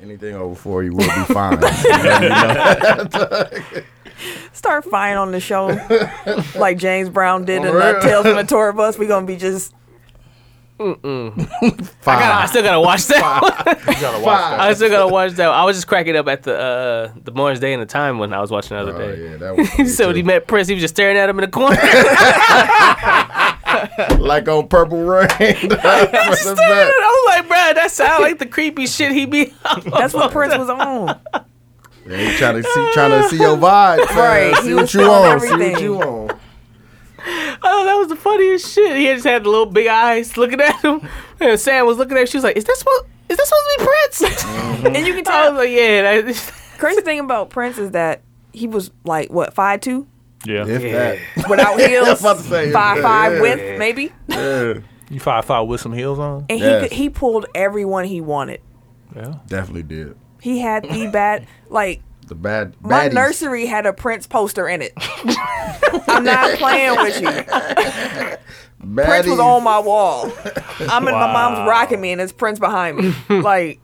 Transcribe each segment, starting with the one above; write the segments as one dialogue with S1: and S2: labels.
S1: Anything over four, you will be fine. You know?
S2: Start firing on the show like James Brown did in
S1: For
S2: uh,
S1: real.
S2: Tales from the Tour Bus. We're going to be just.
S1: Fine.
S3: God, I still gotta watch that. one.
S4: You gotta watch that.
S3: I still gotta watch that. one. I was just cracking up at the uh, the Morris Day and the Time when I was watching the other
S1: Oh
S3: day.
S1: yeah, that was
S3: He said when he met Prince, he was just staring at him in the corner. I
S1: like on Purple Rain. That's that.
S3: was like, bruh, that sound like the creepy shit he be.
S2: That's what Prince was on.
S1: Yeah, he trying to see, trying to see your vibe.
S2: Right,
S1: Right,
S2: he
S1: see what
S2: was
S1: you
S2: feeling
S1: on. See
S2: everything.
S1: what you on.
S3: Oh, that was the funniest shit. He just had the little big eyes looking at him, and Sam was looking at. Him. She was like, "Is that supposed? Is that supposed to be Prince?"
S2: And you can
S3: I
S2: tell.
S3: was like, "Yeah." That,
S2: crazy thing about Prince is that he was like, what, 5'2?
S4: Yeah.
S1: If that.
S2: Without
S1: I
S2: heels?
S1: was about to say,
S2: 5'5
S1: yeah, yeah.
S2: width, maybe?
S1: Yeah,
S4: You five five with some heels on.
S2: And
S1: Yes.
S2: he, could, he pulled everyone he wanted.
S4: Yeah.
S1: definitely did.
S2: He had the bad, like,
S1: The bad.
S2: my
S1: baddies.
S2: nursery had a Prince poster in it. I'm not playing with you. Prince
S1: Baddies.
S2: was on my wall. I'm in my mom's
S4: Wow.
S2: rocking me, and it's Prince behind me. Like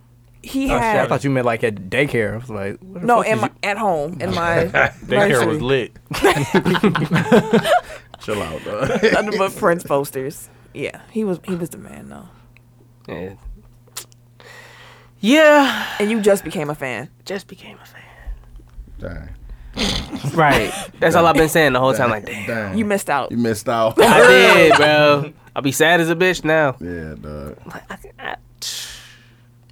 S2: he
S5: Oh, shit, I
S2: had
S5: thought you meant like at daycare. I was like, what the
S2: no
S5: fuck
S2: in
S5: is
S2: my,
S5: you-
S2: at home in my
S4: Daycare
S2: nursery.
S4: was lit.
S1: Chill out, though.
S2: Nothing but Prince posters. Yeah, he was he was the man though,
S3: yeah. yeah,
S2: and you just became a fan.
S3: just became a fan.
S1: Dang.
S3: Right. That's all I've been saying the whole time. Like, damn,
S1: Dang.
S2: You
S1: You,
S2: missed out.
S1: missed out.
S3: I did, bro. I'll be sad as a bitch now.
S1: yeah, dog.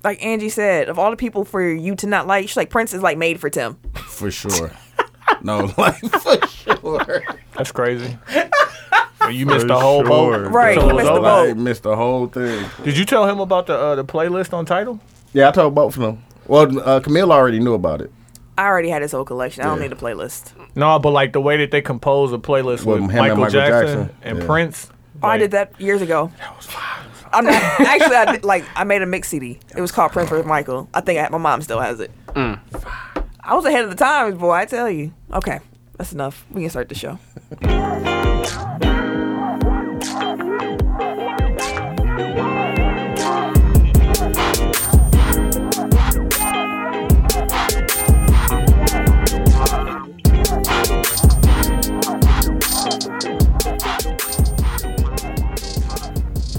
S2: Like Angie said, of all the people for you to not like, she's like Prince is like made for Tim.
S1: For sure. no, like for sure.
S4: That's crazy. Well, you missed the whole boat.
S2: Right,
S4: So
S2: he
S4: it was
S2: missed the
S4: over.
S2: boat.
S1: Like, missed the whole thing.
S4: Did you tell him about the uh, the playlist on title?
S1: Yeah, I told both of them. Well, uh, Camille already knew about it.
S2: I already had his whole collection. I don't
S1: Yeah.
S2: need a playlist.
S4: No, but like the way that they composed a
S1: With
S4: playlist with,
S1: him and
S4: Michael,
S1: Michael
S4: Jackson,
S1: Jackson.
S4: and
S1: Yeah.
S4: Prince.
S2: Oh, I
S4: like,
S2: did that years ago. That was fire. I'm not, actually, I did, like I made a mix CD. It was called Prince vs. Michael. I think I, my mom still has it. I was ahead of the times, boy. I tell you. Okay, that's enough. We can start the show.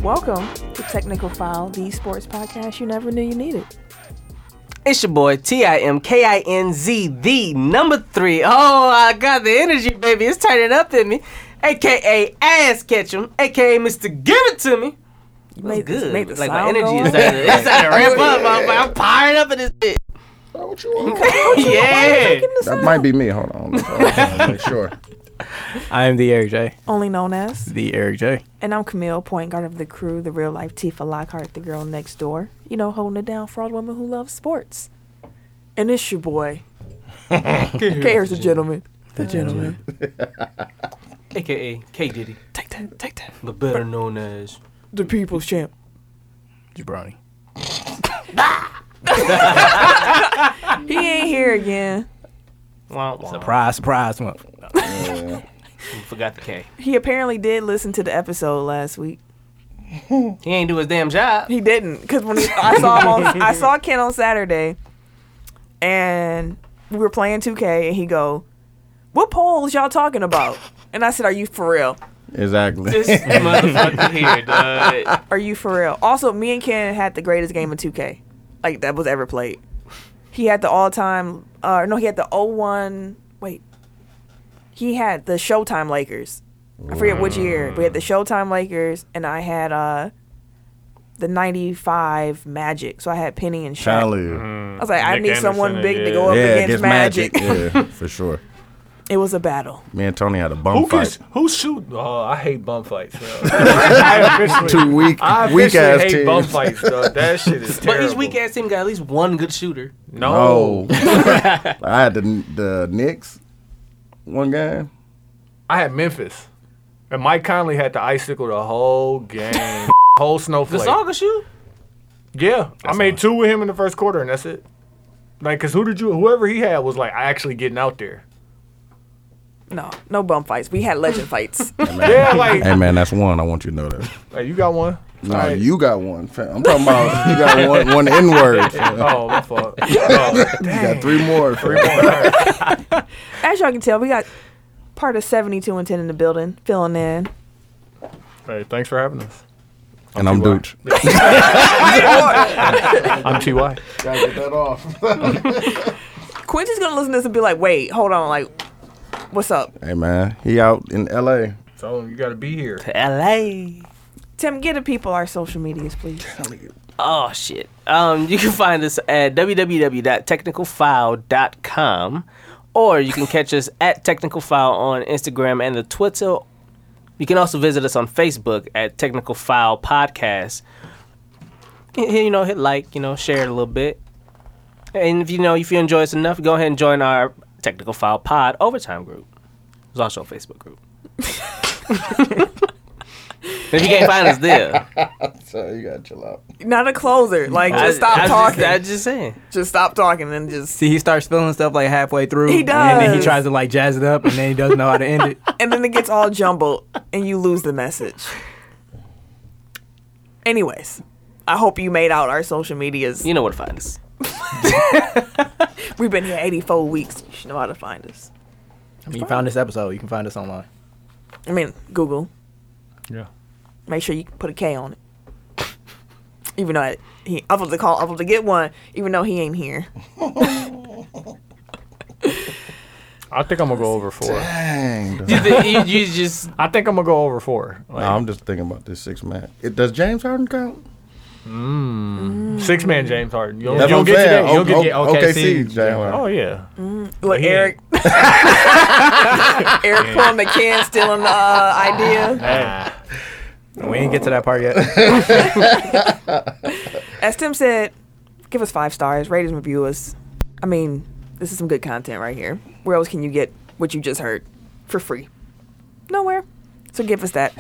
S2: Welcome to Technical File, the sports podcast you never knew you needed.
S3: It's your boy T I M K I N Z the number three. Oh, I got the energy, baby. It's turning up in me. AKA Ass Ketchum, AKA Mr. Give It To Me.
S2: You
S3: That's
S2: made this-
S3: good.
S2: made the
S3: like my
S2: sound
S3: energy
S2: go
S3: is
S2: up.
S3: starting to- it's starting to ramp up. I'm, I'm fired up in this bitch.
S1: Oh, What you want?
S3: Yeah.
S2: Getting the
S1: That
S2: sound.
S1: might be me. Hold on. Hold on. Make sure.
S5: I am the Eric J.
S2: Only known as,
S5: The Eric J.
S2: and I'm Camille, point guard of the crew, the real life Tifa Lockhart, the girl next door. You know, holding it down for all the women who love sports. And it's your boy. Cares a gentleman.
S5: The gentleman.
S3: AKA K Diddy,
S2: Take that, take that.
S3: but better known as.
S2: The people's champ.
S5: Jabroni.
S2: He ain't here again.
S3: Wah, wah.
S5: Surprise, surprise. Come on.
S3: Forgot the K.
S2: He apparently did listen to the episode last week.
S3: He ain't do his damn job.
S2: He didn't, because when he, I saw him on, I saw Ken on Saturday, and we were playing 2K, and he go, "What polls y'all talking about?" And I said, "Are you for real?
S1: Exactly.
S3: This motherfucker here, dog.
S2: Are you for real?" Also, me and Ken had the greatest game of 2K, like that was ever played. He had the all-time, uh, no, he had the 01. Wait, he had the Showtime Lakers. I forget which year. We had the Showtime Lakers, and I had uh. The '95 Magic, so I had Penny and Shaq.
S1: Challenge.
S2: I was like, I
S4: Nick
S2: need someone
S4: Anderson,
S2: big to
S4: yeah.
S2: go up
S1: Yeah,
S2: against
S1: against
S2: Magic.
S1: magic. yeah, for sure.
S2: It was a battle.
S1: Me and Tony had a bum
S4: Who can,
S1: fight.
S4: who shoot? Oh, I hate bum fights. Bro. I officially,
S1: Two weak,
S4: I officially
S1: weak ass
S4: hate
S1: teams.
S4: bum fights. Bro. That shit is
S3: But
S4: terrible.
S3: each weak ass team got at least one good shooter.
S1: Oh,
S4: No,
S1: I had the the Knicks one game.
S4: I had Memphis, and Mike Conley had to icicle the whole game, whole snowflake.
S3: Gasol can shoot.
S4: Yeah, I made two with him in the first quarter, and that's it. Like, cause who did you? Whoever he had was like actually getting out there.
S2: No, no bum fights. We had legend fights.
S4: Yeah, like,
S1: Hey man, that's one. I want you to know that.
S4: Hey, you got one.
S1: No,
S4: All right.
S1: you got one. fam. I'm talking about you got one one N word. You
S4: Oh, my fault. Oh,
S1: got three more.
S4: three
S1: fam.
S4: more. All right.
S2: As y'all can tell, we got part of 72 and 10 in the building, filling in.
S4: Hey, thanks for having us.
S1: And I'm
S4: TY.
S1: Dooch.
S4: I'm Ty.
S6: Gotta get that off.
S2: Quincy's gonna listen to this and be like, wait, hold on, like, what's up?
S1: Hey man, he out in L.A.
S4: So you got to be here.
S3: LA.
S2: Tim, get the people our social medias, please.
S3: Oh shit. Um, you can find us at www.technicalfile.com, or you can catch us at Technical File on Instagram and the Twitter. You can also visit us on Facebook at Technical File Podcast. Y- You know, hit like, you know, share it a little bit, and if you know if you enjoy us enough, go ahead and join our Technical File Pod Overtime group. There's also a Facebook group. if you can't find us there,
S6: so you gotta chill out.
S2: Not a closer. Like, just stop
S3: I, I
S2: talking.
S3: Just, I
S2: Just,
S3: just saying.
S2: stop talking and just.
S7: See, he starts spilling stuff like halfway through.
S2: He
S7: And then he
S2: does.
S7: tries to like jazz it up, and then he doesn't know how to end it.
S2: And then it gets all jumbled and you lose the message. Anyways, I hope you made out our social medias.
S3: You know where to find us.
S2: We've been here 84 weeks. You should know how to find us.
S7: I mean, you found this episode. You can find us online.
S2: I mean, Google.
S4: Yeah.
S2: Make sure you put a K on it. Even though I, he, I'm supposed to call, I'm supposed to get one, even though he ain't here.
S4: I think I'm gonna go over four.
S1: Dang. dog.
S3: you, think- you- you just
S4: I think I'm gonna go over four.
S1: No, I'm just thinking about this six man. It, does James Harden count?
S4: Six man James Harden. You'll,
S1: That's
S4: you'll
S1: what
S4: get
S1: I'm
S4: to
S1: saying.
S4: that. You'll
S1: O-
S4: get
S1: O-
S4: to OKC.
S1: OKC James Harden.
S4: Oh yeah.
S2: Look,
S4: he
S2: Eric. Eric pulling the can, stealing the uh, idea.
S4: Hey,
S7: We ain't get to that part yet.
S2: As Tim said, give us five stars, rate us, review us. I mean, this is some good content right here. Where else can you get what you just heard for free? Nowhere. So give us that.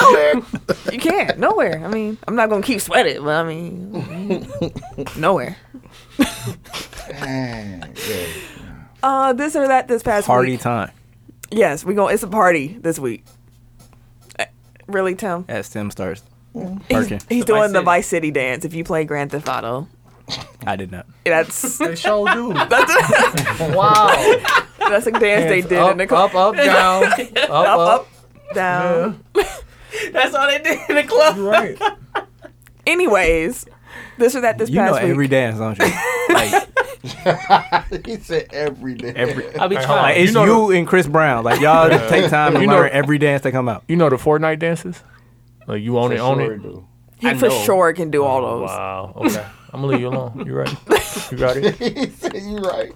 S2: nowhere. You can't. Nowhere. I mean, I'm not gonna keep sweating, but I mean, nowhere.
S1: Dang. Yeah.
S2: Uh, this or that. This past
S7: Party
S2: week.
S7: time.
S2: Yes, we going. It's a party this week. Uh, Really, Tim?
S7: As Tim starts
S2: He's,
S7: working.
S2: he's
S3: The Vice
S2: doing the
S3: City.
S2: Vice City dance. If you play Grand Theft Auto,
S7: I did not.
S2: that's
S6: They sure do.
S4: wow.
S2: that's a dance they did in the
S6: up,
S2: club.
S6: up, up, down, up,
S2: Up,
S6: up.
S2: up, down.
S3: that's all they did in the club.
S4: Right.
S2: Anyways, this or that. This
S7: You know
S2: past
S7: every
S2: week,
S7: dance, don't you? Like,
S6: He said every day.
S4: Every.
S3: I'll be
S4: Hey, hold on.
S7: like
S3: trying.
S7: it's
S4: You
S7: you,
S4: know
S7: and Chris Brown. Like y'all take time to
S4: You know-
S7: learn every dance that come out.
S4: You know the Fortnite dances? Like you own
S6: For
S4: it, own
S6: sure
S4: it.
S6: do.
S2: he
S3: I
S2: for
S3: know.
S2: sure can do all those.
S4: Oh, Wow. Okay. I'm gonna leave you alone. You right? You got it.
S6: He said you right.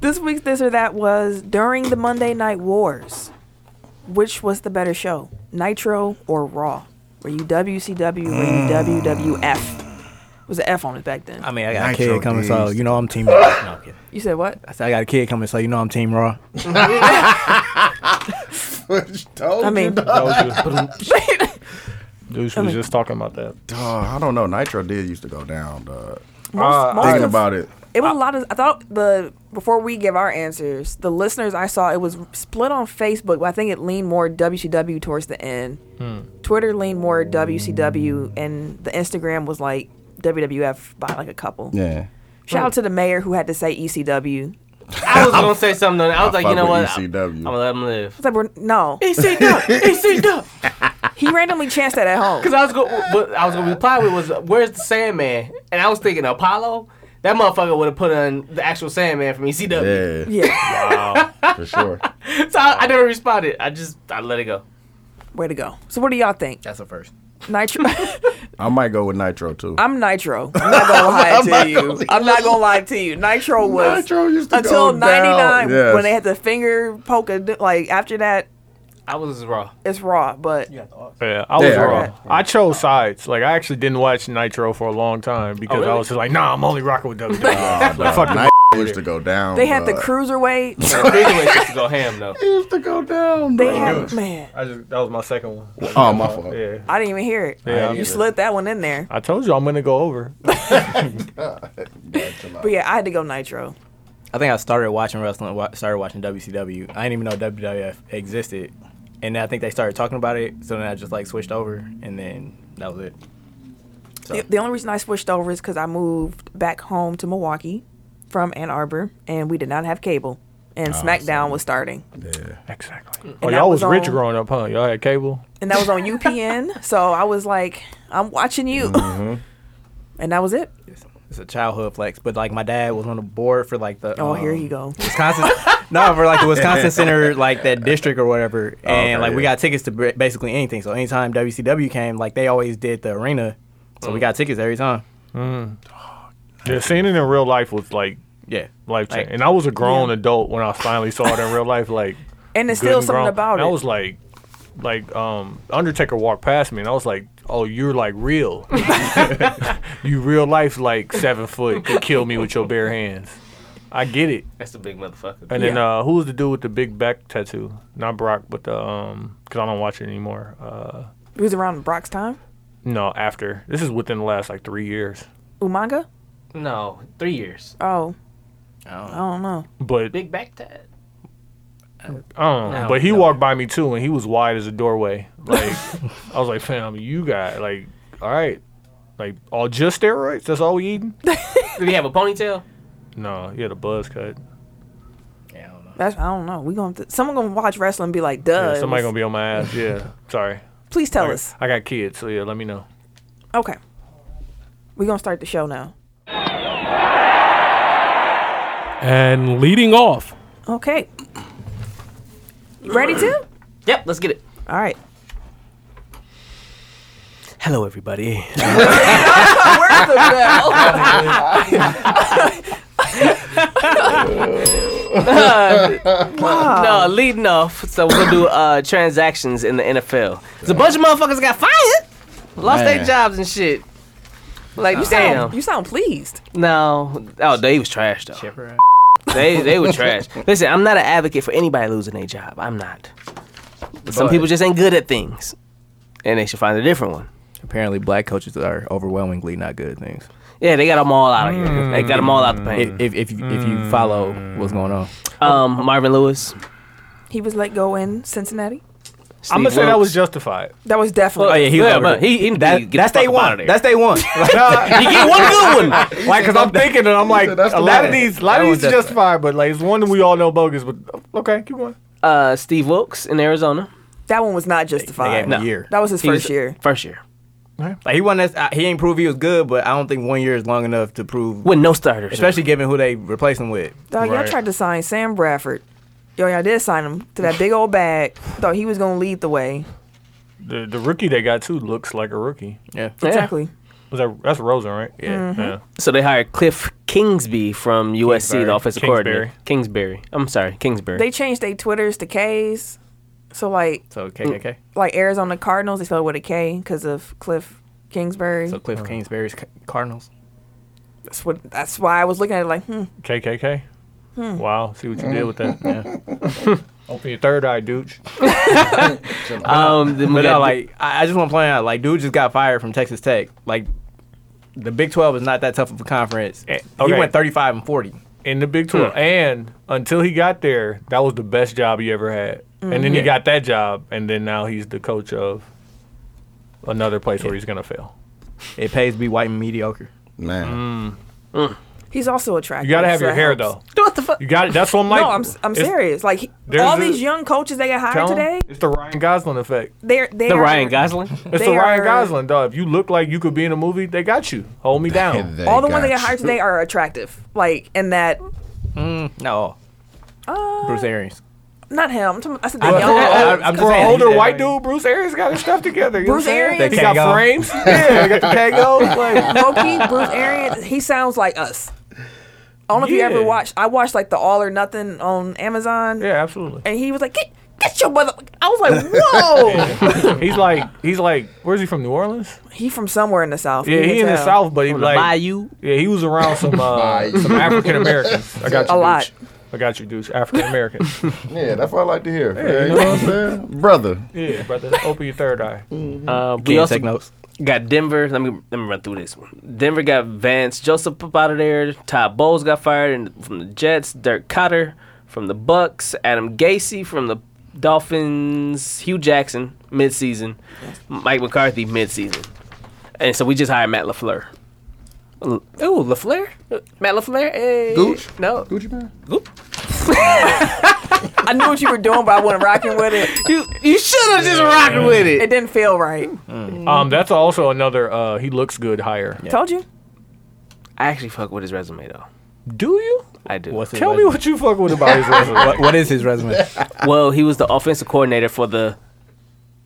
S2: This week's this or that was during the Monday Night Wars. Which was the better show, Nitro or Raw? Were you WCW? Were you WWF? Was an F on it back then.
S7: I mean, I got a
S1: Nitro
S7: kid coming, so
S1: days.
S7: you know I'm team. Raw. No, I'm kidding.
S2: You said what?
S7: I said I got a kid coming, so you know I'm team Raw.
S1: Told
S2: I
S1: you,
S2: mean,
S4: That was just. Deuce was just talking about that.
S1: dog. I don't know. Nitro did used to go down. Dog.
S4: Uh,
S2: most
S1: Thinking
S2: of-
S1: about it.
S2: It was a lot of. I thought the before we give our answers, the listeners I saw it was split on Facebook, but I think it leaned more WCW towards the end. Twitter leaned more WCW, and the Instagram was like WWF by like a couple.
S1: Yeah.
S2: Shout out to the mayor who had to say E ECW.
S3: I was gonna say something. I was like,
S1: fuck
S3: you know
S1: with E
S3: what?
S1: ECW.
S3: I'm gonna let him live.
S2: It's like we're no.
S3: AC Dub, AC Dub.
S2: He randomly chanced that at home.
S3: Because I was going, what I was gonna reply with was, "Where's the Sandman?" And I was thinking Apollo. That motherfucker would have put on the actual Sandman from E ECW.
S1: Yeah.
S2: Yeah,
S1: For sure.
S3: So I, I never responded. I just I let it go.
S2: way to go. So what do y'all think?
S7: That's a first.
S2: Nitro.
S1: I might go with Nitro too.
S2: I'm Nitro. I'm not gonna lie to you. I'm not gonna lie to you. Nitro was
S1: Nitro used to
S2: until
S1: go
S2: '99
S1: down. Yes.
S2: when they had the finger poke. A, d- like after that,
S3: I was raw.
S2: it's raw. But
S4: Yeah, I was
S1: Yeah.
S4: wrong. I chose sides. Like I actually didn't watch Nitro for a long time because
S3: really?
S4: I was just like, nah, I'm only rocking with WWE.
S1: Nah, dog.
S4: fuck the
S1: Nitro used to go down.
S2: they had the
S1: dog.
S2: cruiserweight.
S3: Cruiserweight used to go ham though.
S1: They used to go down.
S2: They
S1: dog.
S2: had man.
S4: I just that was my second one.
S1: Oh, my fault.
S4: Yeah,
S2: I didn't even hear it.
S4: yeah.
S2: You slid that one in there.
S4: I told you I'm gonna go over.
S2: But yeah, I had to go Nitro.
S7: I think I started watching wrestling. Wa- started watching WCW. I didn't even know WWF existed, and I think they started talking about it. So then I just like switched over, and then That was it.
S2: The, the only reason I switched over is because I moved back home to Milwaukee from Ann Arbor, and we did not have cable, and SmackDown was starting,
S8: Yeah.
S4: Exactly. Oh,
S2: And that
S4: y'all was,
S2: was
S4: rich
S2: on-
S4: growing up, huh? Y'all had cable.
S2: and that was on UPN. So I was like, I'm watching you, and that was it.
S7: It's, it's a childhood flex, but like my dad was on the board for like the
S2: Oh,
S7: um,
S2: here you go.
S7: Wisconsin. no, for like the Wisconsin Center, like that district or whatever, and like we
S8: yeah.
S7: got tickets to ba- basically anything. So anytime WCW came, like they always did the arena, so we got tickets every time.
S4: Yeah, seeing it in real life was like
S7: Yeah,
S4: life changing.
S7: Like-
S4: and I was a grown adult when I finally saw it in real life. Like,
S2: And there's
S4: good
S2: still
S4: and
S2: something
S4: grown.
S2: about
S4: And
S2: it.
S4: I was like, like um, Undertaker walked past me, and I was like, "Oh, you're like real. you real life like seven foot could kill me with your bare hands. I get it."
S3: That's the big motherfucker.
S4: And then uh, who was the dude with the big back tattoo? Not Brock, but the um, because I don't watch it anymore. Uh,
S2: it was around Brock's time.
S4: no, after this is within the last like three years.
S2: Umaga?
S3: No, three years.
S2: Oh,
S7: I
S2: I don't know.
S4: But
S3: Big back tat.
S4: Um,
S3: No,
S4: but he
S3: no.
S4: walked by me too, and he was wide as a doorway. Like I was like, fam, you got like, all right, like all just steroids. That's all we eating?
S3: Did he have a ponytail?
S4: No, he had a buzz cut.
S7: Yeah, I don't know.
S2: That's I don't know. We gonna have to, someone gonna watch wrestling and be like,
S4: Yeah,
S2: duh.
S4: somebody gonna be on my ass. Yeah, sorry.
S2: please tell
S4: I,
S2: us.
S4: I got kids, so yeah, let me know.
S2: Okay, we gonna start the show now.
S9: And leading off,
S2: Okay, you ready to?
S3: Yep, let's get it.
S2: All right.
S7: Hello, everybody.
S2: Where's the bell?
S4: Oh.
S3: No, leading off. So we're gonna do uh, transactions in the NFL. There's a bunch of motherfuckers got fired, lost their
S8: Man.
S3: jobs and shit. Like
S4: Oh.
S3: damn.
S2: You sound pleased.
S3: no, oh they was trash though. They they were trash. Listen, I'm not an advocate for anybody losing their job. I'm not. Some
S7: But-
S3: people just ain't good at things, and they should find a different one.
S7: Apparently, black coaches are overwhelmingly not good at things.
S3: Yeah, they got them all out of here.
S4: Mm.
S3: They got them all out the paint.
S7: If if if, you- if you follow what's going on,
S3: Um, Marvin Lewis.
S2: He was let go in Cincinnati.
S4: I'm gonna
S3: Steve
S4: say that
S3: Wilkes.
S4: was justified.
S2: That was definitely.
S7: oh yeah, he
S3: Yeah,
S7: was
S3: but he- he need to
S7: that,
S3: get
S7: that's
S3: the
S7: day
S3: fuck up
S7: one.
S3: outta there.
S7: That's day one.
S4: Nah,
S3: You get one good one.
S4: like, cause I'm thinking, and I'm like,
S1: that's
S4: a
S1: the
S4: lot of
S1: one.
S4: these, a lot
S7: That
S4: of
S7: one's
S4: these are
S7: justified.
S4: justified, but like, it's one that we all know bogus. But okay, keep going.
S3: Uh, Steve Wilkes in Arizona.
S2: that one was not
S7: They gave
S2: justified.
S7: him a year.
S2: That was his
S3: He
S2: first
S3: was-
S2: year.
S3: First year.
S7: Like he wasn't. as- He ain't prove he was good, but I don't think one year is long enough to prove,
S3: With no starters.
S7: especially given who they replace him with.
S2: Dog, y'all
S4: Right.
S2: tried to sign Sam Bradford. Yo, y'all did sign him to that big old bag. Thought he was gonna lead the way.
S4: The the rookie they got too looks like a rookie.
S7: Yeah.
S3: Yeah.
S2: Exactly.
S4: Was that that's Rosen, right? Yeah. yeah.
S3: So they hired Cliff Kingsby from USC, the
S7: Kingsbury.
S3: offensive coordinator. Kingsbury. I'm sorry, Kingsbury.
S2: They changed their Twitters to K's. So like,
S7: So KKK.
S2: like Arizona Cardinals, they spelled it with a K because of Cliff Kingsbury.
S7: So Cliff Kingsbury's C- Cardinals.
S2: that's what. That's why I was looking at it like, hmm.
S4: KKK. Wow, see what you did with that. Open your third eye, douche.
S3: um, then we
S7: But
S3: got
S7: no, like I, I just want to point out, like dude just got fired from Texas Tech. Like the Big Twelve is not that tough of a conference.
S4: Eh,
S7: He
S4: okay.
S7: went thirty-five and forty.
S4: In the Big
S2: Hmm.
S4: 12. And until he got there, that was the best job he ever had. And
S2: Mm-hmm.
S4: then he got that job, and then now he's the coach of another place where he's going to fail.
S7: It pays to be white and mediocre.
S8: Man.
S2: he's also attractive.
S4: You got to have
S2: so
S4: your
S2: that
S4: hair,
S2: helps.
S4: though.
S3: what the fuck?
S4: You got it. That's what I'm like.
S2: no, I'm s- I'm
S4: It's-
S2: serious. Like he-
S4: there's
S2: all
S4: a-
S2: these young coaches they got hired
S4: tell 'em,
S2: today,
S4: It's the Ryan Gosling effect.
S2: they're they
S3: The
S2: are,
S3: Ryan Gosling.
S4: It's
S2: They
S4: the Ryan
S2: are-
S4: Gosling, dog. If you look like you could be in a movie, they got you. Hold me
S1: Mm.
S4: down.
S8: They
S2: All the ones that
S8: got
S2: got hired
S8: you.
S2: today are attractive. Like in that, uh,
S7: No. Bruce Arians.
S2: not him. I'm talking, I said the
S7: I-
S2: young.
S7: I- I- I'm just
S4: For an
S7: saying,
S4: older
S7: he's-
S4: white dude, Bruce Arians got his stuff together. You know what
S2: Bruce
S4: I'm saying?
S2: Arians?
S4: He
S7: The
S4: got
S7: Kango.
S4: frames. Yeah, he got the Kangos. Like,
S2: Low-key, Bruce Arians, he sounds like us. I don't know if you ever
S4: Yeah.
S2: watched. I watched like the All or Nothing on Amazon,
S4: yeah, absolutely.
S2: and he was like, "Get, get your mother!" I was like, "Whoa!"
S4: he's like he's like where's he from New Orleans?
S2: he from somewhere in the South.
S4: Yeah,
S2: You
S4: he
S2: can
S4: in the
S2: tell.
S4: South, but he like
S3: Bayou.
S4: yeah he was around some uh,
S1: Bayou.
S4: some African Americans. I got
S2: A
S4: you,
S2: lot.
S4: douche. I got you, douche. African Americans.
S1: Yeah, that's what I like to hear. Yeah, you know what I'm saying? Brother.
S4: yeah, brother. Open your third eye.
S3: Uh, we
S7: Can't
S3: also
S7: take notes.
S3: got Denver. Let me let me run through this one. Denver got Vance Joseph up out of there. Todd Bowles got fired and, from the Jets. Dirk Cotter from the Bucks. Adam Gacy from the Dolphins. Hugh Jackson midseason. Mike McCarthy midseason. And so we just hired Matt LaFleur. L- Ooh, LaFleur? Matt LaFleur? Hey.
S1: Gooch?
S3: No.
S1: Gucci man.
S2: I knew what you were doing, but I wasn't rocking with it.
S3: You you should have just rocked with
S2: It
S3: it.
S2: didn't feel right.
S4: Um, that's also another. Uh, he looks good higher.
S2: Told you.
S3: I actually fuck with his resume though.
S4: Do you?
S3: I do.
S7: What's his
S4: Tell me
S7: resume?
S4: what you fuck with about his resume.
S7: What, what is his resume?
S3: Well, he was the offensive coordinator for the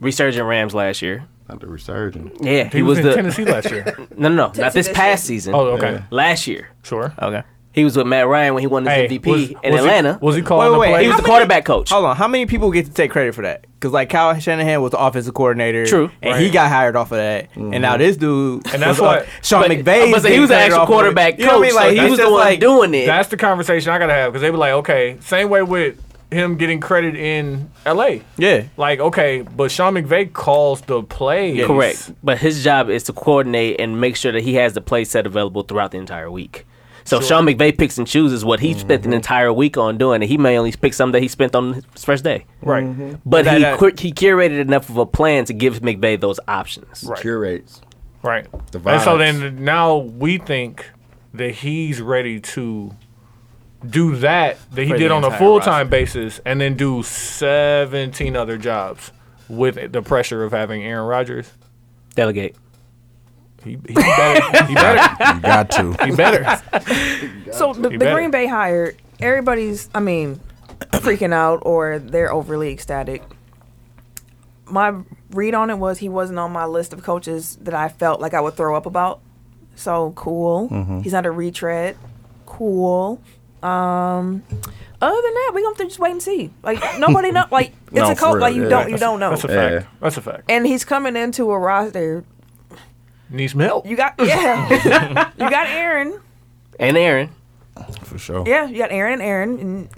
S3: resurgent Rams last year.
S1: Not the resurgent.
S3: Yeah, he,
S4: He
S3: was,
S4: was, in
S3: the
S4: Tennessee last year.
S3: no, no, no, not
S2: Tennessee
S3: this
S2: this
S3: past season.
S4: Oh, okay,
S3: last year
S4: sure.
S7: Okay.
S3: he was with Matt Ryan when he won his
S4: Hey,
S3: MVP
S4: was-
S3: in
S4: was he-
S3: Atlanta.
S4: was he calling
S7: Wait, wait,
S4: the
S7: wait.
S4: play?
S3: he was the quarterback coach.
S7: Hold on. How many people get to take credit for that? Because like Kyle Shanahan was the offensive coordinator.
S3: True.
S7: And he got hired off of that. And now this dude.
S4: And that's
S7: was,
S4: why-
S7: uh, Sean
S3: But-
S7: McVay.
S3: but he was an actual quarterback
S7: You
S3: coach.
S7: know what I mean? Like,
S3: so he was the
S7: just
S3: one
S7: like,
S3: doing it.
S4: That's the conversation I gotta have because they were like, okay, same way with him getting credit in L.A.
S7: Yeah.
S4: Like, okay, but Sean McVay calls the plays.
S3: Correct. But his job is to coordinate and make sure that he has the play set available throughout the entire week. So Sean McVay picks and chooses what he spent an entire week on doing, and he may only pick some that he spent on his first day.
S4: Right.
S3: But
S7: That-
S3: he
S7: that-
S3: cur- he curated enough of a plan to give McVay those options.
S4: Right.
S1: Curates.
S4: Right.
S1: The
S4: and so
S1: violence.
S4: then now we think that he's ready to do that that he
S7: For
S4: did
S7: the
S4: on a
S7: entire
S4: full time basis and then do 17 other jobs with the pressure of having Aaron Rodgers.
S3: Delegate.
S4: He, he better. he better.
S10: You got to.
S4: He better.
S2: So the, the
S4: better.
S2: Green Bay hired. Everybody's, I mean, freaking out or they're overly ecstatic. My read on it was he wasn't on my list of coaches that I felt like I would throw up about. So cool.
S4: Mm-hmm.
S2: He's not a retread. Cool. Um, other than that, we gonna have to just wait and see. Like nobody know. Like it's
S1: No,
S2: a
S1: for
S2: coach.
S1: real,
S2: Like you
S1: yeah.
S2: don't. You don't know.
S4: That's a
S1: Yeah.
S4: fact. That's a fact.
S2: And he's coming into a roster.
S4: Needs some help.
S2: You got yeah. you got Aaron.
S3: And Aaron.
S10: For sure.
S2: Yeah, you got Aaron and Aaron. And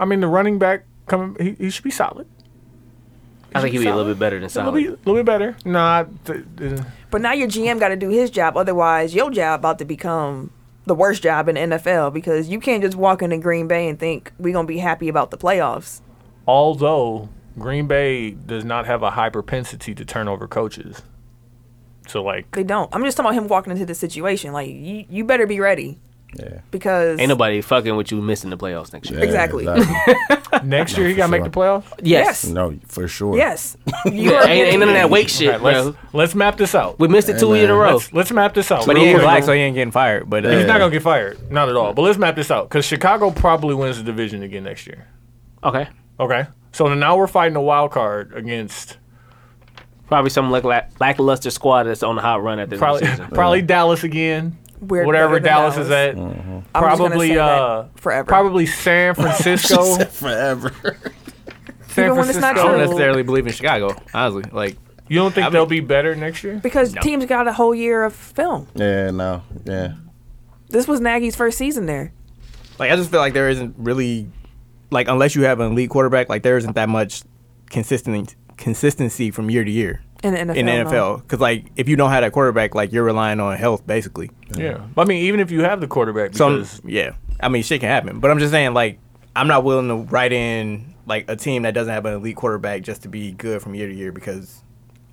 S4: I mean, the running back coming, he, he should be solid.
S3: I think he'd be a little
S4: solid.
S3: bit better than
S4: A little bit,
S3: solid.
S4: little bit better. Nah. th- th-
S2: But now your GM got to do his job. Otherwise, your job about to become the worst job in NFL because you can't just walk into Green Bay and think we're going to be happy about the playoffs.
S4: although Green Bay does not have a high propensity to turn over coaches. So like
S2: They don't. I'm just talking about him walking into the situation. Like, you, you better be ready
S1: Yeah.
S2: because.
S3: Ain't nobody fucking with you missing the playoffs next year.
S1: Yeah,
S2: Exactly.
S4: next year he gotta make the playoffs.
S2: Yes.
S10: No, for sure.
S2: Yes. You
S3: Yeah,
S2: are
S3: ain't, ain't none of that wake
S4: All
S3: shit,
S4: right,
S3: bro.
S4: let's, let's map this out.
S3: We missed it two in a row.
S4: Let's, let's map this out.
S7: But he
S4: Real
S7: ain't
S4: quick.
S7: black, so he ain't getting fired. But uh,
S4: He's not gonna get fired, not at all. But let's map this out because Chicago probably wins the division again next year.
S3: okay.
S4: Okay, so then now we're fighting a wild card against
S3: Probably some lack, lack, lackluster squad that's on a hot run at the end of the
S4: probably
S3: season.
S4: probably Dallas again,
S2: We're
S4: whatever
S2: better than
S4: Dallas, is
S2: Dallas.
S4: at.
S2: I'm just gonna
S4: Probably
S2: say that
S4: uh,
S2: forever.
S4: Probably San Francisco.
S10: Said forever.
S4: San
S2: Even when it's
S4: Francisco.
S2: not
S7: I don't
S2: true.
S7: necessarily believe in Chicago, honestly. Like,
S4: You don't think they'll be better next year?
S2: Because teams got a whole year of film.
S1: Yeah, no. Yeah.
S2: This was Nagy's first season there.
S7: like I just feel like there isn't really, like, unless you have an elite quarterback, like there isn't that much consistent consistency from year to year
S2: In the NFL,
S7: in the
S2: no.
S7: NFL. Because like if you don't have that quarterback, like you're relying on health basically.
S4: Yeah. I mean, even if you have the quarterback,
S7: Some
S4: because
S7: yeah, I mean shit can happen, but I'm just saying like I'm not willing to write in like a team that doesn't have an elite quarterback just to be good from year to year because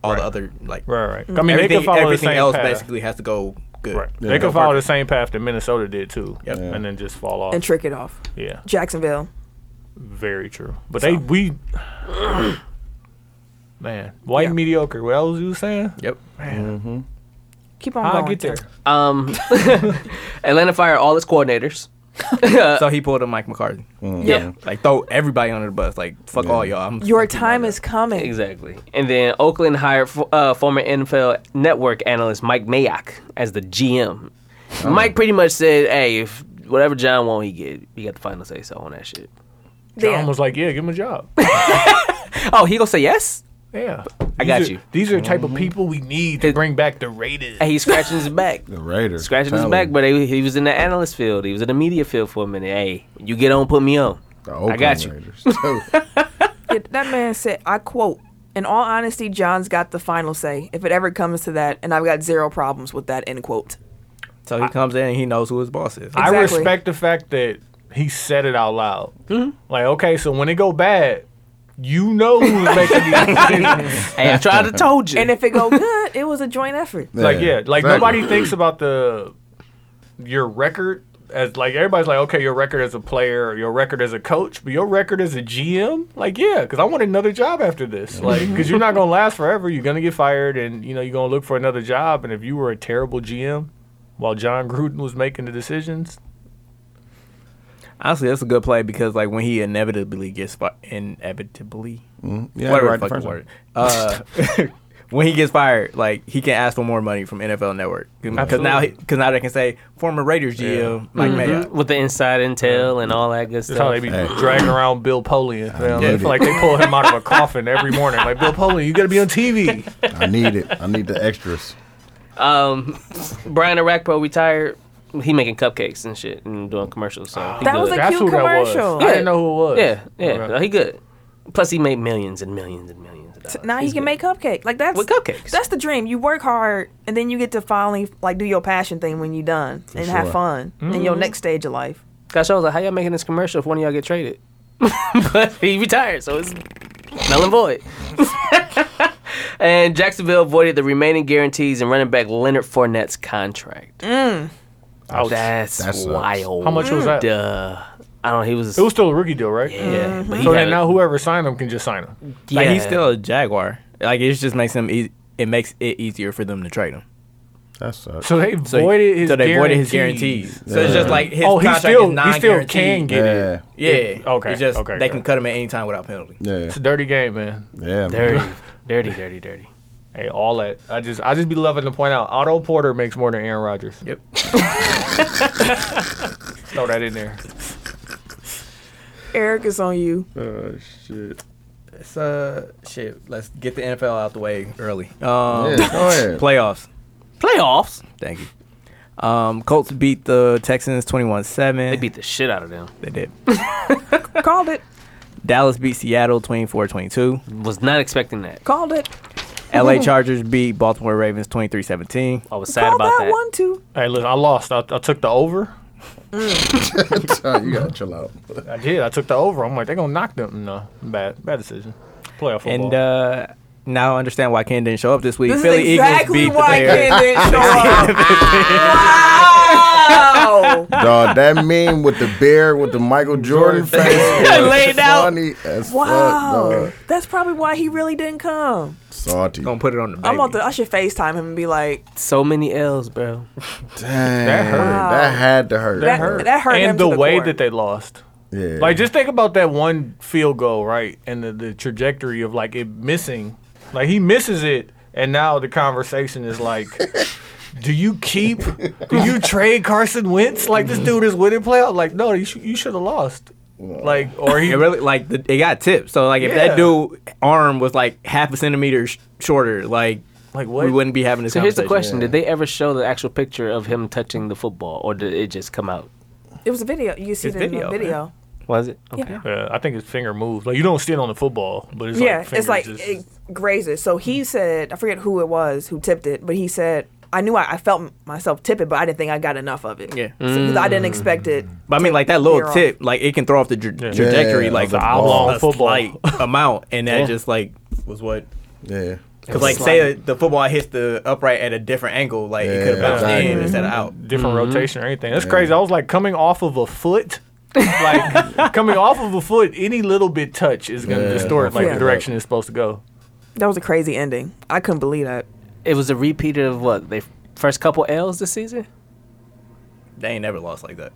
S7: all the other like
S4: right, right. I mean, they
S7: everything,
S4: could follow the
S7: everything
S4: same
S7: else
S4: path.
S7: basically has to go good.
S4: Right. They could follow the same path that Minnesota did too,
S7: Yep.
S4: and then just fall off.
S2: And trick it off.
S4: yeah,
S2: Jacksonville.
S4: very true. But they we, man, white
S2: Yeah.
S4: mediocre. What else you saying?
S7: Yep.
S4: Man,
S2: Keep on
S4: how I
S2: going.
S4: get there?
S3: Um, Atlanta fired all its coordinators.
S4: Uh,
S7: So he pulled a Mike McCarthy.
S1: Mm. Mm-hmm.
S2: Yeah.
S7: Like throw everybody under the bus. Like fuck all y'all. I'm
S2: Your time is coming.
S3: Exactly. And then Oakland hired fo- uh, former NFL network analyst Mike Mayock as the GM.
S7: Oh.
S3: Mike pretty much said, hey, if whatever John want, he get. He got the final say so on that shit.
S4: John
S2: Yeah.
S4: was like, yeah, give him a job.
S3: Oh, he gonna say yes?
S4: Yeah,
S3: I
S4: These
S3: got
S4: are-
S3: you.
S4: These are the type of people we need to
S3: His-
S4: bring back the Raiders.
S3: Hey, he's scratching his back.
S10: The Raiders.
S3: Scratching his
S10: Tell
S3: back,
S10: them.
S3: but he, he was in the analyst field. He was in the media field for a minute. Hey, you get on, put me on.
S10: The Oakland
S3: I got you.
S10: Raiders. So,
S2: Yeah, that man said, I quote, in all honesty, John's got the final say if it ever comes to that, and I've got zero problems with that, end quote.
S7: So he comes in and he knows who his boss is.
S4: I
S2: Exactly. Mm-hmm.
S4: respect the fact that he said it out loud. Like, okay, so when it go bad, you know who's making these decisions.
S3: Hey, I tried to told you.
S2: And if it go good, it was a joint effort.
S4: Like yeah, like
S11: exactly.
S4: nobody thinks about the your record as like everybody's like okay, your record as a player, or your record as a coach, but your record as a GM, like yeah, because I want another job after this, like because you're not gonna last forever. You're gonna get fired, and you know you're gonna look for another job. And if you were a terrible GM while John Gruden was making the decisions,
S7: Honestly, that's a good play because like when he inevitably gets fired, inevitably,
S1: Mm-hmm. Yeah,
S7: whatever
S1: right
S7: the
S1: the
S7: fucking
S1: first
S7: word. Uh, when he gets fired, like he can ask for more money from NFL Network because now because now they can say former Raiders GM Mike
S1: Mm-hmm.
S7: Mayock.
S3: with the inside intel and all that good
S4: that's how they
S3: stuff.
S4: be dragging around Bill Polian. man.
S1: need
S4: I feel
S1: it.
S4: like they pull him out of a coffin every morning. Like Bill Polian, you gotta be on TV.
S1: I need it. I need the extras.
S3: Um, Brian Arakpo retired. He making cupcakes and shit and doing commercials. So he
S2: That
S3: good.
S2: was a
S4: That's
S2: cute
S4: who that was.
S2: commercial.
S4: I didn't know who it was.
S3: yeah, yeah.
S4: Okay.
S3: No, he good. Plus he made millions and millions and millions. Of dollars.
S2: Now he
S3: He's
S2: can
S3: good.
S2: make cupcakes. Like that's
S3: With cupcakes.
S2: That's the dream. You work hard and then you get to finally like do your passion thing when you're done and have
S1: sure.
S2: fun in your next stage of life.
S3: Gosh, I was like, how y'all making this commercial if one of y'all get traded? but he retired, so it's null and void. and Jacksonville avoided the remaining guarantees in running back Leonard Fournette's contract.
S2: Mm.
S4: Ouch.
S3: That's
S1: That sucks.
S3: wild.
S4: How much was that?
S3: Duh. I don't. know. He was.
S4: It was still a rookie deal, right?
S3: yeah. But he
S4: So
S3: had
S4: then
S3: a-
S4: now whoever signed him can just sign him.
S3: yeah.
S7: Like he's still a Jaguar. Like it just makes him. E- it makes it easier for them to trade him.
S1: That sucks.
S4: So they
S7: So,
S4: voided his
S7: so they voided his
S4: guarantees.
S7: guarantees. So it's just like his
S4: oh, he
S7: contract
S4: still
S7: is
S4: he still
S7: non-guaranteed.
S4: can get it.
S1: Yeah,
S7: Yeah.
S4: Okay,
S7: It's just
S4: okay,
S7: they
S4: okay.
S7: can cut him at any time without penalty.
S1: yeah,
S4: It's a dirty game, man.
S1: yeah. man.
S3: dirty, dirty, dirty, dirty.
S4: Hey, all that. I just I just be loving to point out Otto Porter makes more than Aaron Rodgers.
S7: Yep.
S4: Throw that in there.
S2: Eric is on you.
S11: Oh shit.
S7: It's uh shit. Let's get the NFL out the way early.
S11: Yeah,
S7: Um,
S11: go ahead.
S7: playoffs.
S3: Playoffs.
S7: Thank you. Um, Colts beat the Texans 21-7.
S3: They beat the shit out of them.
S7: They did.
S2: Called it.
S7: Dallas beat Seattle 24-22.
S3: Was not expecting that.
S2: Called it.
S7: LA Chargers beat Baltimore Ravens 23-17.
S3: I was sad
S2: Called
S3: about
S2: that,
S3: that.
S2: one too.
S4: Hey, listen, I lost. I, I took the over.
S1: you gotta chill out.
S4: I did. I took the over. I'm like, they're gonna knock them. No, bad bad decision. Playoff football.
S7: And uh, now I understand why Ken didn't show up this week.
S2: This
S7: Philly
S2: is exactly
S7: Eagles beat
S2: why
S7: the Bears.
S2: Ken didn't show up. wow.
S1: Dog, that meme with the bear with the Michael Jordan face was
S3: Laid out.
S1: funny as
S2: Wow.
S1: fuck. Dog.
S2: That's probably why he really didn't come.
S1: Salty.
S7: Gonna put it on the baby.
S2: I'm on the, I should FaceTime him and be like,
S3: So many L's, bro.
S1: Dang,
S4: That hurt.
S1: That had to hurt.
S2: That- hurt. that hurt
S4: And
S2: him to
S4: the,
S2: the
S4: way
S2: core.
S4: that they lost.
S1: Yeah.
S4: Like, just think about that one field goal, right? And the, the trajectory of like it missing. Like he misses it, and now the conversation is like, "Do you keep? Do you trade Carson Wentz? Like this dude is winning playoff. Like no, you sh- you should have lost. Like or he
S7: It really like the, it got tipped. So like if
S4: Yeah.
S7: that dude arm was like half a centimeter sh- shorter, like
S4: like what?
S7: we wouldn't be having this
S3: So here's
S7: conversation.
S3: the question: Did they ever show the actual picture of him touching the football, or did it just come out?
S2: it was a video. You see it in
S7: It's
S2: the
S7: video,
S2: video.
S3: Was it?
S2: Yeah.
S4: Yeah, I think his finger moves. Like you don't see it on the football, but it's
S2: yeah,
S4: like
S2: it's like
S4: fingers
S2: it
S4: just-
S2: grazes. So he said, I forget who it was who tipped it, but he said, I knew I, I felt m- myself tip it, but I didn't think I got enough of it.
S7: Yeah.
S2: So, 'cause I didn't expect it.
S7: But I mean, like that
S2: You're
S7: little
S2: off.
S7: tip, like it can throw off the tra- trajectory,
S1: Yeah,
S7: like
S1: the
S7: a-
S4: oblong
S7: a
S4: football.
S7: slight amount, and that
S3: Yeah.
S7: just like was what.
S1: yeah.
S7: Because like, say the football hits the upright at a different angle, like it could have
S1: Yeah,
S7: bounced
S1: exactly.
S7: in instead of out.
S4: different rotation or anything. That's crazy. I was like coming off of a foot. like coming off of a foot, any little bit touch is gonna
S1: Yeah,
S4: distort like
S2: yeah.
S4: the direction it's supposed to go.
S2: That was a crazy ending. I couldn't believe that.
S3: It was a repeat of what they first couple L's this season.
S7: They ain't never lost like that.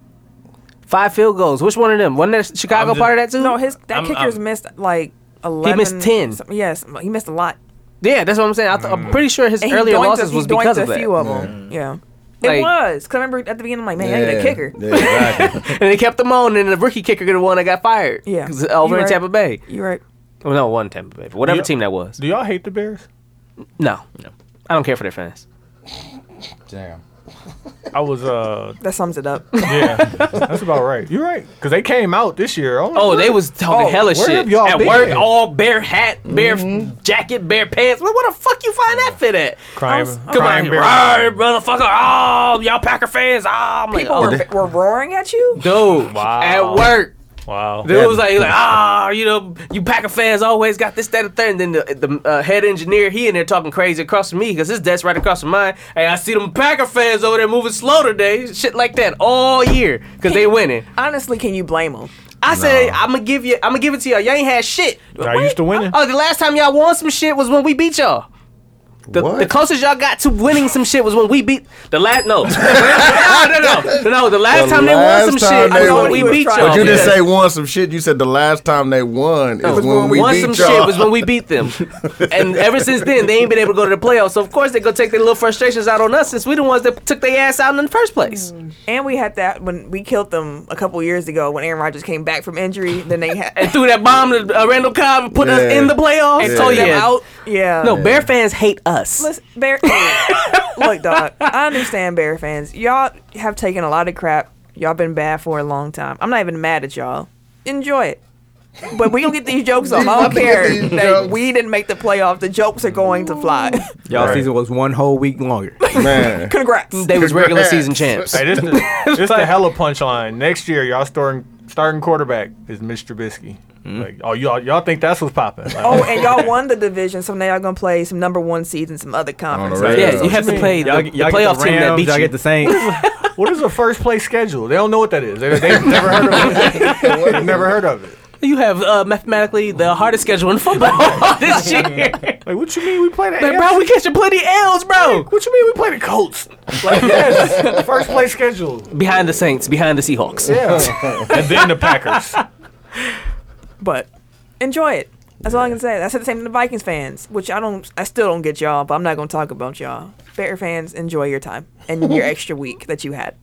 S3: Five field goals. Which one of them? Wasn't that Chicago
S7: I'm just-
S3: part of that too?
S2: No, his that
S7: I'm-
S2: kicker's
S7: I'm-
S2: missed like eleven.
S3: missed 10.
S2: some- yes, he missed a lot.
S3: Yeah, that's what I'm saying. I th- I'm pretty sure his
S2: And
S3: earlier
S2: he doinked a-
S3: losses
S2: he
S3: was
S2: doinked
S3: because of
S2: a
S3: that.
S2: few of them. Yeah.
S3: Like-
S2: it was. Cause I remember at the beginning, I'm like, man, I need
S1: yeah.
S2: a kicker.
S1: Yeah, exactly.
S3: and they kept them on, and the rookie kicker could have won. I got fired.
S2: Yeah.
S3: 'Cause over
S2: You
S3: in
S2: right.
S3: Tampa Bay.
S2: You're right.
S3: Well, no, one Tampa Bay, but whatever
S4: Yeah.
S3: team that was.
S4: Do y'all hate the Bears?
S3: No, no, I don't care for their fans.
S1: Damn.
S4: I was uh
S2: That sums it up.
S4: yeah, that's about right. You're right because they came out this year. I'm like,
S3: Oh, they was talking
S4: Oh,
S3: hella
S4: where
S3: shit
S4: have y'all
S3: at
S4: been? Mm-hmm.
S3: work. All bare hat, bare f- jacket, bare pants. Well, where the fuck you find that fit at?
S4: Crime-
S3: I was- come
S4: crime
S3: on, here.
S4: bear.
S3: Right, motherfucker. Oh, y'all Packer fans. Oh, I'm like,
S2: People
S3: oh,
S2: were, were roaring at you.
S3: dude,
S4: Wow.
S3: at work.
S12: Wow.
S3: Dude was like, he like, ah, you know, you Packer fans always got this, that, and third. And then the, the uh, head engineer, he in there talking crazy across from me because his desk right across from mine. Hey, I see them Packer fans over there moving slow today. Shit like that all year because they winning.
S2: Honestly, can you blame them?
S3: I said, I'm gonna give you, I'm gonna give it to y'all. Y'all ain't had shit.
S12: Y'all used to winning.
S3: Oh, the last time y'all won some shit was when we beat y'all. The,
S1: What?
S3: the closest y'all got to winning some shit was when we beat the last. No, no, no, no, no. The last
S1: The
S3: time they won
S1: last
S3: some
S1: time
S3: shit
S1: they
S3: was
S1: won-
S3: when we beat y'all.
S1: But you didn't
S3: Yeah.
S1: say won some shit. You said the last time they won is when we
S3: Once
S1: beat
S3: some
S1: y'all.
S3: shit was when we beat them, and ever since then they ain't been able to go to the playoffs. So of course they go take their little frustrations out on us since we the ones that took their ass out in the first place.
S2: And we had that when we killed them a couple years ago when Aaron Rodgers came back from injury. Then they had
S3: And threw that bomb to uh, Randall Cobb and put us
S1: Yeah.
S3: in the playoffs.
S1: And
S3: Yeah.
S1: took
S3: yeah.
S1: them
S3: out.
S2: yeah.
S3: No, Bear fans hate us.
S2: Listen, Bear. look, dog. I understand Bear fans. Y'all have taken a lot of crap. Y'all been bad for a long time. I'm not even mad at y'all. Enjoy it. But we gonna get these jokes off. I don't
S1: We gonna get
S2: care
S1: these
S2: that
S1: jokes.
S2: we didn't make the playoff. The jokes are going to fly.
S7: Y'all season was one whole week longer.
S1: Man,
S2: Congrats.
S3: They was regular
S1: Congrats.
S3: season champs.
S4: Hey, this the, this the hella punchline. Next year, y'all starting starting quarterback is Mr. Trubisky.
S3: Hmm.
S4: Like, oh, y'all y'all think that's what's popping? Like,
S2: Oh, and y'all won the division, so now y'all gonna play some number one seeds in some other conference.
S1: regular.
S3: Yeah, you have to play the,
S7: Y'all,
S3: the
S7: y'all get
S3: playoff
S7: the
S3: team that
S7: Rams,
S3: beat
S7: y'all
S3: you.
S7: get the Saints.
S4: what is a first place schedule? They don't know what that is. They, they've never heard of it. They've never heard of it.
S3: you have uh, mathematically the hardest schedule in football this year. like,
S4: Like, what you mean we play the
S3: bro, we catching plenty L's, bro.
S4: What you mean we play the Colts? Like, yes, first place schedule.
S3: Behind the Saints, behind the Seahawks.
S4: Yeah, and then the Packers.
S2: But enjoy it. That's all I can say. I said the same to the Vikings fans, which I don't, I still don't get y'all, but I'm not gonna talk about y'all. Bear fans, enjoy your time and your extra week that you had.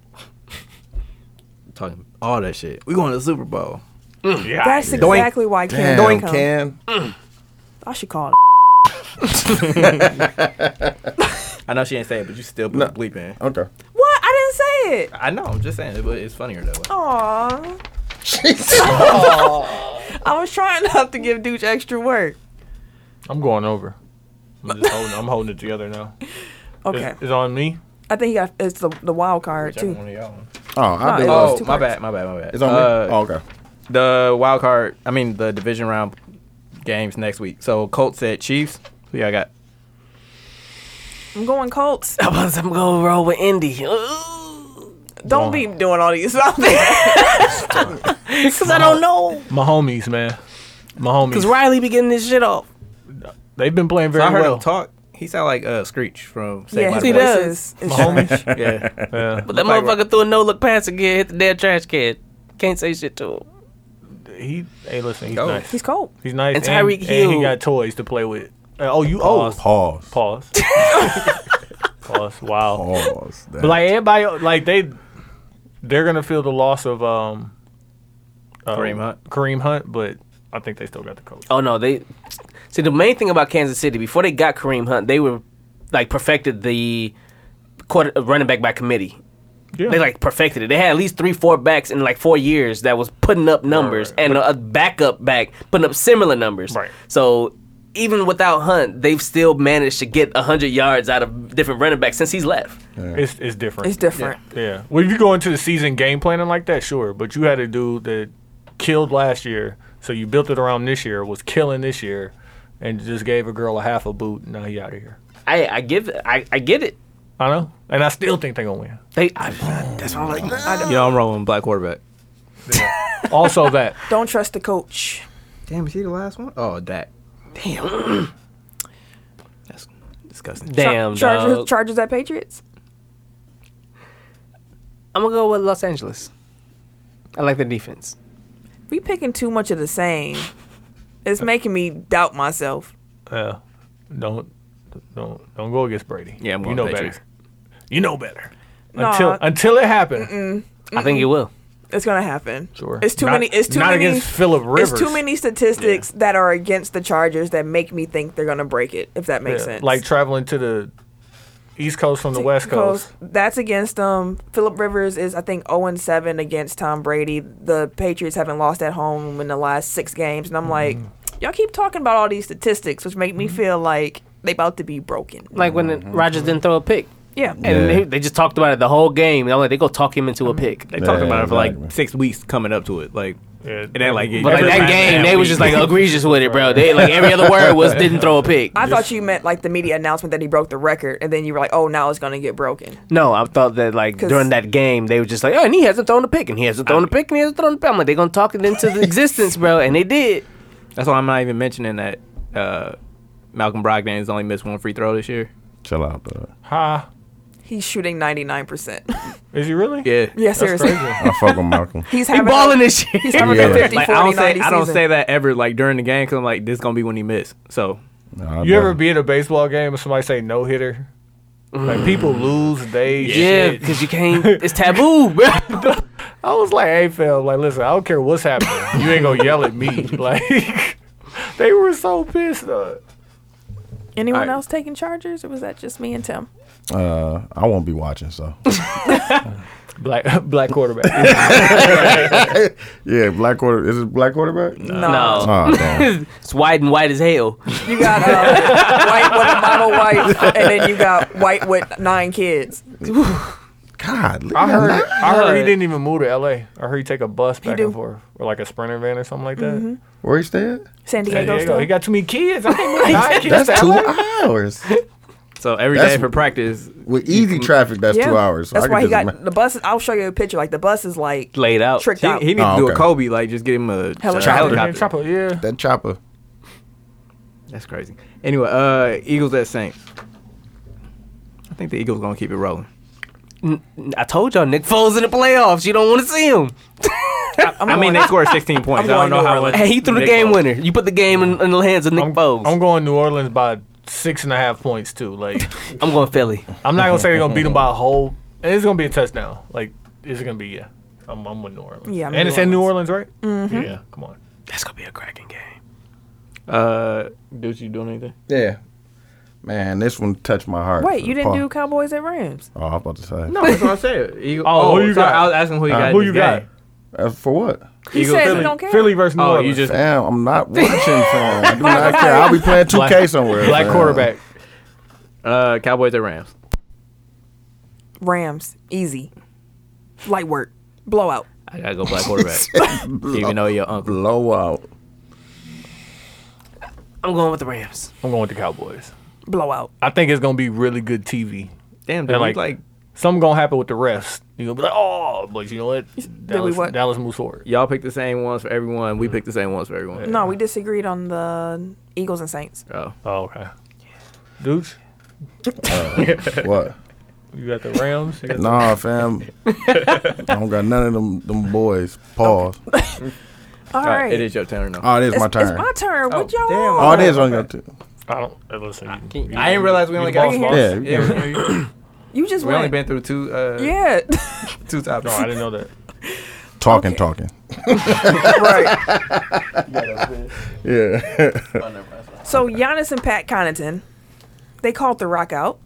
S7: Talking all that shit. We going to the Super Bowl.
S4: Yeah,
S2: That's
S7: Doink.
S2: exactly why
S1: Damn,
S2: Cam don't come.
S1: Cam.
S2: I should call.
S7: I know she ain't say it, but you still bleeping.
S1: Okay.
S2: What? I didn't say it.
S7: I know. I'm just saying, it, but it's funnier that
S2: Oh,
S7: way.
S2: Aw. I was trying not to give Dooch extra work.
S4: I'm going over. I'm, just holding, I'm holding it together now.
S2: Okay.
S4: It's, it's on me.
S2: I think he got it's the the wild card too.
S7: One of y'all.
S1: Oh, I
S2: No,
S1: do.
S2: it
S7: Oh,
S2: was two
S7: my
S2: parts.
S7: bad, my bad, my bad.
S1: It's on
S7: Uh,
S1: me. Oh, okay.
S7: The wild card. I mean, the division round games next week. So Colts at Chiefs. Who y'all got?
S2: I'm going Colts.
S3: I was, I'm gonna roll with Indy. Because
S2: Don't be doing all these something.
S3: I don't know.
S4: My homies, man. My homies.
S3: Because Riley be getting this shit off.
S4: They've been playing very
S7: I heard
S4: well.
S7: him talk. He sound like uh, Screech from Saved
S2: yeah,
S7: by
S2: his
S7: the
S3: he
S7: Bell.
S2: voice is,
S3: does.
S2: is
S4: Mahomes.
S2: trash.
S7: Yeah,
S4: Yeah.
S3: But that
S7: Look like
S3: motherfucker threw a no look pass again, hit the damn trash can. Can't say shit to him.
S4: He, hey, listen, he's
S7: Go.
S4: nice.
S2: He's cold.
S4: He's nice.
S3: And Tyreek
S4: and,
S3: Hill.
S4: And he got toys to play with. Uh, oh, you pause.
S1: Pause.
S4: Pause. pause. Wow.
S1: Pause. That.
S4: But like everybody, like they, they're gonna feel the loss of um, uh,
S7: Kareem Hunt.
S4: Kareem Hunt, but I think they still got the coach.
S3: Oh no, they see the main thing about Kansas City before they got Kareem Hunt, they were like perfected the quarter, uh, running back by committee.
S4: Yeah.
S3: They like perfected it. They had at least three, four backs in like four years that was putting up numbers,
S4: Right, right.
S3: and a, a backup back putting up similar numbers.
S4: Right.
S3: So even without Hunt, they've still managed to get hundred yards out of different running backs since he's left.
S4: it's it's different.
S2: It's different.
S4: yeah. Well, if you go into the season game planning like that, sure. But you had a dude that killed last year, so you built it around this year. Was killing this year, and just gave a girl a half a boot. and Now he out of here.
S3: I I give I, I get it.
S4: I know, and I still think they're gonna win.
S3: They I, that's what I'm like. I
S7: you know I'm rolling black quarterback.
S4: Also, that
S2: Don't trust the coach.
S7: Damn, is he the last one? Oh, Dak. Damn. That's disgusting.
S2: Char-
S3: damn
S2: Chargers,
S3: dog.
S2: Chargers at Patriots.
S3: I'm gonna go with Los Angeles. I like their defense.
S2: We picking too much of the same. It's making me doubt myself.
S4: uh, don't don't don't go against Brady.
S7: Yeah, I'm
S4: you
S7: going
S4: know
S7: Patriots.
S4: better. You know better.
S2: Nah.
S4: Until until it happened.
S3: I think you will.
S2: It's gonna happen.
S4: Sure.
S2: It's too
S4: Not-
S2: many. It's too
S4: not
S2: many.
S4: against Phillip Rivers.
S2: It's too many statistics that are against the Chargers that make me think they're gonna break it. If that
S4: Yeah,
S2: makes sense.
S4: Like traveling to the East Coast from the West Coast.
S2: That's against them. Philip Rivers is I think 0 and 7 against Tom Brady. The Patriots haven't lost at home in the last six games, and I'm like, y'all keep talking about all these statistics, which make me feel like they about to be broken.
S3: Like when Rodgers didn't throw a pick.
S2: Yeah.
S3: And they, they just talked about it the whole game. And I'm like, they go talk him into a pick.
S7: They talked about it for
S1: exactly.
S7: like six weeks coming up to it. Like It ain't like it.
S3: But like
S7: every
S3: that
S7: time
S3: game, they
S7: we-
S3: was just like egregious with it, bro. They like every other word was didn't throw a pick.
S2: I thought you meant like the media announcement that he broke the record, and then you were like, "Oh, now it's gonna get broken."
S3: No, I thought that like
S2: 'Cause-
S3: during that game they were just like, oh, and he hasn't thrown a pick, and he hasn't thrown a pick, and he hasn't thrown a pick. I'm like, they gonna talk it into the existence, bro, and they did.
S7: That's why I'm not even mentioning that uh, Malcolm Brogdon has only missed one free throw this year.
S13: Chill out, bro.
S4: Ha.
S2: He's shooting ninety nine percent.
S4: Is he really?
S7: Yeah.
S2: Yeah, seriously,
S13: I fuck with Malcolm.
S2: he's
S3: He
S2: having
S3: balling this shit.
S2: He's having a
S13: Yeah.
S2: 50,
S7: Like
S2: 40,
S7: I don't say
S2: 90
S7: I don't
S2: season.
S7: say that ever like during the game because I'm like this gonna be when he missed. So
S13: Nah, I
S4: You ever
S13: don't.
S4: be in a baseball game and somebody say no hitter? Like people lose they
S3: Yeah,
S4: shit.
S3: because you can't. It's taboo, bro.
S4: I was like, hey, Phil, like, listen, I don't care what's happening. You ain't gonna yell at me. Like, they were so pissed. Up.
S2: Anyone else taking Chargers, or was that just me and Tim?
S13: Uh, I won't be watching. So
S4: Black, black quarterback.
S13: yeah, black quarter. Is it black quarterback?
S3: No,
S13: Oh, damn.
S3: it's white and white as hell.
S2: You got uh, white with a mama white, and then you got white with nine kids.
S13: God, look
S4: I
S13: at
S4: heard,
S13: that.
S4: I heard he didn't even move to L.A. I heard he take a bus back
S2: do.
S4: and forth, or like a sprinter van or something like that.
S13: Where he stay at?
S2: San
S4: San
S2: Diego,
S4: Diego,
S2: still?
S4: he got too many kids. I can't move nine kids
S13: That's
S4: to
S13: two
S4: LA.
S13: hours.
S7: so every day
S13: That's-
S7: for practice
S13: With easy traffic, that's two hours. So
S2: That's
S13: I can
S2: why he
S13: just
S2: got
S13: ima-
S2: the bus. I'll show you a picture. Like the bus is like
S7: laid out.
S2: Tricked
S7: he,
S2: out.
S7: he need
S13: Oh,
S7: to do
S13: okay.
S7: a Kobe like just give him a
S2: Helicopter.
S4: Yeah,
S7: helicopter.
S4: Chopper, yeah.
S13: that chopper.
S7: That's crazy. Anyway, uh, Eagles at Saints. I think the Eagles gonna keep it rolling.
S3: I told y'all, Nick Foles in the playoffs. You don't want to see him.
S7: i mean, they scored 16 points. I
S2: going
S7: don't know
S2: New
S7: how.
S2: Orleans.
S7: much
S3: Hey, he threw the
S7: Nick
S3: game
S7: Foles-
S3: winner. You put the game in, in the hands of Nick
S4: I'm,
S3: Foles.
S4: I'm
S3: I'm,
S4: going New Orleans by six and a half points too. Like,
S3: going Philly.
S4: I'm not gonna say they're gonna beat them by a whole. and It's gonna be a touchdown. Like, it's gonna be yeah. I'm, I'm with New Orleans.
S2: Yeah, I'm
S4: and
S2: New
S4: it's in New Orleans, right? Mm-hmm. Yeah, come on.
S3: That's gonna be a cracking game.
S7: Uh, dude, you doing anything?
S13: Yeah. Man, this one touched my heart.
S2: wait. You didn't
S13: Paul-
S2: do Cowboys at Rams.
S13: Oh, I was about to say.
S7: No, that's what I'm saying. Eagle-
S4: Oh, who you
S7: sorry,
S4: got?
S7: I was asking who you
S13: Uh,
S7: got. in
S4: Who
S7: this
S4: you got?
S7: game.
S13: Uh, for what?
S2: He
S7: Eagles,
S2: says he
S7: Philly.
S2: don't care.
S4: Philly versus New
S7: Oh, you
S4: Orleans.
S7: just
S13: Damn, I'm not watching. fam. I do not care. I'll be playing 2K somewhere.
S4: black
S13: fam.
S4: quarterback.
S7: uh Cowboys at Rams.
S2: Rams, easy, light work, blowout.
S7: I gotta go black quarterback. Even though your uncle.
S13: Blowout.
S3: I'm going with the Rams.
S4: I'm going with the Cowboys.
S2: blowout.
S4: I think it's gonna be really good TV.
S7: Damn,
S4: They're
S7: dude, like,
S4: like-
S7: like
S4: Something gonna happen with the refs. You're gonna be like, oh, but you know what? Dallas,
S2: what?
S4: Dallas moves forward.
S7: y'all pick the same ones for everyone. We pick the same ones for everyone.
S2: No, we disagreed on the Eagles and Saints.
S7: Oh.
S4: Oh, okay. Dudes,
S13: What?
S4: you got the Rams. You got the-
S13: Nah, fam. I don't got none of them them boys. Pause.
S2: All
S7: All right,
S2: right,
S7: it is your turn now.
S13: Oh, it is
S2: It's,
S13: my turn.
S2: it's my turn. what y'all?
S7: damn.
S13: oh,
S2: want?
S13: it is on your turn.
S4: I don't uh, listen. I
S7: I didn't realize we only got-
S13: Yeah, you
S7: Yeah, we,
S2: you just
S7: we only
S2: went.
S7: been through two uh
S2: yeah,
S7: two topics.
S4: No, I didn't know that.
S13: talking, talking.
S2: right.
S13: Yeah.
S2: So Giannis and Pat Connaughton, they called the Rock out.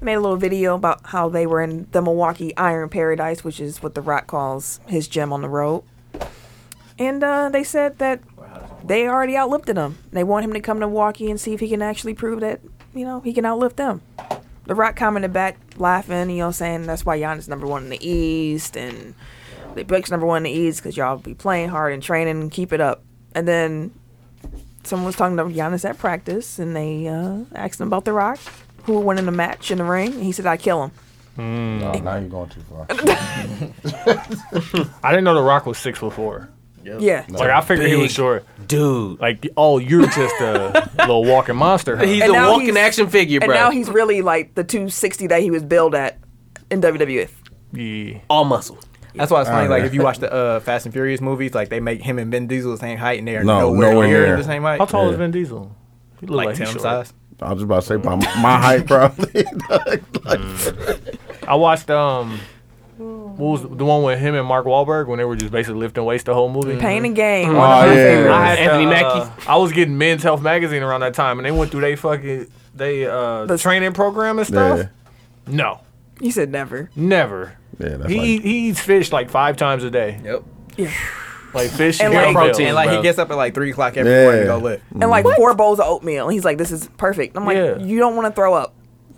S2: Made a little video about how they were in the Milwaukee Iron Paradise, which is what the Rock calls his gym on the road. And uh, they said that they already outlifted him. They want him to come to Milwaukee and see if he can actually prove that, you know, he can outlift them. The Rock commented back, laughing, you know, saying that's why Giannis number one in the East and the Bucks number one in the East because y'all be playing hard and training and keep it up. And then someone was talking to Giannis at practice and they uh, asked him about The Rock, who would win in the match in the ring. And he said, I kill him.
S13: no, now you're going too far.
S4: I didn't know the Rock was six foot four.
S2: Yeah.
S4: Like I figured he was short.
S3: Dude.
S4: Like, oh, you're just a little walking monster. huh?
S3: He's
S2: And
S3: a
S2: now
S3: walking
S2: he's-
S3: action figure,
S2: And
S3: bro.
S2: now he's really like the 260 that he was billed at in WWF.
S4: Mm-hmm. Yeah.
S3: all muscle.
S7: That's why it's funny.
S13: Alright.
S7: Like if you watch the uh, Fast and Furious movies, like they make him and Vin Diesel the same height, and they are
S13: No,
S7: nowhere,
S13: nowhere near.
S7: near the same height.
S4: How tall
S13: Yeah.
S4: is Vin Diesel? He look
S7: Like,
S4: he's
S7: Tim
S4: short.
S7: size.
S13: I was just about to say my, my height probably.
S4: I watched um, what was the one with him and Mark Wahlberg when they were just basically lifting weights the whole movie?
S2: Pain and game.
S13: oh
S4: I
S13: yeah.
S4: had
S3: Anthony
S4: uh,
S3: Mackie?
S4: I was getting Men's Health magazine around that time, and they went through they fucking they uh
S2: The-
S4: training program and stuff.
S13: Yeah.
S4: No,
S2: You said never.
S4: never.
S13: Yeah, that's
S4: He
S13: like-
S4: eat- he eats fish like five times a day,
S7: Yep.
S4: like fish
S2: And like-
S4: and, protein.
S7: And like
S4: bro.
S7: he gets up at like three o'clock every
S13: Yeah.
S7: morning to go lift.
S2: And like four bowls of oatmeal. And he's like, this is perfect. I'm like,
S4: Yeah.
S2: you don't want to throw up.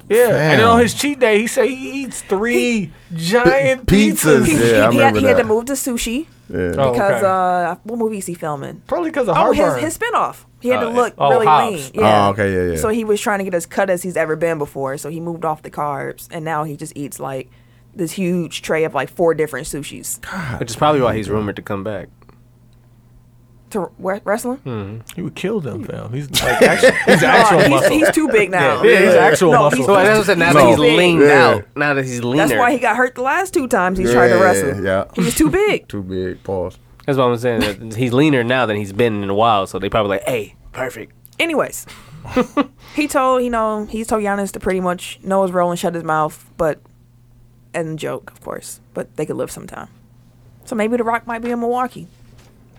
S4: yeah, and then
S13: Damn.
S4: on his cheat day, he say he eats three giant
S13: pizzas.
S4: pizzas.
S13: Yeah, I
S2: He, he, had,
S13: remember
S2: he had to
S13: that.
S2: move to sushi.
S13: Yeah.
S4: Oh,
S2: because
S4: okay.
S2: uh, what movie is he filming?
S4: probably because of
S2: Oh, his
S4: heartburn.
S2: his spinoff. He had to
S7: Oh,
S2: look
S4: oh,
S2: really lean.
S4: Hobbs.
S2: Yeah.
S13: Oh, okay, yeah, yeah.
S2: So he was trying to get as cut as he's ever been before. So he moved off the carbs, and now he just eats like this huge tray of like four different sushis.
S3: Which is probably why he's rumored to come back.
S2: To wh- wrestling?
S4: he would kill them, fam. He's like actual, he's
S2: Oh,
S4: actual
S2: Hmm. he's,
S4: muscle.
S2: he's too big now.
S4: yeah, he's actual
S2: no,
S4: muscle.
S2: He's,
S3: So
S2: he's
S3: that's
S2: too-
S3: what I said, now
S2: he's
S3: that he's
S2: too big.
S3: leaned
S13: Yeah.
S3: out, now that he's leaner.
S2: That's why he got hurt the last two times he's
S13: yeah,
S2: tried to wrestle.
S13: Yeah.
S2: He was too big.
S13: Too big. Pause.
S3: That's what I'm saying. that he's leaner now than he's been in a while. So they probably like, hey, perfect.
S2: Anyways, he told you know he told Giannis to pretty much know his role and shut his mouth, but and a joke, of course. But they could live sometime. So maybe The Rock might be in Milwaukee.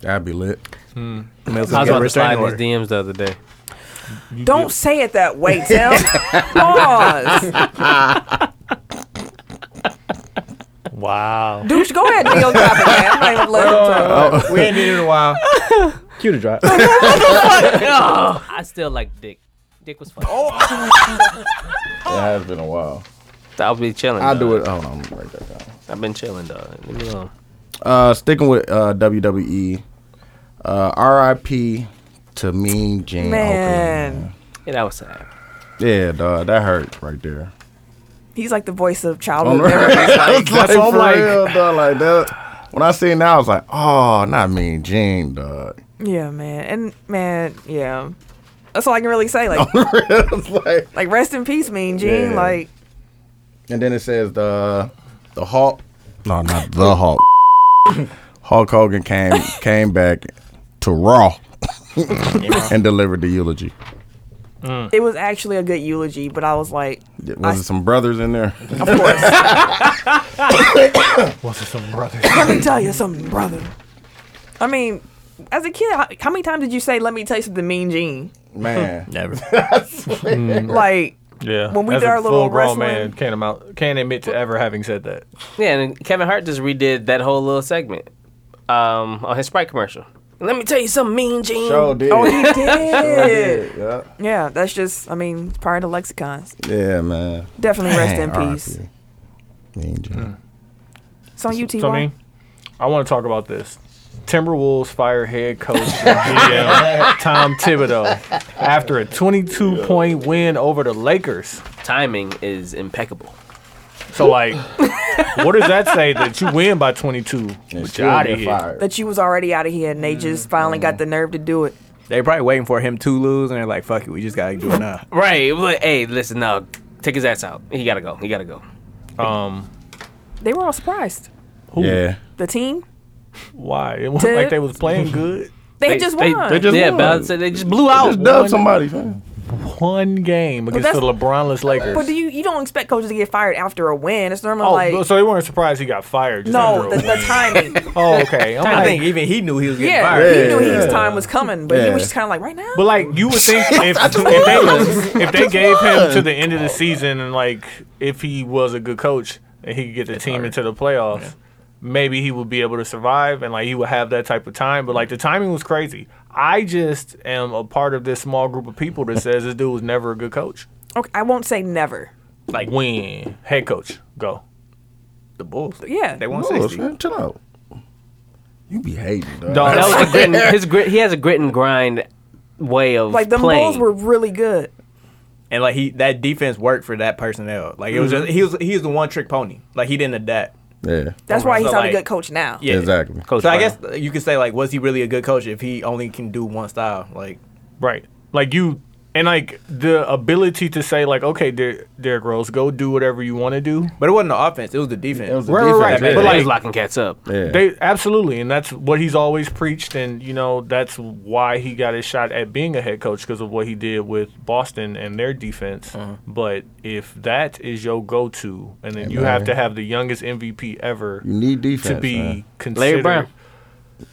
S13: That'd be lit.
S3: I was
S7: get
S3: about to
S7: restraining
S3: slide in his
S7: order.
S3: DMs the other day.
S2: Don't say it that way, Tim. Pause.
S7: Wow.
S2: Douche, go ahead and deal drop it, man. I'm not even letting him talk.
S4: we ain't needed in a while.
S7: Cue to drop.
S3: I still like Dick. Dick was fun.
S13: It has been a while.
S3: I'll be chilling.
S13: I'll
S3: dog.
S13: do it. Hold on, I'm gonna write that down.
S3: I've been chilling, dog. Leave me alone.
S13: Uh, sticking with uh, WWE. Uh, R.I.P. to Mean Gene
S2: Man.
S13: Okerlund.
S3: Yeah, that was sad.
S13: Yeah, dog, that hurt right there.
S2: He's like the voice of childhood.
S1: Oh,
S2: memory.
S13: That's like,
S7: all
S13: for
S7: like-
S13: real, dog. Like that. When I seen that, I was like, oh, not Mean Gene, dog.
S2: Yeah, man. And man, yeah. That's all I can really say. Like,
S13: It's like,
S2: like rest in peace, Mean Gene.
S13: Yeah.
S2: Like,
S13: and then it says the the Hulk. No, not the Hulk. Hulk Hogan came came back to Raw and delivered the eulogy.
S2: it was actually a good eulogy, but I was like,
S13: Was it some brothers in there?
S2: of course.
S4: Was it some brother?
S2: Let me tell you something, brother. I mean, as a kid, how, how many times did you say, "Let me tell you something, Mean Gene"?
S13: Man,
S7: Never.
S2: Like,
S4: Yeah.
S2: When we
S4: As
S2: did
S4: a
S2: our little
S4: full grown
S2: wrestling-
S4: man can't amount can't admit to ever having said that.
S3: Yeah, and Kevin Hart just redid that whole little segment um, on his Sprite commercial. Let me tell you something, Mean Gene.
S13: Joe did.
S2: oh, he did.
S13: yeah.
S2: yeah, that's just. I mean, it's part of the lexicons.
S13: yeah, man.
S2: Definitely rest in
S13: Dang,
S2: peace.
S13: RIP. Mean Gene.
S2: It's on UTY.
S4: So I mean, I want to talk about this. Timberwolves fire head coach and GM Tom Thibodeau after a 22 point win over the Lakers.
S3: Timing is impeccable.
S4: So like, what does that say that you win by 22? But you
S13: Still
S4: out of
S13: get
S4: here.
S13: fired.
S2: that you was already out of here, and they
S13: Mm-hmm.
S2: just finally got the nerve to do it.
S7: they probably waiting for him to lose, and they're like, "Fuck it, we just gotta do it now."
S3: Right. But, hey, listen, no, take his ass out. He gotta go. He gotta go.
S4: Um,
S2: They were all surprised.
S13: Yeah.
S2: The team,
S4: why? It was like they was playing good.
S2: they, just won.
S13: they just
S3: yeah,
S13: won.
S3: but I said they just blew out.
S13: Just dub somebody, fam.
S4: One game against the
S2: that's-
S4: LeBronless Lakers.
S2: but do you you don't expect coaches to get fired after a win? It's normally
S4: oh,
S2: like
S4: so they weren't surprised he got fired. Just
S2: no,
S4: after
S2: the,
S4: a
S2: the
S4: win.
S2: timing.
S4: Oh, okay. I'm
S7: I
S4: like-
S7: think even he knew he was getting
S2: yeah,
S7: fired.
S2: he knew
S13: Yeah.
S2: his time was coming, but he
S13: Yeah.
S2: was just kind of like right now.
S4: But like you would think if, if they if they gave him to the end of the season and like if he was a good coach and he could get the team into the playoffs, maybe he would be able to survive and like he would have that type of time. But like the timing was crazy. I just am a part of this small group of people that says this dude was never a good coach.
S2: okay, I won't say never.
S4: Like when head coach go.
S7: The Bulls.
S2: Yeah.
S7: They won
S13: Bulls,
S7: sixty.
S13: man. Oh, Chill out. You be hating, dog.
S4: Dog,
S3: That was a grit and, his grit. He has a grit and grind way of
S2: Like the
S3: playing.
S2: Bulls were really good.
S7: and like he that defense worked for that personnel. Like it was
S4: Mm-hmm.
S7: just he was he was the one trick pony. Like he didn't adapt.
S13: Yeah.
S2: That's why he's
S7: So,
S2: not a
S7: like-
S2: good coach now.
S7: Yeah,
S13: Exactly.
S3: Coach
S7: So I
S3: Brown.
S7: guess you could say like, was he really a good coach if he only can do one style? Like
S4: Right. Like you and like the ability to say like, okay, Der- Derrick Rose, go do whatever you want to do.
S7: But it wasn't the offense; it was the defense.
S13: It was the
S4: Right, right,
S13: defense,
S4: right.
S3: but
S4: But,
S3: like,
S4: like-
S3: he was locking cats up.
S13: yeah. Yeah.
S4: They absolutely, and that's what he's always preached, and you know that's why he got his shot at being a head coach because of what he did with Boston and their defense.
S13: Uh-huh.
S4: But if that is your go-to, and then you have to have the youngest MVP ever
S13: you need
S4: to
S13: defense
S4: be
S13: man.
S4: considered.
S3: Larry Brown.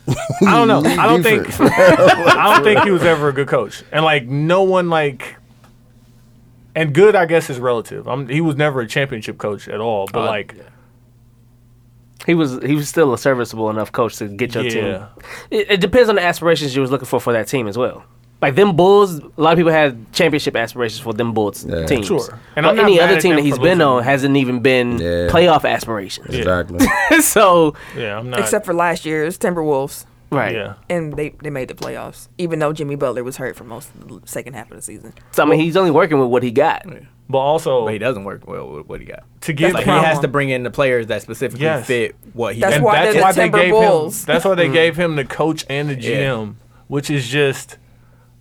S4: I don't know. I don't think.
S13: Defense.
S4: I don't think he was ever a good coach, and like no one like. And good, I guess, is relative. i he was never a championship coach at all, but
S3: Uh,
S4: like,
S3: He was he was still a serviceable enough coach to get your
S4: Yeah.
S3: team. It, it depends on the aspirations you was looking for for that team as well. Like them Bulls, a lot of people had championship aspirations for them Bulls
S13: Yeah.
S3: teams.
S4: Sure. And
S3: And but
S4: I'm not
S3: any
S4: mad
S3: other
S4: at
S3: team
S4: them
S3: that he's
S4: for
S3: been
S4: losing.
S3: on hasn't even been
S13: Yeah.
S3: playoff aspirations.
S13: Exactly.
S3: so
S4: Yeah, I'm not.
S2: Except for last year's Timberwolves,
S3: right.
S4: yeah.
S2: and they they made the playoffs, even though Jimmy Butler was hurt for most of the second half of the season.
S3: So I mean, he's only working with what he got.
S4: But also
S7: But he doesn't work well with what he got.
S4: to give
S7: Like he
S4: props-
S7: has to bring in the players that specifically
S4: Yes.
S7: fit what he.
S2: That's
S7: got.
S2: why they're the
S4: they gave him.
S2: Timberwolves.
S4: That's why they
S7: Mm.
S4: gave him the coach and the GM, which is just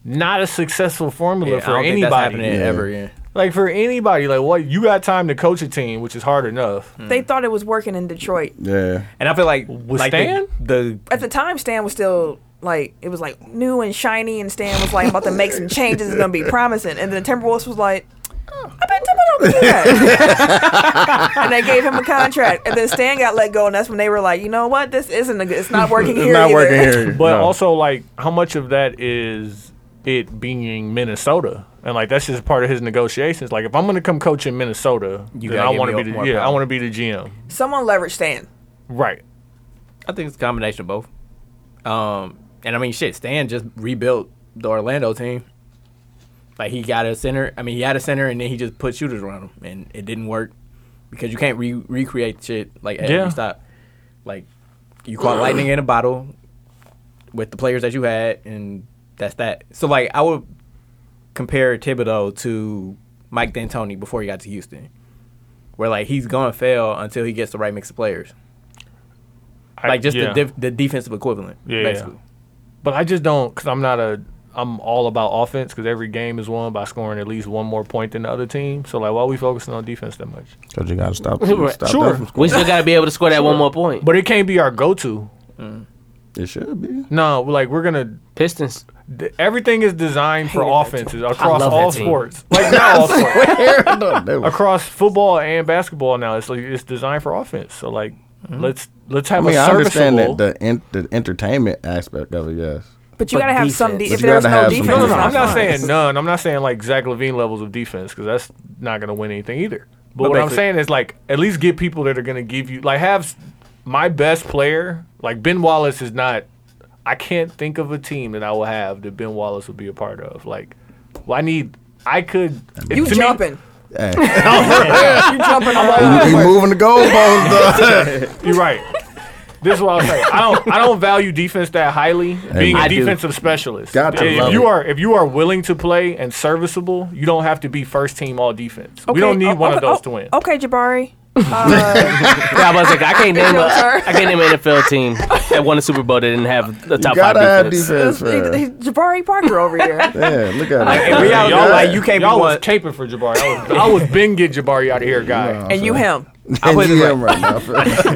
S4: not a successful formula
S7: Yeah, I
S4: for
S7: don't think that's
S4: anybody.
S7: happening ever again.
S4: Like for anybody, like what you got time to coach a team, which is hard enough.
S7: Mm-hmm.
S2: They thought it was working in Detroit
S13: yeah.
S7: And I feel like like
S4: Stan?
S7: the, the
S2: at the time. Stan was still like it was like new and shiny, and Stan was like about to make some changes. It's gonna be promising, and then Timberwolves was like. "Oh, I bet Timberwolves do that. and they gave him a contract, and then Stan got let go, and that's when they were like, you know what, this isn't a good. It's not working
S13: It's
S2: here.
S13: not
S2: either.
S13: working here.
S4: But
S13: No.
S4: also, like, how much of that is it being Minnesota? And like that's just part of his negotiations. Like, if I'm gonna come coach in Minnesota, then
S7: gotta
S4: I
S7: give
S4: want
S7: me
S4: to
S7: a-
S4: be the
S7: more
S4: yeah, I
S7: power.
S4: want to be the GM.
S2: Someone leveraged Stan.
S4: Right.
S7: I think it's a combination of both. Um, and I mean, shit, Stan just rebuilt the Orlando team. Like he got a center. I mean, he had a center, and then he just put shooters around him, and it didn't work because you can't re- recreate shit like at
S4: Yeah.
S7: every stop. Like you caught lightning in a bottle with the players that you had, and that's that. So like, I would compare Thibodeau to Mike D'Antoni before he got to Houston, where like he's gonna fail until he gets the right mix of players
S4: I-
S7: like just
S4: yeah.
S7: the def- the defensive equivalent.
S4: Yeah, yeah.
S7: basically.
S4: But I just don't because I'm not a I'm all about offense because every game is won by scoring at least one more point than the other team. So like, why are we focusing on defense that much?
S13: Because you got to stop, stop
S4: Sure.
S13: that from scoring.
S3: We still got to be able to score that one more point.
S4: But it can't be our go-to.
S13: It should be.
S4: No, like we're gonna
S3: Pistons.
S4: th- everything is designed for
S2: Hated that
S4: offenses across
S3: love
S4: all
S3: that team.
S4: sports. Like not all sports.
S13: No, that was-
S4: across football and basketball now. It's like it's designed for offense. So like let's let's
S13: I
S4: have
S13: mean,
S4: a
S13: I understand
S4: serviceable.
S13: that the, en- the entertainment aspect of it, yes.
S2: But you gotta have some.
S3: defense.
S13: But
S2: De- if
S13: you
S2: there was
S13: gotta
S2: no
S13: have some
S2: defense,
S4: no, no,
S2: it's
S4: no. I'm not
S2: fun.
S4: saying none. I'm not saying like Zach Levine levels of defense because that's not going to win anything either. But, what I'm
S7: basically-
S4: saying is like at least get people that are going to give you like have s- my best player like Ben Wallace is not. I can't think of a team that I will have that Ben Wallace will be a part of. Like, well, I need. I could.
S2: You
S4: to me-
S2: jumping.
S13: Hey,
S2: You jumping all over.
S13: we moving the goalposts, though.
S4: You're right. This is what I'll say. I don't. I don't value defense that highly. Being a
S13: I
S3: do.
S4: defensive specialist.
S13: Got to
S4: if
S13: love
S4: you
S13: it.
S4: are, if you are willing to play and serviceable, you don't have to be first team all defense. we don't need
S2: one
S4: one of those to win.
S2: uh, Okay, Jabari. Uh,
S3: Yeah, I was like, I can't name a,
S2: Your turn.
S3: I can't name an NFL team that won a Super Bowl that didn't have a top five
S13: Gotta have
S3: defense.
S13: defense,
S2: he- he-
S13: man.
S2: Jabari Parker over here.
S13: Yeah, look at it.
S7: we out
S4: y'all,
S7: y'all like you can't be
S4: y'all was
S7: one.
S4: caping for Jabari. I was, I was Ben get Jabari out of here, guy.
S2: and you him.
S13: And
S7: put it
S13: GM right now.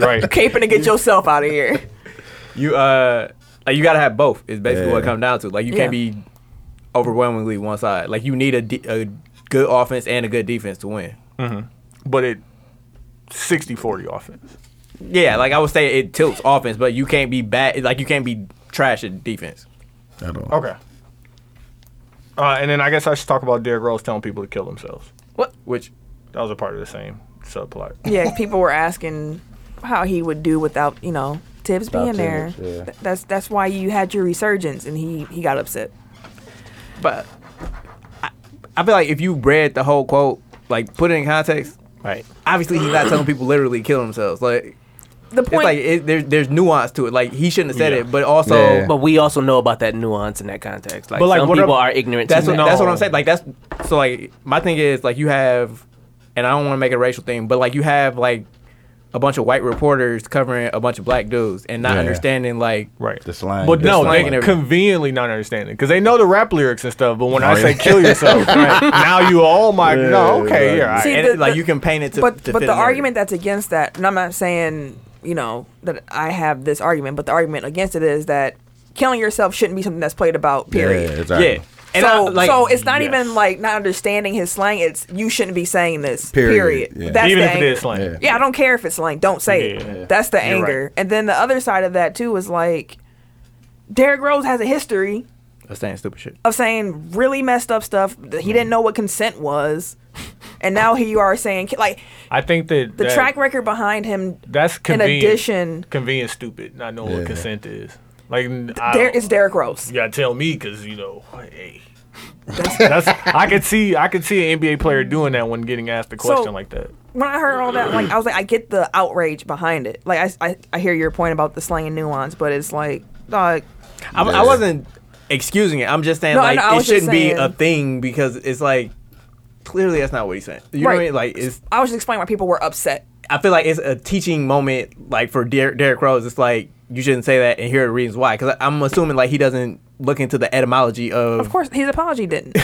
S4: Right.
S2: Caping to get yourself out of here.
S7: You uh, like you gotta have both. Is basically what it
S13: Yeah.
S7: comes down to. Like you
S2: Yeah.
S7: can't be overwhelmingly one side. Like you need a, de- a good offense and a good defense to win.
S4: But it 60-40 offense.
S7: Yeah, like I would say it tilts offense, but you can't be bad. Like you can't be trash at defense.
S13: At all.
S4: Okay. Uh, and then I guess I should talk about Derrick Rose telling people to kill themselves.
S7: Which
S4: That was a part of the same subplot.
S2: Yeah, people were asking how he would do without you know Tibbs being there.
S13: Tibbs, yeah.
S2: Th- That's that's why you had your resurgence, and he he got upset.
S7: but I, I feel like if you read the whole quote, like put it in context.
S4: Right.
S7: Obviously, he's not telling people literally kill themselves. Like
S2: The
S7: it's
S2: point.
S7: like it, there's there's nuance to it. Like he shouldn't have said
S4: Yeah.
S7: it, but also
S13: Yeah.
S3: But we also know about that nuance in that context. Like,
S4: But, like,
S3: some
S4: what
S3: people
S4: ab-
S3: are ignorant
S7: that's
S3: to
S7: what,
S3: that.
S7: that's what
S4: No.
S7: I'm saying. Like that's so like my thing is like you have, and I don't want to make it a racial thing, but like you have like a bunch of white reporters covering a bunch of black dudes and not
S13: Yeah.
S7: understanding like
S4: Right.
S13: The slang.
S4: But
S13: The
S4: no,
S7: slang
S4: they
S7: and everything.
S4: conveniently not understanding because they know the rap lyrics and stuff. But when I
S13: yeah.
S4: say kill yourself, right, now you all my no, okay, yeah, all right.
S2: See,
S7: and
S2: the-
S7: it- like
S2: the-
S7: you can paint it to
S2: but
S7: to
S2: but the
S7: fit a narrative.
S2: argument that's against that, and I'm not saying you know that I have this argument, but the argument against it is that killing yourself shouldn't be something that's played about.
S13: Yeah,
S2: Period.
S13: exactly.
S7: yeah and
S2: so,
S7: I, like,
S2: so it's not
S4: yes.
S2: even like not understanding his slang. It's you shouldn't be saying this.
S13: Period,
S2: Period.
S13: yeah.
S2: That's
S4: even
S2: the
S4: if it
S2: anger.
S4: is slang.
S2: Yeah, I don't care if it's slang. Don't say
S4: Yeah.
S2: it. That's the anger. And then the other side of that too is like, Derrick Rose has a history
S7: I'm saying stupid shit.
S2: of saying really messed up stuff. that He
S7: Mm.
S2: didn't know what consent was, and now here you are saying like
S4: I think that
S2: the
S4: that-
S2: track record behind him.
S4: that's
S2: in
S4: convenient.
S2: addition,
S4: convenient, stupid, not knowing what
S13: Yeah.
S4: consent is. Like, n- I
S2: Der-
S4: don't-
S2: it's Derrick Rose.
S4: you gotta tell me because you know, hey. That's, that's I could see I could see an NBA player doing that when getting asked a question like that.
S2: When I heard all that, like I was like, I get the outrage behind it. Like I, I, I hear your point about the slang and nuance, but it's like, dog,
S7: I, I wasn't excusing it. I'm just saying
S2: No, I
S7: like
S2: know, I
S7: it
S2: was just
S7: shouldn't be a
S2: saying-
S7: thing because it's like clearly that's not what he's saying. You know what I
S2: Right.
S7: mean? Like it's
S2: I was just explaining why people were upset.
S7: I feel like it's a teaching moment like for Der- Derrick Rose. It's like you shouldn't say that, and here are the reasons why. Because I'm assuming like he doesn't look into the etymology of
S2: Of course, his apology didn't.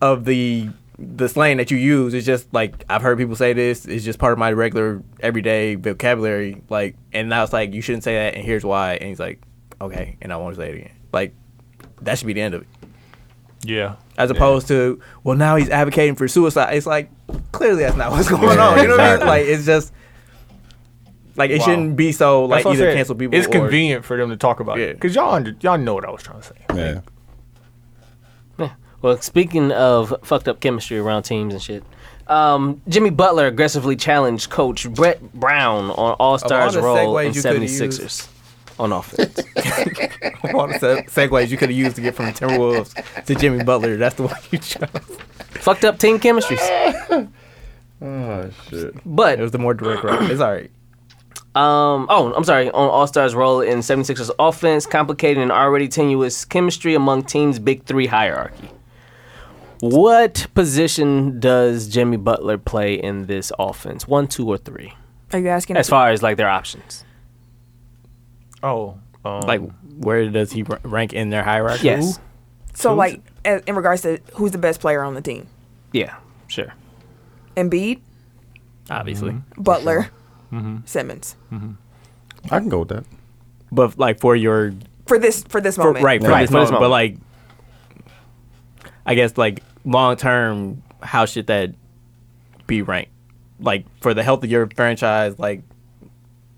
S7: of the the slang that you use it's just like I've heard people say this. It's just part of my regular everyday vocabulary. Like, and I was like, you shouldn't say that, and here's why. And he's like, okay, and I won't say it again. Like, that should be the end of it.
S4: Yeah.
S7: As opposed to, well, now he's advocating for suicide. It's like clearly that's not what's going on. You know what I mean? Like, it's just like it
S4: Wow.
S7: shouldn't be so
S4: That's
S7: like
S4: what I
S7: either
S4: said.
S7: cancel people.
S4: It's
S7: or,
S4: convenient for them to talk about it
S7: Yeah.
S4: because y'all under, y'all know what I was trying to say.
S13: Yeah.
S3: Well, speaking of fucked up chemistry around teams and shit, um, Jimmy Butler aggressively challenged coach Brett Brown on All Stars
S7: the
S3: role
S7: segues
S3: in
S7: you could've
S3: 76ers on offense.
S7: All the se- segues you could have used to get from Timberwolves to Jimmy Butler. That's the one you chose.
S3: fucked up team chemistries.
S13: Oh shit.
S7: It
S3: But,
S7: was the more direct route. It's all right.
S3: um, oh, I'm sorry, on All Stars role in 76ers offense, complicating an already tenuous chemistry among teams' big three hierarchy. What position does Jimmy Butler play in this offense? One, two, or three?
S2: Are you asking?
S3: As far as like their options.
S4: Oh, um,
S7: like where does he ra- rank in their hierarchy?
S3: Yes.
S2: so, like, as, in regards to who's the best player on the team,
S3: Yeah, sure.
S2: Embiid,
S7: obviously.
S2: Butler, Simmons.
S13: I can go with that.
S7: But like for your
S2: For this, for this
S7: for,
S2: moment,
S7: right for
S13: Right,
S7: this
S3: for this
S7: moment, but like I guess like long term, how should that be ranked? Like for the health of your franchise, like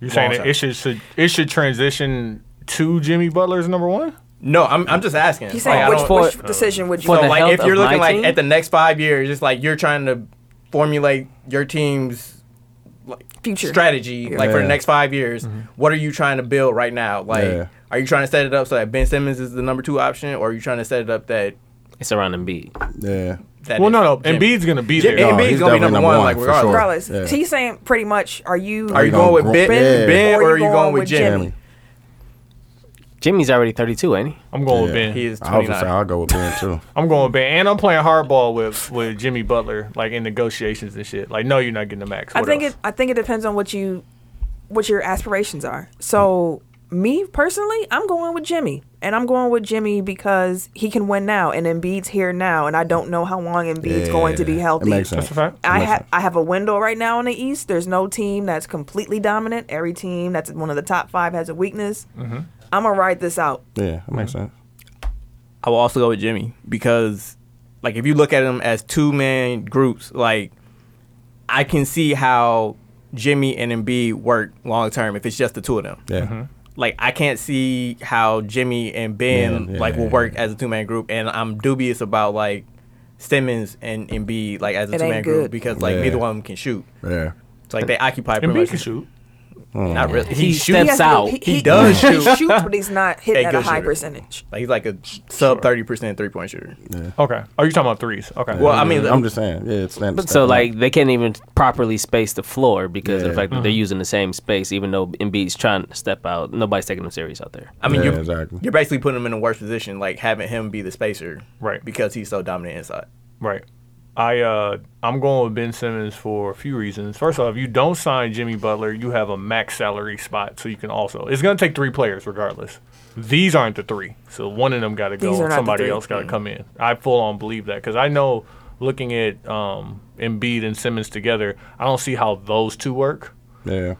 S4: you're saying that
S7: long term.
S4: it should, should it should transition to Jimmy Butler's number one.
S7: no, I'm I'm just asking.
S2: He's
S7: like,
S2: saying
S7: I
S2: which,
S7: don't-
S3: for-
S2: which decision would you?
S3: for
S7: so,
S3: the
S7: like
S3: health
S7: if you're
S3: of
S7: looking
S3: my
S7: like
S3: team?
S7: at the next five years, it's like you're trying to formulate your team's
S2: future
S7: strategy like for
S13: Yeah.
S7: the next five years what are you trying to build right now like
S13: Yeah.
S7: are you trying to set it up so that ben simmons is the number two option or are you trying to set it up that
S3: It's around Embiid.
S13: Yeah.
S7: that
S4: Well,
S7: is
S4: no, no,
S7: Jimmy?
S4: Embiid's gonna be
S7: Jimmy-
S4: there.
S7: Embiid's
S13: he's
S7: gonna be
S13: definitely
S7: number
S13: number
S7: one,
S13: one,
S7: like
S13: for
S7: regardless.
S13: sure.
S2: Regardless,
S13: Yeah.
S2: he's saying pretty much, are you?
S7: are you
S13: gonna
S7: going with
S13: grow-
S7: ben,
S13: yeah.
S7: ben or, are you going with jimmy,
S3: Jimmy's already 32, ain't he?
S4: I'm going with
S13: Yeah.
S4: Ben.
S7: he is
S13: I was gonna
S7: 29
S13: say I'll go with Ben too.
S4: I'm going with Ben, and I'm playing hardball with with Jimmy Butler, like in negotiations and shit. Like, no, you're not getting the max.
S2: I
S4: What
S2: think
S4: else?
S2: it. I think it depends on what you, what your aspirations are. So me personally, I'm going with Jimmy, and I'm going with Jimmy because he can win now, and Embiid's here now, and I don't know how long Embiid's going to be
S13: Yeah,
S2: healthy.
S13: It makes sense.
S4: That's a fact.
S2: I
S13: Makes
S2: have
S13: sense.
S2: I have a window right now in the East. There's no team that's completely dominant. Every team that's one of the top five has a weakness. I'm gonna ride this out.
S13: Yeah, that makes sense.
S7: I will also go with Jimmy because, like, if you look at them as two man groups, like, I can see how Jimmy and Embiid work long term if it's just the two of them.
S13: Yeah.
S3: Mm-hmm.
S7: Like, I can't see how Jimmy and Ben
S13: Man, yeah,
S7: like will
S13: yeah,
S7: work as a two man group, and I'm dubious about like Simmons and Embiid like as a
S2: It
S7: two man
S2: ain't
S7: group
S2: good.
S7: because like
S13: Yeah.
S7: neither one of them can shoot.
S13: Yeah.
S7: So like they occupy pretty
S4: Embiid
S7: much.
S4: can shoot.
S13: Mm.
S7: Not really.
S3: He
S7: He, shoots.
S3: steps-
S2: has to-
S3: out.
S7: He does
S2: He
S7: shoot.
S2: shoots, but he's not hitting
S7: Hey,
S2: at a
S7: good
S2: high
S7: shooter.
S2: percentage.
S7: Like he's like a sub thirty percent three point shooter.
S4: Okay. Oh, you're talking about threes. Okay.
S7: Well, I mean,
S13: I'm just saying. Yeah, it's standard.
S3: So like they can't even properly space the floor because of the
S13: Yeah.
S3: fact that they're using the same space, even though Embiid's trying to step out. Nobody's taking him serious out there.
S7: I mean,
S13: Yeah,
S7: you're,
S13: exactly.
S7: you're basically putting him in a worse position, like having him be the spacer,
S4: Right.
S7: Because he's so dominant inside.
S4: Right. I uh I'm going with Ben Simmons for a few reasons. First off, if you don't sign Jimmy Butler, you have a max salary spot, so you can also it's gonna take three players regardless. These aren't the three, so one of them got to go.
S2: These are
S4: and
S2: not the
S4: Somebody
S2: three.
S4: else got to come in. I full on believe that because I know looking at um Embiid and Simmons together, I don't see how those two work.
S13: yeah.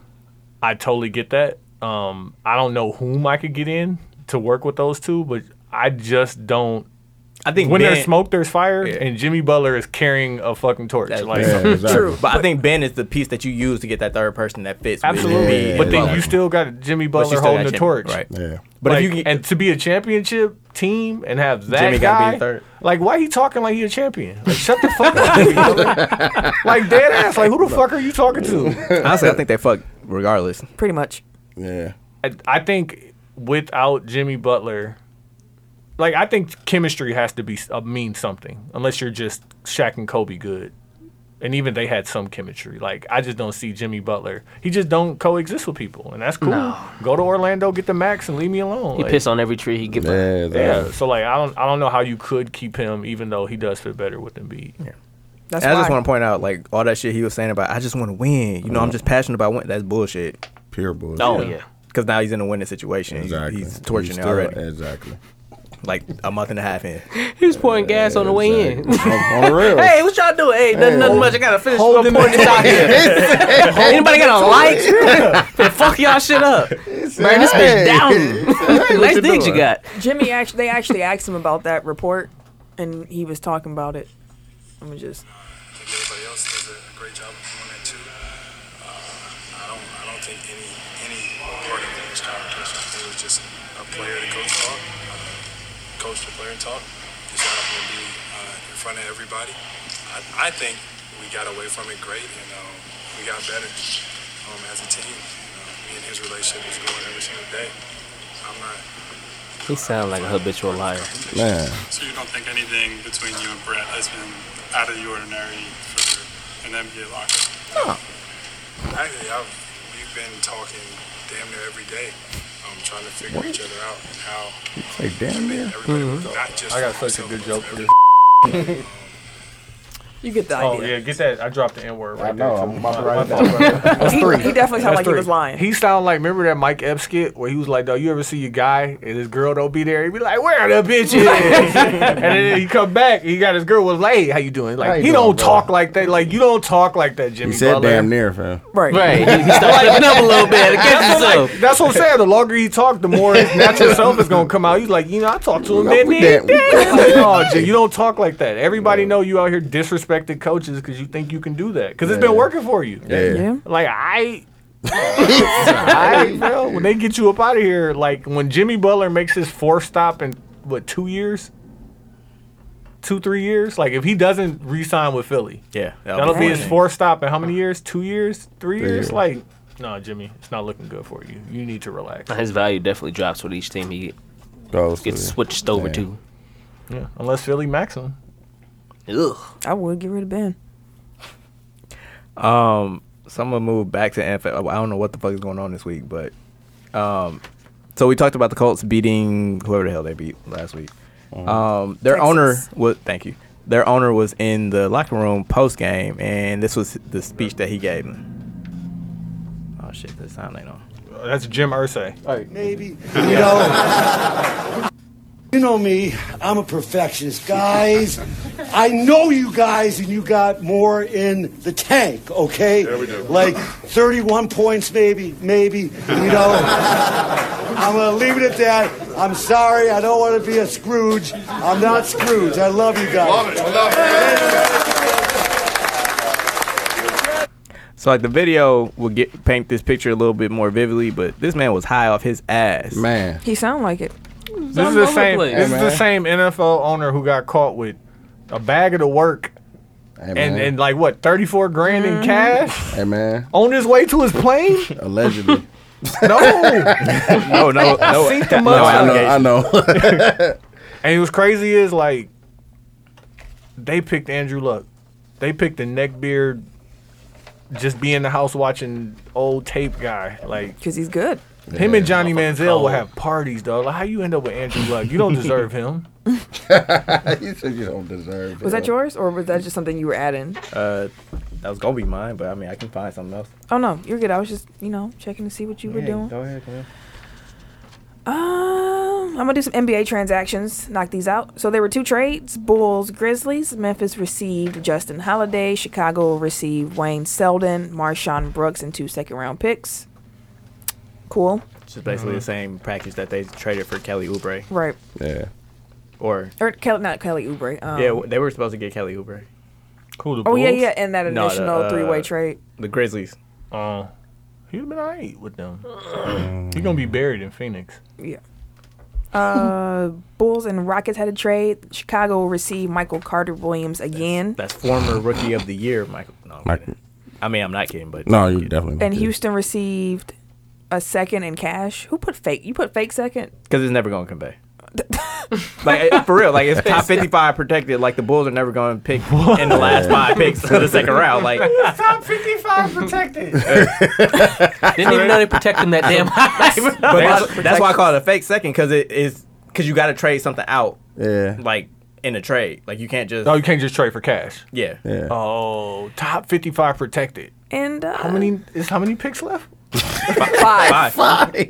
S4: I totally get that. Um, I don't know whom I could get in to work with those two, but I just don't
S7: I think
S4: when
S7: ben,
S4: there's smoke, there's fire,
S7: Yeah.
S4: and Jimmy Butler is carrying a fucking torch.
S7: That's-
S4: like,
S13: Yeah, exactly.
S2: True.
S7: but I think Ben is the piece that you use to get that third person that fits. with
S4: absolutely.
S7: Embiid
S4: but
S7: and
S4: then
S7: Butler.
S4: you still got Jimmy
S7: But you
S4: Butler
S7: still
S4: holding
S7: got
S4: the
S7: Jimmy,
S4: torch.
S7: right?
S13: Yeah.
S7: But
S4: Like,
S7: if you can,
S4: and to be a championship team and have that
S7: Jimmy
S4: guy,
S7: gotta be the third.
S4: like, why he talking like he a champion? Like, shut the fuck up, like dead ass. Like, who the fuck are you talking to?
S7: honestly, I think they fuck regardless.
S2: Pretty much.
S13: Yeah.
S4: I, I think without Jimmy Butler, like I think chemistry has to be uh, mean something, unless you're just Shaq and Kobe good, and even they had some chemistry. Like I just don't see Jimmy Butler. He just don't coexist with people, and that's cool. Go to Orlando, get the max, and leave me alone.
S3: He
S4: Like,
S3: pissed on every tree he get by.
S13: Yeah,
S4: Yeah, so like I don't I don't know how you could keep him, even though he does fit better with Embiid.
S2: That's
S7: And I just
S2: why.
S7: want to point out, like all that shit he was saying about, I just want to win. You know, I'm just passionate about winning. That's bullshit.
S13: pure bullshit.
S3: Oh yeah.
S7: Because now he's in a winning situation. He's-
S13: exactly.
S7: He's torturing
S13: He's
S7: it
S13: still- eh,
S7: already.
S13: Exactly.
S7: Like a month and a half in.
S3: He was pouring gas on the way in.
S13: Exactly. on, on the real.
S3: Hey, what y'all doing? Hey, nothing, nothing much. I gotta finish
S7: hold
S3: my
S7: him
S3: point this out here. Anybody got a light? fuck y'all shit up. Burn this bitch down. nice digs you got.
S2: Jimmy actually, they actually asked him about that report, and he was talking about it. Let me just.
S14: think everybody else does a a great job of doing that too. Uh, I don't, I don't think any any part of it was competition. It was just a player to coach talk, uh, coach to player talk. Just happened to be uh, in front of everybody. I, I think we got away from it great, and um, we got better um, as a team. Uh, me and his relationship is growing every single day. I'm not.
S3: He sound like a habitual liar.
S13: Man,
S14: So you don't think anything between you and Brett has been out of the ordinary for an NBA locker? No. Actually, I've, we've been talking damn near every day, um, trying to figure each other out and how
S13: like damn near.
S14: everybody,
S1: Mm-hmm.
S14: not just
S4: I got such a good joke for this.
S2: You get the
S4: Oh
S2: idea.
S4: yeah, get that. I dropped the N word right there. too.
S13: about to write it down.
S2: he, he definitely sounded like he was lying.
S4: He sounded like remember that Mike Epps skit where he was like, "Though you ever see a guy and his girl don't be there, he be like, where the bitch is?" and then he come back, he got his girl was like, "Hey, how you doing?" Like
S13: How you
S4: he
S13: doing,
S4: don't
S13: bro?
S4: talk like that. Like you don't talk like that,
S13: He
S4: Jimmy.
S13: said
S4: Butler.
S13: damn near, fam.
S2: right.
S3: Right. He, he started stepping up a
S13: Oh,
S3: little bit against
S4: That's what,
S3: himself.
S4: like, that's what I'm saying. The longer he talked, the more his natural self is gonna come out. He's like, you know, I talk to him.
S13: No,
S4: man,
S13: we damn-
S4: man,
S13: we
S4: man. Like, no, Jay, you don't talk like that. Everybody know you out here disrespecting coaches because you think you can do that because it's been
S13: Yeah.
S4: working for you.
S13: Yeah.
S2: Yeah.
S4: Like I, I bro, when they get you up out of here, like when Jimmy Butler makes his fourth stop in what two years, two three years. Like if he doesn't re-sign with Philly,
S7: Yeah.
S4: that'll be his
S7: Dang.
S4: fourth stop in how many years? Two years, three years.
S13: years.
S4: Like no, Jimmy, it's not looking good for you. You need to relax.
S3: His value definitely drops with each team he
S13: Goes
S3: gets
S13: to-
S3: switched over
S13: Yeah.
S3: to.
S4: Yeah, unless Philly max him.
S3: Ugh.
S2: I would get rid of Ben.
S7: Um, so I'm gonna move back to NFL. I don't know what the fuck is going on this week, but um, so we talked about the Colts beating whoever the hell they beat last week. Um, their
S2: Texas.
S7: owner was thank you. Their owner was in the locker room post game, and this was the speech that he gave them. Oh shit, the sound ain't on.
S4: Uh, That's Jim Ursay.
S15: You know, you know me. I'm a perfectionist, guys. I know you guys, and you got more in the tank. Okay, there we do. Like 31 points, maybe, maybe. You know, I'm gonna leave it at that. I'm sorry. I don't want to be a Scrooge. I'm not Scrooge. I love you guys.
S7: So like the video will get paint this picture a little bit more vividly, but this man was high off his ass.
S13: Man,
S2: He sounded like it.
S4: This is
S3: all
S4: the
S3: over the
S4: same.
S3: place.
S4: This is
S13: Hey,
S4: the
S13: man.
S4: same NFL owner who got caught with a bag of the work
S13: hey man,
S4: and and like what 34 grand in cash
S13: hey man,
S4: on his way to his plane
S13: allegedly.
S4: no
S7: No, no, no,
S4: Seen the
S7: no
S4: mug.
S13: I know, I
S7: allegation.
S13: know.
S4: and what's crazy is like they picked andrew luck they picked the neckbeard just be in the house watching old tape guy like
S2: Because he's good.
S4: him and johnny manziel will have parties dog like how you end up with andrew luck you don't deserve him
S13: you said you don't deserve.
S2: Was
S13: it.
S2: that yours, or was that just something you were adding?
S7: Uh, that was gonna be mine, but I mean I can find something else.
S2: Oh no, you're good. I was just, you know, checking to see what you were
S7: Yeah,
S2: doing.
S7: Go ahead, go ahead.
S2: Um, I'm gonna do some NBA transactions. Knock these out. So there were two trades: Bulls, Grizzlies. Memphis received Justin Holiday. Chicago received Wayne Selden, Marshawn Brooks, and two second-round picks. Cool,
S7: It's just basically the same package that they traded for Kelly Oubre.
S2: right?
S13: Yeah.
S7: Or
S2: Or Kelly, not Kelly Oubre. Um,
S7: yeah, w- they were supposed to get Kelly Oubre.
S4: cool the
S2: Oh yeah,
S4: Bulls?
S2: yeah, and that
S7: No, the,
S2: additional
S7: uh,
S2: three-way trade.
S7: The Grizzlies.
S4: Oh, he'd have been alright with them. He's gonna be buried in Phoenix.
S2: Yeah. Uh, Bulls and Rockets had a trade. Chicago received Michael Carter Williams again,
S7: That's former rookie of the year, Michael. No, I'm
S13: Mike-
S7: kidding. I mean I'm not kidding, but
S13: No, you definitely.
S2: and Houston received a second in cash. Who put fake? You put fake second.
S7: Because it's never going to convey. like it- for real, like it's top fifty-five protected. Like the Bulls are never going to pick in the last five picks of the second round. Like
S4: Top 55 protected.
S3: Didn't even know they protect him that damn high.
S7: But that's, that's why I call it a fake second because it is because you got to trade something out.
S1: Yeah.
S7: Like in a trade, like you can't just.
S4: No, Oh, you can't just trade for cash.
S7: yeah.
S1: Yeah.
S4: Oh, top 55 protected.
S2: And uh,
S4: How many is how many picks left?
S2: Five.
S7: Bye.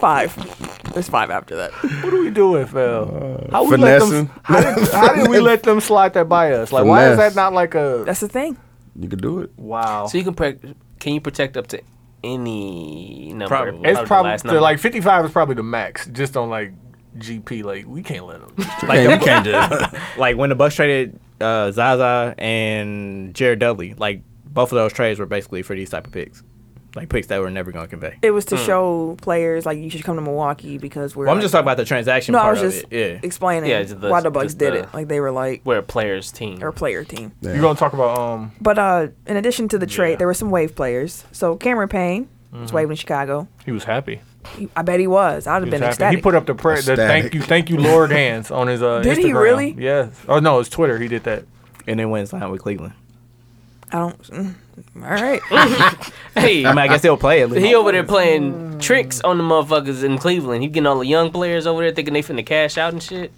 S2: Five. There's five after that.
S4: What do we do with uh, how we let them,
S1: finessing.
S4: how, did, how did we let them slide that by us? Like why is
S1: Finesse.
S4: that not like a
S2: That's the thing.
S1: You could do it.
S4: wow?
S3: So you can pre- can you protect up to any number?
S7: Probably.
S3: of
S4: it's
S3: the
S4: probably
S3: last number?
S4: like 55 is probably the max just on like GP like we can't let them.
S7: Like you can't just. Like when the Bucks traded uh, Zaza and Jared Dudley, like both of those trades were basically for these type of picks, like picks that were never going to convey.
S2: It was to show players like you should come to Milwaukee because we're.
S7: Hmm. Well, I'm
S2: like-
S7: just talking about the transaction
S2: No, I
S7: part
S2: was just
S7: of it. Yeah.
S2: explaining
S3: Yeah, just the-
S2: why the Bucks
S3: just
S2: did
S3: the-
S2: it. Like they were like
S3: we're a players team.
S2: they're a player team.
S4: You're gonna talk about um
S2: But uh, in addition to the trade, there were some wave players. So Cameron Payne
S7: Mm-hmm.
S2: was waving in Chicago.
S4: he was happy.
S2: He- I bet he was. I'd have
S4: He, was
S2: been
S4: happy.
S2: ecstatic.
S4: he put up the prayer the thank
S1: Ecstatic.
S4: you thank you Lord hands on his uh
S2: Did he
S4: Instagram.
S2: really?
S4: Yes. Oh no, it's Twitter he did that.
S7: And then went and signed with Cleveland.
S2: I don't. mm, all right.
S3: hey,
S7: I mean, I guess they'll play at least.
S3: he over there playing tricks on the motherfuckers in Cleveland. He getting all the young players over there thinking they finna cash out and shit.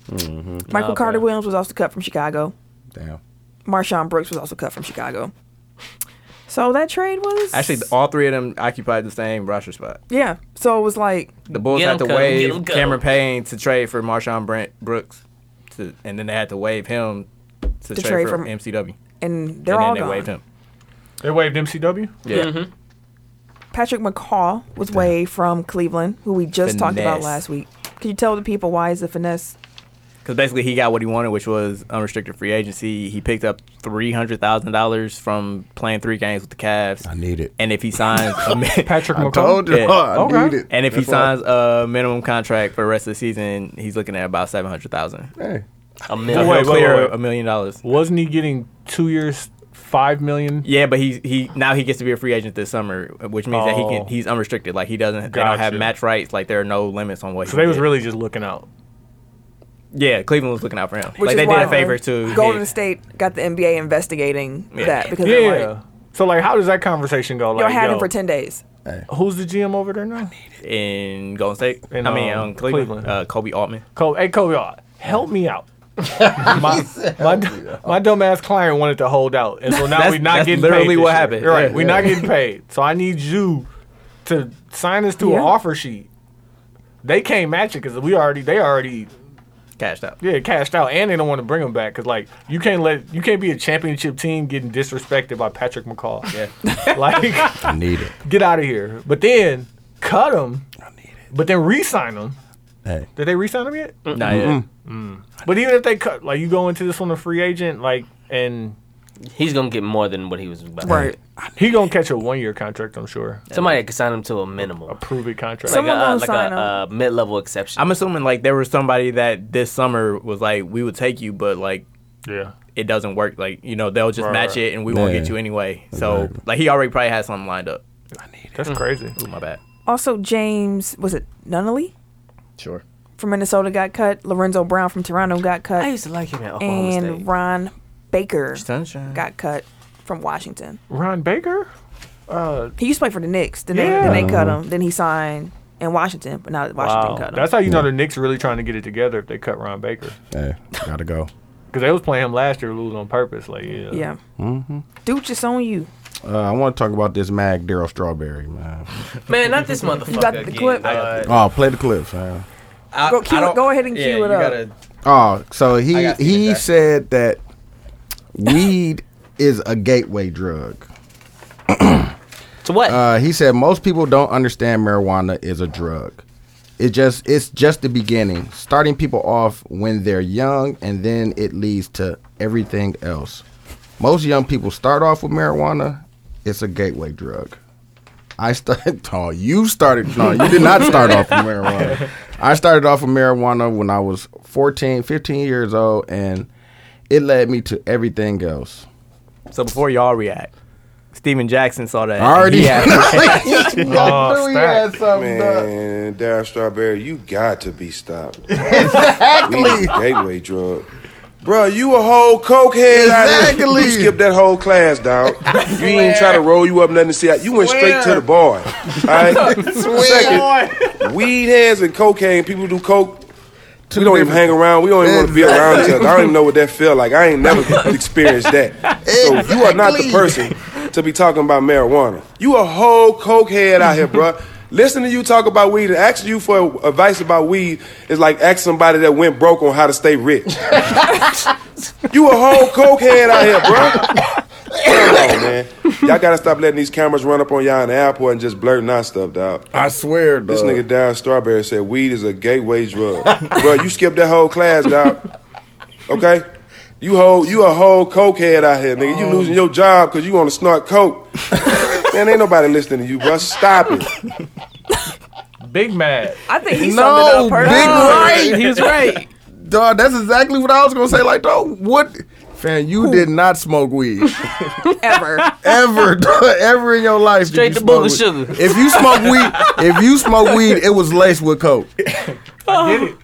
S2: Michael
S3: Nah,
S2: Carter
S3: bruh.
S2: Williams was also cut from Chicago.
S1: Damn.
S2: Marshawn Brooks was also cut from Chicago. So that trade was
S7: Actually, all three of them occupied the same roster spot.
S2: yeah. So it was like
S7: The Bulls
S3: Get
S7: had to
S3: him, Cole. Get him,
S7: waive
S3: Cole.
S7: Cameron Payne to trade for Marshawn Brent Brooks, to, and then they had to waive him to, trade,
S2: trade
S7: for
S2: from-
S7: MCW.
S2: and they're
S7: and then
S2: all
S7: they waived
S2: gone.
S7: him.
S4: They waived MCW?
S7: Yeah,
S2: Patrick McCaw was waived from Cleveland, who we just talked about
S7: Finesse.
S2: last week. Could you tell the people why is the finesse?
S7: because basically he got what he wanted, which was unrestricted free agency. He picked up three hundred thousand dollars from playing three games with the Cavs.
S1: I need it.
S7: And if he signs a mi-
S4: Patrick
S1: I
S4: McCall.
S1: told you.
S7: Yeah.
S1: I
S4: Okay.
S1: need it.
S7: and if he
S1: That's why-
S7: signs a minimum contract for the rest of the season, he's looking at about seven hundred thousand.
S1: Hey.
S3: A
S4: Wait,
S3: million.
S4: wait, wait,
S7: clear
S4: wait.
S7: a million dollars.
S4: Wasn't he getting two years, five million?
S7: Yeah, but he he now he gets to be a free agent this summer, which means that he
S4: Oh.
S7: can he's unrestricted. Like he doesn't they don't have
S4: Gotcha.
S7: match rights. Like there are no limits on what.
S4: So
S7: he
S4: they was
S7: did.
S4: really just looking out.
S7: yeah. Cleveland was looking out for him.
S2: Which
S7: like
S2: is
S7: they
S2: why
S7: did a favor to
S2: Golden
S7: his-
S2: State got the NBA investigating
S7: Yeah.
S2: that because
S4: Yeah.
S2: they're like,
S4: so like, how does that conversation go?
S2: y'all
S4: Like,
S2: had
S4: yo,
S2: him for ten days.
S4: who's the GM over there now?
S7: in Golden State.
S4: In,
S7: I mean,
S4: um,
S7: um, Cleveland.
S4: Cleveland.
S7: Uh, Kobe Altman.
S4: Kobe, hey Kobe, uh, help me out. my my, d- my dumbass client wanted to hold out, and so now
S7: That's-
S4: we're not
S7: that's
S4: getting
S7: literally
S4: paid this
S7: what
S4: year.
S7: happened.
S4: You're Right,
S7: Yeah.
S4: we're not getting paid. So I need you to sign us to
S2: Yeah.
S4: an offer sheet. They can't match it because we already they already
S7: Cashed out.
S4: Yeah, cashed out, and they don't want to bring him back because like you can't let you can't be a championship team getting disrespected by Patrick McCall. Yeah, like
S1: I need it.
S4: get out of here. But then cut him, but then re-sign him.
S1: Hey.
S4: Did they re-sign him yet?
S2: Mm.
S7: Nah, yeah.
S4: But even if they cut, like you go into this one a free agent, like and
S3: He's gonna get more than what he was about.
S2: Right.
S4: he gonna catch a one-year contract, I'm sure.
S3: Somebody could sign him to a minimum.
S4: A prove-it contract.
S3: Like a,
S2: Someone
S3: uh,
S2: gonna
S3: like
S2: sign
S3: a
S2: him.
S3: uh, mid-level exception.
S7: I'm assuming like there was somebody that this summer was like, we would take you, but like
S4: yeah.
S7: it doesn't work. Like you know they'll just
S4: Right,
S7: match
S4: right.
S7: it, and we won't get
S1: Yeah.
S7: you anyway. So like he already probably had something lined up.
S4: That's
S2: Mm.
S4: crazy.
S7: Ooh, my bad.
S2: Also, James was it Nunnally?
S7: Sure.
S2: from Minnesota got cut. Lorenzo Brown from Toronto got cut.
S3: I used to like him at Oklahoma
S2: and
S3: State.
S2: Ron Baker
S7: Sunshine.
S2: got cut from Washington.
S4: Ron Baker.
S2: He used to play for the Knicks. Then,
S4: Yeah.
S2: they, then they cut him. Then he signed in Washington, but now Washington
S1: Oh.
S4: Wow.
S2: cut him.
S4: That's how you know the Knicks really trying to get it together if they cut Ron Baker.
S1: Hey. Gotta go.
S4: Because they was playing him last year, lose on purpose. Like, yeah.
S2: yeah. Mm-hmm. Dude, just on you.
S1: Uh, I want to talk about this Mag Daryl Strawberry, man.
S3: Man, not this motherfucker.
S2: You got the clip.
S1: Oh, play the clips, man.
S2: Go, cue- go ahead and cue it up.
S1: Oh, so
S7: I
S1: he
S7: got Steven
S1: he
S7: Jackson.
S1: said that weed is a gateway drug.
S3: To what?
S1: Uh, he said most people don't understand marijuana is a drug. It just it's just the beginning, starting people off when they're young, and then it leads to everything else. Most young people start off with marijuana. It's a gateway drug. I started. Oh, you started. No, you did not start off with marijuana. I started off with marijuana when I was 14, 15 years old, and it led me to everything else.
S7: So before y'all react, Steven Jackson saw that.
S1: Already.
S4: Oh,
S1: I knew he had something. dog.
S16: Man, Daryl Strawberry, you got to be stopped. We
S1: Exactly.
S16: need a gateway drug. Bro, you a whole coke head. out here.
S1: Exactly.
S16: You skipped that whole class, dog. You ain't try to roll you up nothing to see. How. You went straight to the bar. All right. Second, weed heads and cocaine. People do coke. we don't even hang around. We don't even want to be around each other. I don't even know what that feel like. I ain't never experienced that. So you are not the
S1: Exactly.
S16: person to be talking about marijuana. You a whole coke head out here, bro. Listen to you talk about weed and asking you for advice about weed is like ask somebody that went broke on how to stay rich. You a whole coke head out here, bro. Come on, man. Y'all gotta stop letting these cameras run up on y'all in the airport and just blurting out stuff, dog.
S13: I swear, dog.
S16: This
S1: Uh,
S16: nigga down Strawberry said weed is a gateway drug. bro, you skipped that whole class, dog. Okay? You whole you a whole coke head out here, nigga. You
S1: Oh.
S16: losing your job because you want to snort coke. man, ain't nobody listening to you, bro. Stop it.
S4: Big mad.
S2: I think he
S1: No,
S2: summed
S1: big
S2: it up
S1: right.
S7: he was right.
S1: Dog, that's exactly what I was gonna say. Like, dog, what? Fan, you did not smoke weed
S2: perfectly. Ever.
S1: ever, dog, ever in your life. did
S3: Straight
S1: you
S3: to
S1: smoke
S3: Booger
S1: weed.
S3: Sugar.
S1: If you smoke weed, if you smoke weed, it was laced with coke.
S4: I get it.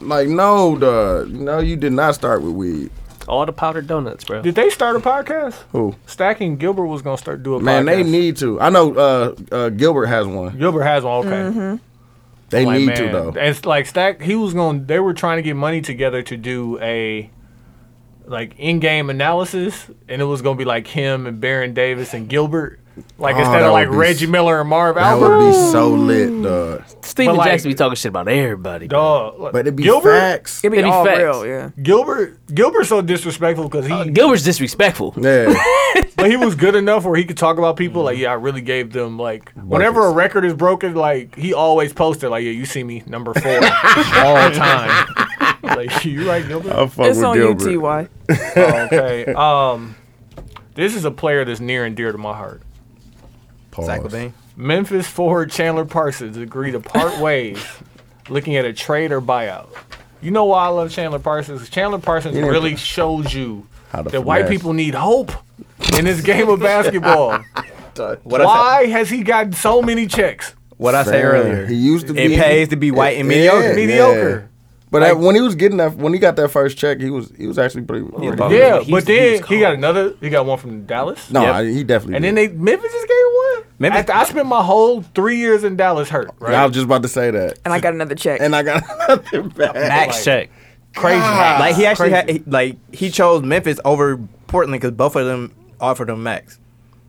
S1: Like, no, dog, no, you did not start with weed.
S3: All the powdered donuts, bro.
S4: Did they start a podcast?
S1: Who?
S4: Stacking Gilbert was gonna start do a
S1: Man,
S4: podcast.
S1: they need to. I know uh, uh, Gilbert has one.
S4: Gilbert has one. Okay.
S2: Mm-hmm.
S1: They
S4: Like,
S1: need
S4: man,
S1: to though.
S4: It's like Stack. He was going. They were trying to get money together to do a like in-game analysis, and it was going to be like him and Baron Davis and Gilbert. Like
S1: Oh,
S4: instead
S1: that
S4: of like
S1: would be
S4: Reggie
S1: s-
S4: Miller and Marv
S1: that
S4: Albert.
S1: would be so lit, dog.
S3: Steven
S4: But, like-
S3: Jackson be talking shit about everybody. bro.
S4: Dog, like,
S1: But it'd be
S4: Gilbert.
S1: facts.
S2: It'd be
S3: It'd be
S2: all
S3: facts.
S2: real, yeah.
S4: Gilbert. Gilbert's so disrespectful because he,
S3: Gilbert's disrespectful.
S1: Yeah.
S4: but he was good enough where he could talk about people. Like, yeah, I really gave them like whenever a record is broken, like he always posted like, yeah, you see me number four all time. Like you right, Gilbert.
S13: I fuck
S2: It's
S13: with
S2: on
S13: Gilbert.
S2: you, TY.
S4: okay. Um, this is a player that's near and dear to my heart.
S7: Cycle thing.
S4: Memphis forward Chandler Parsons agreed to part ways, looking at a trade or buyout. You know why I love Chandler Parsons? Chandler Parsons really shows you that
S13: to
S4: white
S13: finesse.
S4: people need hope in this game of basketball.
S7: What I
S4: why has he gotten so many checks?
S7: said, what I said earlier.
S1: He used to
S7: It
S1: be
S7: pays to be white and mediocre.
S1: Yeah.
S4: Mediocre.
S1: But that- when he was getting that, when he got that first check, he was he was actually pretty.
S4: Yeah,
S1: pretty-
S3: he
S4: but
S3: was- he was
S4: then he got
S3: cold.
S4: another. He got one from Dallas.
S1: No,
S7: Yep.
S1: I- he definitely.
S4: And
S1: did.
S4: then they Memphis just gave one.
S7: Memphis-
S4: After I spent my whole three years in Dallas hurt. Right.
S1: I was just about to say that,
S2: And I got another check.
S1: and I got another back.
S7: Max check. Ah,
S4: Crazy.
S7: Like he actually had, he- like he chose Memphis over Portland because both of them offered him max.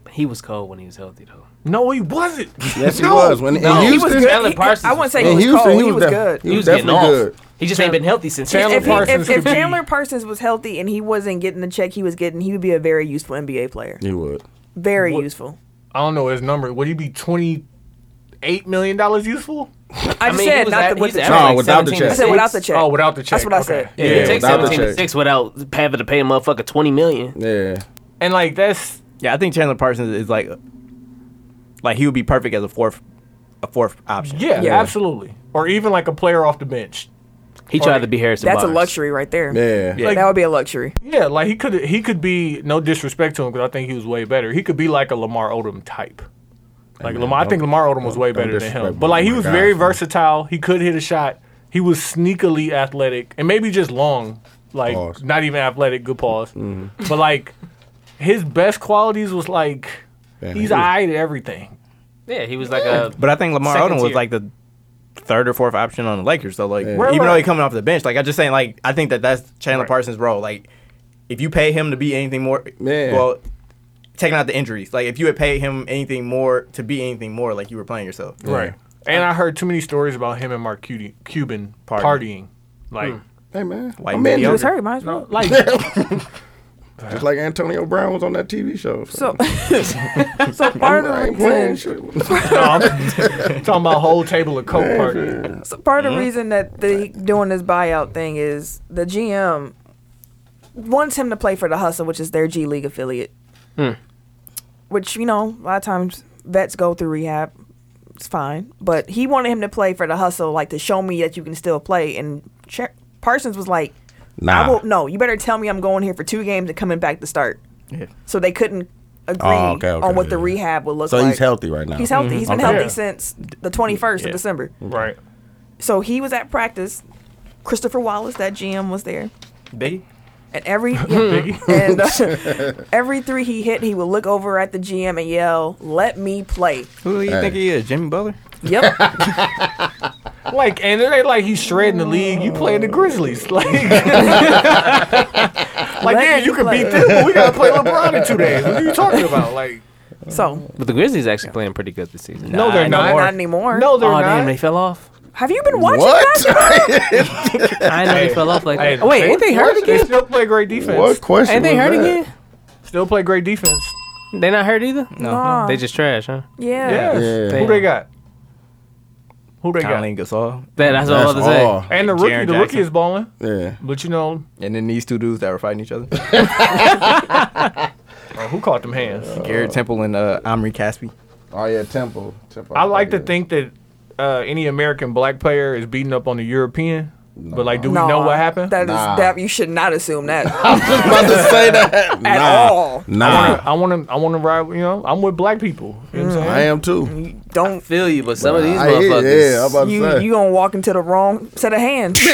S3: He was cold when he was healthy though.
S4: No, he wasn't.
S1: Yes, he was. When
S3: No,
S1: in
S3: he was
S1: Houston,
S3: good.
S2: He-
S3: Alan Parsons
S2: I wouldn't say
S1: in
S2: he was
S1: Houston,
S2: cold.
S1: he was, def-
S2: good.
S1: He was,
S3: getting
S1: definitely
S3: off.
S1: good.
S3: He just ain't been healthy since.
S4: Chandler
S3: Chandler
S2: if, he, if,
S4: Parsons
S2: if
S4: could be-
S2: Chandler Parsons was healthy and he wasn't getting the check he was getting, he would be a very useful NBA player.
S1: He would.
S2: Very useful.
S4: I don't know his number. Would he be twenty eight million dollars useful?
S2: I just said not the, with the
S1: No,
S2: check.
S1: without the
S2: I
S1: check.
S2: said without the check.
S4: Oh, without the check.
S2: That's what I said.
S4: Okay.
S3: Yeah,
S1: Yeah,
S3: take
S1: without the
S3: seventeen to
S1: check.
S3: six without having to pay a motherfucker twenty million.
S1: Yeah.
S4: And like that's
S7: Yeah, I think Chandler Parsons is like, like he would be perfect as a fourth, a fourth option.
S4: yeah,
S2: Yeah.
S4: absolutely. Or even like a player off the bench.
S3: He tried to be Harrison.
S2: That's a
S3: Barnes.
S2: luxury right there.
S1: Yeah.
S4: Like,
S2: That would be a luxury.
S4: yeah, like he could he could be no disrespect to him because I think he was way better. He could be like a Lamar Odom type. Like Lamar, I think Lamar Odom was way
S1: don't
S4: better than
S1: disrespect
S4: him.
S1: me.
S4: But like he
S1: My
S4: was
S1: God,
S4: very
S1: man.
S4: versatile. He could hit a shot. He was sneakily athletic and maybe just long. Like
S1: Pause. Mm-hmm.
S4: not even athletic. Good pause. But like his best qualities was like
S1: Man,
S4: he's
S1: he was-
S4: eyed at everything.
S3: Yeah, he was like a.
S7: But I think Lamar
S3: Second
S7: Odom was
S3: tier.
S7: like the third or fourth option on the Lakers. So like,
S1: Yeah.
S7: even
S4: Right,
S7: though
S4: right.
S7: he coming off the bench, like I just saying, like I think that that's Chandler Parsons' role. Like, if you pay him to be anything more,
S1: Yeah.
S7: well, taking out the injuries, like if you had paid him anything more to be anything more, like you were playing yourself.
S4: Right. And I heard too many stories about him and Mark Cutie, Cuban
S7: Partying.
S4: partying. Like,
S1: Hey man,
S7: White
S1: I'm in
S7: mediocre.
S2: He
S1: there.
S2: was hurt. Might as well.
S4: like
S1: Just like Antonio Brown was on that TV show.
S2: So, so part
S1: I'm,
S2: of the
S1: I ain't
S2: reason-
S1: playing shit.
S4: no, I'm talking about a whole table of coke party.
S2: So part of
S1: Mm-hmm.
S2: the reason that they doing this buyout thing is the GM wants him to play for the Hustle, which is their G League affiliate.
S1: Hmm.
S2: Which you know, a lot of times vets go through rehab. It's fine, but he wanted him to play for the Hustle, like to show me that you can still play. And Cha- Parsons was like, "I
S1: Nah.
S2: will no. You better tell me I'm going here for two games and coming back to start." So they couldn't agree
S1: Oh, okay, okay,
S2: on what the
S1: yeah, yeah.
S2: rehab will look
S1: So
S2: like.
S1: he's healthy right now.
S2: He's healthy.
S1: Mhm.
S2: He's been
S1: Okay. Mm-hmm.
S2: healthy
S1: Yeah.
S2: since the 21st of December.
S4: Right.
S2: So he was at practice. Christopher Wallace, that GM, was there.
S7: Biggie.
S2: And every
S7: Biggie.
S2: and uh, every three he hit, he would look over at the GM and yell, "Let me play."
S7: Who do you
S2: Hey.
S7: think he is? Jimmy Butler?
S2: Yep.
S4: Like, and it ain't like he's shredding the league. You playing the Grizzlies. Like, like yeah, you can beat them, but we got to play LeBron in two days. What are you talking about? Like,
S2: So
S3: But the Grizzlies actually playing pretty good this season.
S4: No, they're
S2: not.
S3: anymore.
S2: Not anymore.
S4: No, they're
S3: oh,
S4: not.
S3: damn, they fell off.
S2: Have you been watching
S3: What?
S2: basketball?
S3: I know they fell off like that. Oh, wait, ain't they hurt
S4: They
S3: again?
S4: still play great defense.
S3: What question Ain't they was hurt that? again?
S4: Still play great defense.
S3: They not hurt either.
S4: No. Nah.
S3: they just trash, huh?
S2: Yeah.
S4: Yes.
S3: Yeah.
S4: Who they got? Who they got?
S7: Colin Gasol.
S3: That- that's what I was That's about to say. all.
S4: And the rookie, the rookie is balling.
S7: Yeah.
S4: But you know,
S7: And then these two dudes that were fighting each other.
S4: oh, who caught them hands?
S7: Garrett Temple and uh, Omri Caspi.
S1: Oh yeah, Temple. Temple.
S4: I like to think that uh, any American black player is beating up on the European. But like, do we know what happened?
S2: That is that you should not assume that.
S4: I'm just about to say that at
S2: Nah. all.
S1: Nah.
S4: I want to. I want to ride. You know, I'm with black people. You know what I'm saying?
S1: I am too.
S2: Don't
S3: feel you, but some of these
S1: I hear-
S3: motherfuckers.
S1: yeah, I'm about to
S2: you
S1: say.
S2: you gonna walk into the wrong set of hands.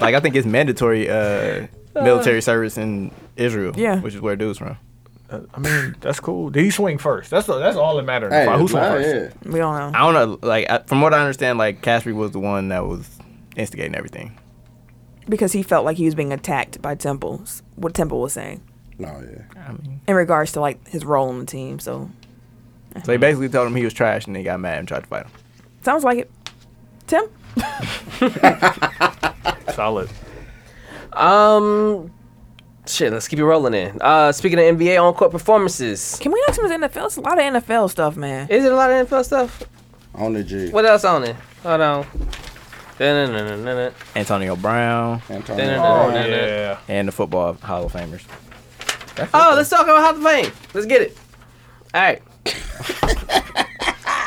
S7: Like, I think it's mandatory uh, military service in Israel.
S4: Yeah.
S7: Which is where dude's from.
S4: I mean, that's cool. Did he swing first? That's that's all that matters.
S7: Hey,
S4: Who swung
S7: nah,
S4: first?
S2: We don't know.
S7: I don't know. Like, I, from what I understand, like, Caspi was the one that was instigating everything.
S2: because he felt like he was being attacked by Temple. s- What Temple was saying.
S1: No, yeah.
S7: I mean,
S2: in regards to like his role on the team. So
S7: So they basically told him he was trash and they got mad and tried to fight him.
S2: sounds like it. Tim,
S4: Solid.
S3: Um, shit. Let's keep it rolling in. Uh, speaking of NBA on court performances,
S2: can we knock some of the NFL? It's a lot of NFL stuff, man.
S3: Is it a lot of NFL stuff?
S1: On the G.
S3: what else on it? Hold on. Dun-dun-dun-dun-dun.
S7: Antonio Brown.
S3: Antonio Oh, Brown. yeah.
S7: And the football Hall of Famers.
S3: Oh, let's talk about Hall of Fame. Let's get it. All right.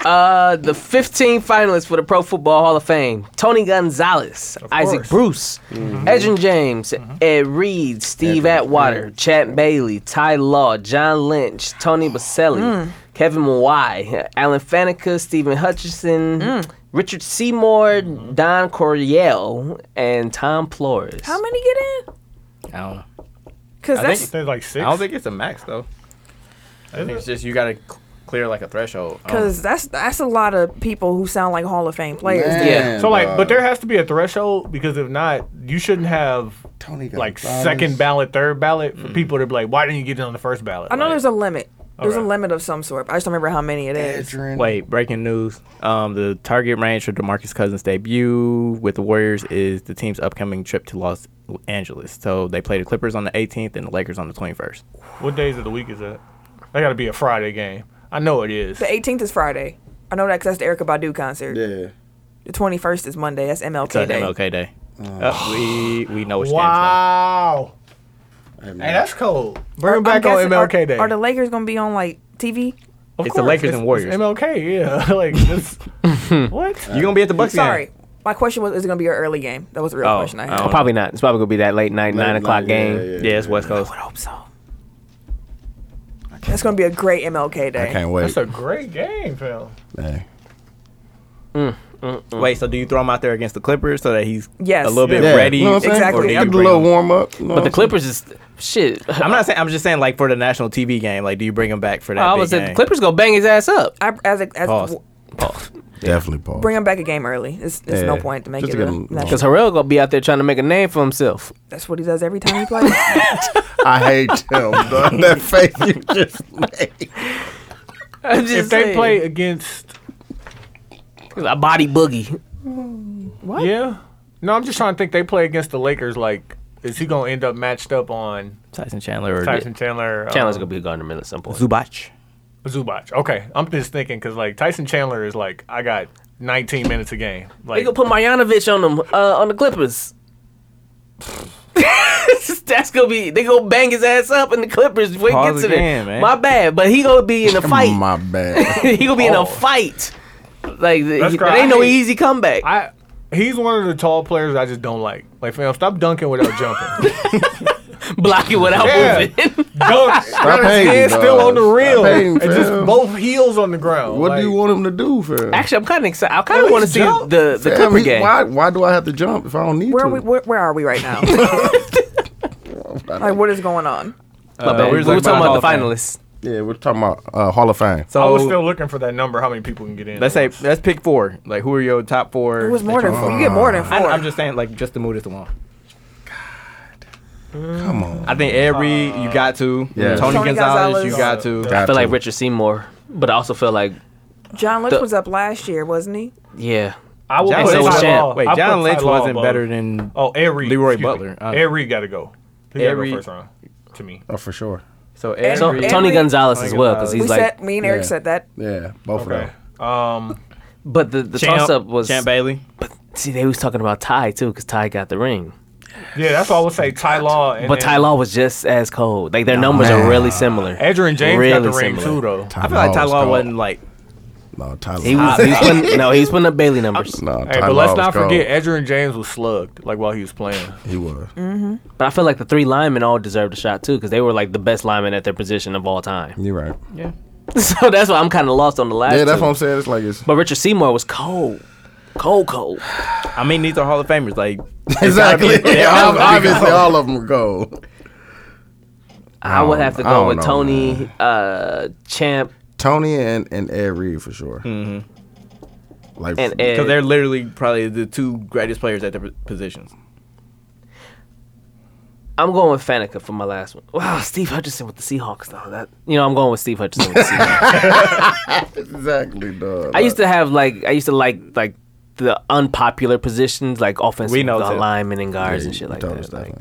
S3: uh, the 15 finalists for the Pro Football Hall of Fame: Tony Gonzalez, Isaac Bruce, Edgerton James, Ed Reed, Steve Atwater, Chad Bailey, Ty Law, John Lynch, Tony Baselli,
S2: Mm.
S3: Kevin Mawai, Alan Faneca, Stephen Hutchinson, Richard Seymour, Don Coryell, and Tom Flores.
S2: how many get in?
S7: I don't know.
S2: Because
S7: I
S2: that's
S7: think- I don't think it's a max though. I think it's just you gotta cl- clear like a threshold. I don't-
S2: because that's that's a lot of people who sound like Hall of Fame players.
S4: So like,
S7: uh,
S4: but there has to be a threshold because if not, you shouldn't have Tony like
S2: Gonzalez.
S4: second ballot, third ballot
S7: Mm.
S4: for people to be like, why didn't you get in on the first ballot?
S2: I know
S4: Like,
S2: there's a limit. There's a
S4: Alright.
S2: limit of some sort. but I just don't remember how many it is.
S7: Wait, breaking news. Um, the target range for DeMarcus Cousins' debut with the Warriors is the team's upcoming trip to Los Angeles. So they play the Clippers on the 18th and the Lakers on the 21st.
S4: what days of the week is that? That got to be a Friday game. I know it is.
S2: The 18th is Friday. I know that because that's the Erica Badu concert.
S1: Yeah.
S2: The 21st is Monday. That's
S7: It's
S2: MLK
S7: an
S2: Day.
S7: MLK Day.
S1: Oh.
S7: Uh, we we know which
S4: Wow.
S1: Hey,
S4: that's cold. Bring
S2: Are-
S4: him back
S2: I'm
S4: on
S2: guessing-
S4: MLK
S2: are-
S4: Day.
S2: Are the Lakers gonna be on like TV?
S7: Of It's the course, Lakers and
S4: it's
S7: Warriors.
S4: MLK, yeah. like this. what?
S7: game's. You gonna be at the Bucks? game.
S2: Sorry, my question was: Is it gonna be an early game? That was a real
S3: Oh,
S2: question I had.
S3: oh, probably not. It's probably gonna be that late night, nine o'clock game.
S7: yeah, yeah, it's West Coast.
S2: I hope so. That's gonna be a great MLK Day.
S1: can't wait.
S4: That's a great game, Phil.
S7: Wait, so do you throw him out there against the Clippers so that he's
S2: Yes.
S7: a little bit
S1: Yeah.
S7: ready?
S1: You know what I'm saying? Exactly.
S7: Or do you
S1: Yeah, do a
S7: bring
S1: little
S7: him-
S1: warm up.
S3: But the Clippers is shit.
S7: I'm not saying. I'm just saying, like for the national TV game, like do you bring him back for that?
S3: I
S7: big
S3: was
S7: game?
S3: the Clippers gonna bang his ass up.
S2: I, as a, as
S7: Pause.
S1: Definitely Paul.
S2: bring him back a game early. It's, it's no
S3: Yeah.
S2: point to make
S3: Just
S2: it.
S3: to
S2: a-
S3: get him-
S2: that's-
S3: Because Harrell gonna be out there trying to make a name for himself.
S2: That's what he does every time he plays.
S1: I hate him. dog. that face you just made.
S3: I'm just
S4: if they
S3: saying.
S4: play against
S3: a body boogie,
S4: what? Yeah. No, I'm just trying to think. They play against the Lakers. Like, is he gonna end up matched up on
S7: Tyson Chandler. Or
S4: Tyson Chandler?
S3: Chandler's
S4: um,
S3: gonna be a guard in a minute at some point.
S7: Zubac.
S4: Zubac. Okay, I'm just thinking because like Tyson Chandler is like I got 19 minutes a game.
S3: they
S4: Like
S3: gonna put Marjanovic on them uh, on the Clippers. That's gonna be they gonna bang his ass up in the Clippers before he
S7: Pause
S3: gets to
S7: again,
S3: there.
S7: man.
S3: My bad, but he gonna be in a fight.
S1: My bad.
S3: he gonna be in
S4: Oh.
S3: a fight. Like
S4: That's
S3: it
S4: crazy.
S3: ain't no
S4: I hate-
S3: easy comeback.
S4: I he's one of the tall players I just don't like. Like fam, stop dunking without jumping.
S3: blocking without
S4: Yeah.
S3: moving.
S4: Dunk.
S13: Stop
S4: his
S13: hating,
S4: hands still
S13: dog.
S4: on the
S13: Stop
S4: rim.
S13: hating,
S4: and
S13: fam.
S4: just both heels on the ground.
S13: What
S4: like,
S13: do you want him to do, fam?
S3: Actually, I'm kind of excited. I kind of want to see
S4: jump.
S3: the the
S13: Fam,
S3: Clipper
S13: he-
S3: game.
S13: Why, why do I have to jump if I don't need
S2: Where
S13: to?
S2: are we? Where, where are we right now? like, what is going on?
S3: My bad.
S7: we
S3: We
S7: was
S3: were
S7: like
S3: talking
S7: about
S3: about the
S7: Hall Uh, of
S3: finalists.
S13: yeah, we're talking about uh, Hall of Fame.
S7: So
S4: I was still looking for that number. How many people can get in?
S7: let's say let's pick four. Like who are your top four?
S2: It was
S7: that
S2: more
S7: you-
S2: than four. You get more than four.
S7: I, I'm just saying like just the mood is the one.
S13: Come on.
S7: I think every you got to.
S13: Yeah.
S7: Tony,
S2: Tony
S7: Gonzalez,
S2: Gonzalez.
S7: you got to.
S3: I
S13: Got
S3: feel like
S13: to.
S3: Richard Seymour, but I also feel like
S2: John Lynch
S3: The-
S2: was up last year, wasn't he?
S3: yeah.
S4: I will put
S7: John
S3: Lynch
S4: Ty
S3: was
S4: Law.
S3: champ.
S4: I
S7: Wait,
S4: put
S7: John
S4: Ty
S7: Lynch
S4: Law
S7: wasn't
S4: above.
S7: better than
S4: Oh, Ed Reed.
S7: Leroy
S4: excuse me.
S7: Butler. Uh,
S4: Ed Reed got to go. He got
S7: Ed
S4: to go
S7: Reed.
S4: first round to me.
S13: Oh, for sure.
S7: so every.
S3: So
S2: Every-
S3: Tony Gonzalez as well because
S7: Gonzalez.
S3: he's
S2: we
S3: like.
S2: said me and Eric
S13: Yeah.
S2: said that.
S13: Yeah, both of
S4: Okay.
S13: them.
S4: Um,
S3: but the, the
S7: Champ-
S3: toss up was.
S7: Champ Bailey.
S3: See, they was talking about Ty too because Ty got the ring.
S4: yeah, that's all I would say. Ty Law. And,
S3: But Ty Law was just as cold. Like their numbers are really similar.
S4: Adrian James got the
S3: Really
S4: ring
S3: similar.
S4: too, though.
S7: I feel like Ty
S13: was
S7: Law
S13: cold.
S7: wasn't like
S13: No, Tyler.
S3: He was, he was putting, no, he was putting up Bailey numbers.
S13: no,
S4: Hey, but let's not forget, Adrian James was slugged like while he was playing.
S13: He was.
S3: But I feel like the three linemen all deserved a shot too because they were like the best linemen at their position of all time.
S13: You're right. Yeah,
S3: So that's why I'm kind of lost on the last.
S13: that's
S3: two.
S13: what I'm saying. It's like it's
S3: But Richard Seymour was cold, cold, cold.
S7: I mean, these are Hall of Famers. Like,
S13: exactly.
S7: they're all gonna be
S13: Obviously, all of them are gold.
S3: I would have to
S13: I don't
S3: go with
S13: know,
S3: Tony, uh, Champ,
S13: Tony and and Ed Reed for sure. Like
S3: and Ed.
S7: because they're literally probably the two greatest players at their p- positions.
S3: I'm going with Faneca for my last one. Wow, Steve Hutchinson with the Seahawks though. That you know, I'm going with Steve Hutchinson. With the Seahawks.
S13: exactly, dog.
S3: I used to have like I used to like like the unpopular positions like offensive
S7: We know
S3: uh,
S7: too.
S3: linemen and guards and shit like
S13: told us
S3: that.
S13: that,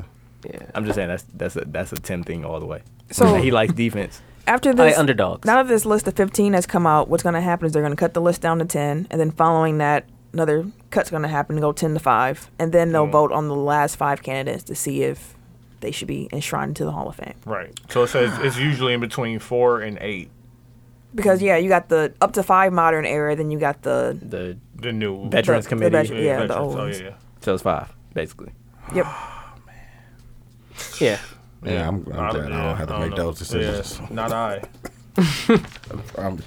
S3: Like,
S13: man.
S7: I'm just saying that's that's a that's a Tim thing all the way.
S2: So-
S7: he likes defense.
S2: After
S3: I
S2: this,
S3: like underdogs.
S2: now that this list of 15 has come out, what's going to happen is they're going to cut the list down to 10, and then following that, another cut's going to happen to go 10 to 5, and then
S3: Mm.
S2: they'll vote on the last five candidates to see if they should be enshrined to the Hall of Fame.
S4: Right. So it says it's usually in between four and eight.
S2: Because yeah, you got the up to five modern era, then you got the
S7: The
S4: The new
S7: Veterans
S2: the
S7: Committee.
S2: veteran- yeah, the
S4: veterans.
S2: old
S4: Oh,
S2: ones.
S4: yeah.
S7: So it's five basically.
S2: Yep.
S3: Yeah.
S13: Yeah, I'm, I'm glad I don't have to make
S4: know.
S13: those decisions.
S4: Yeah, not I.
S13: I'm-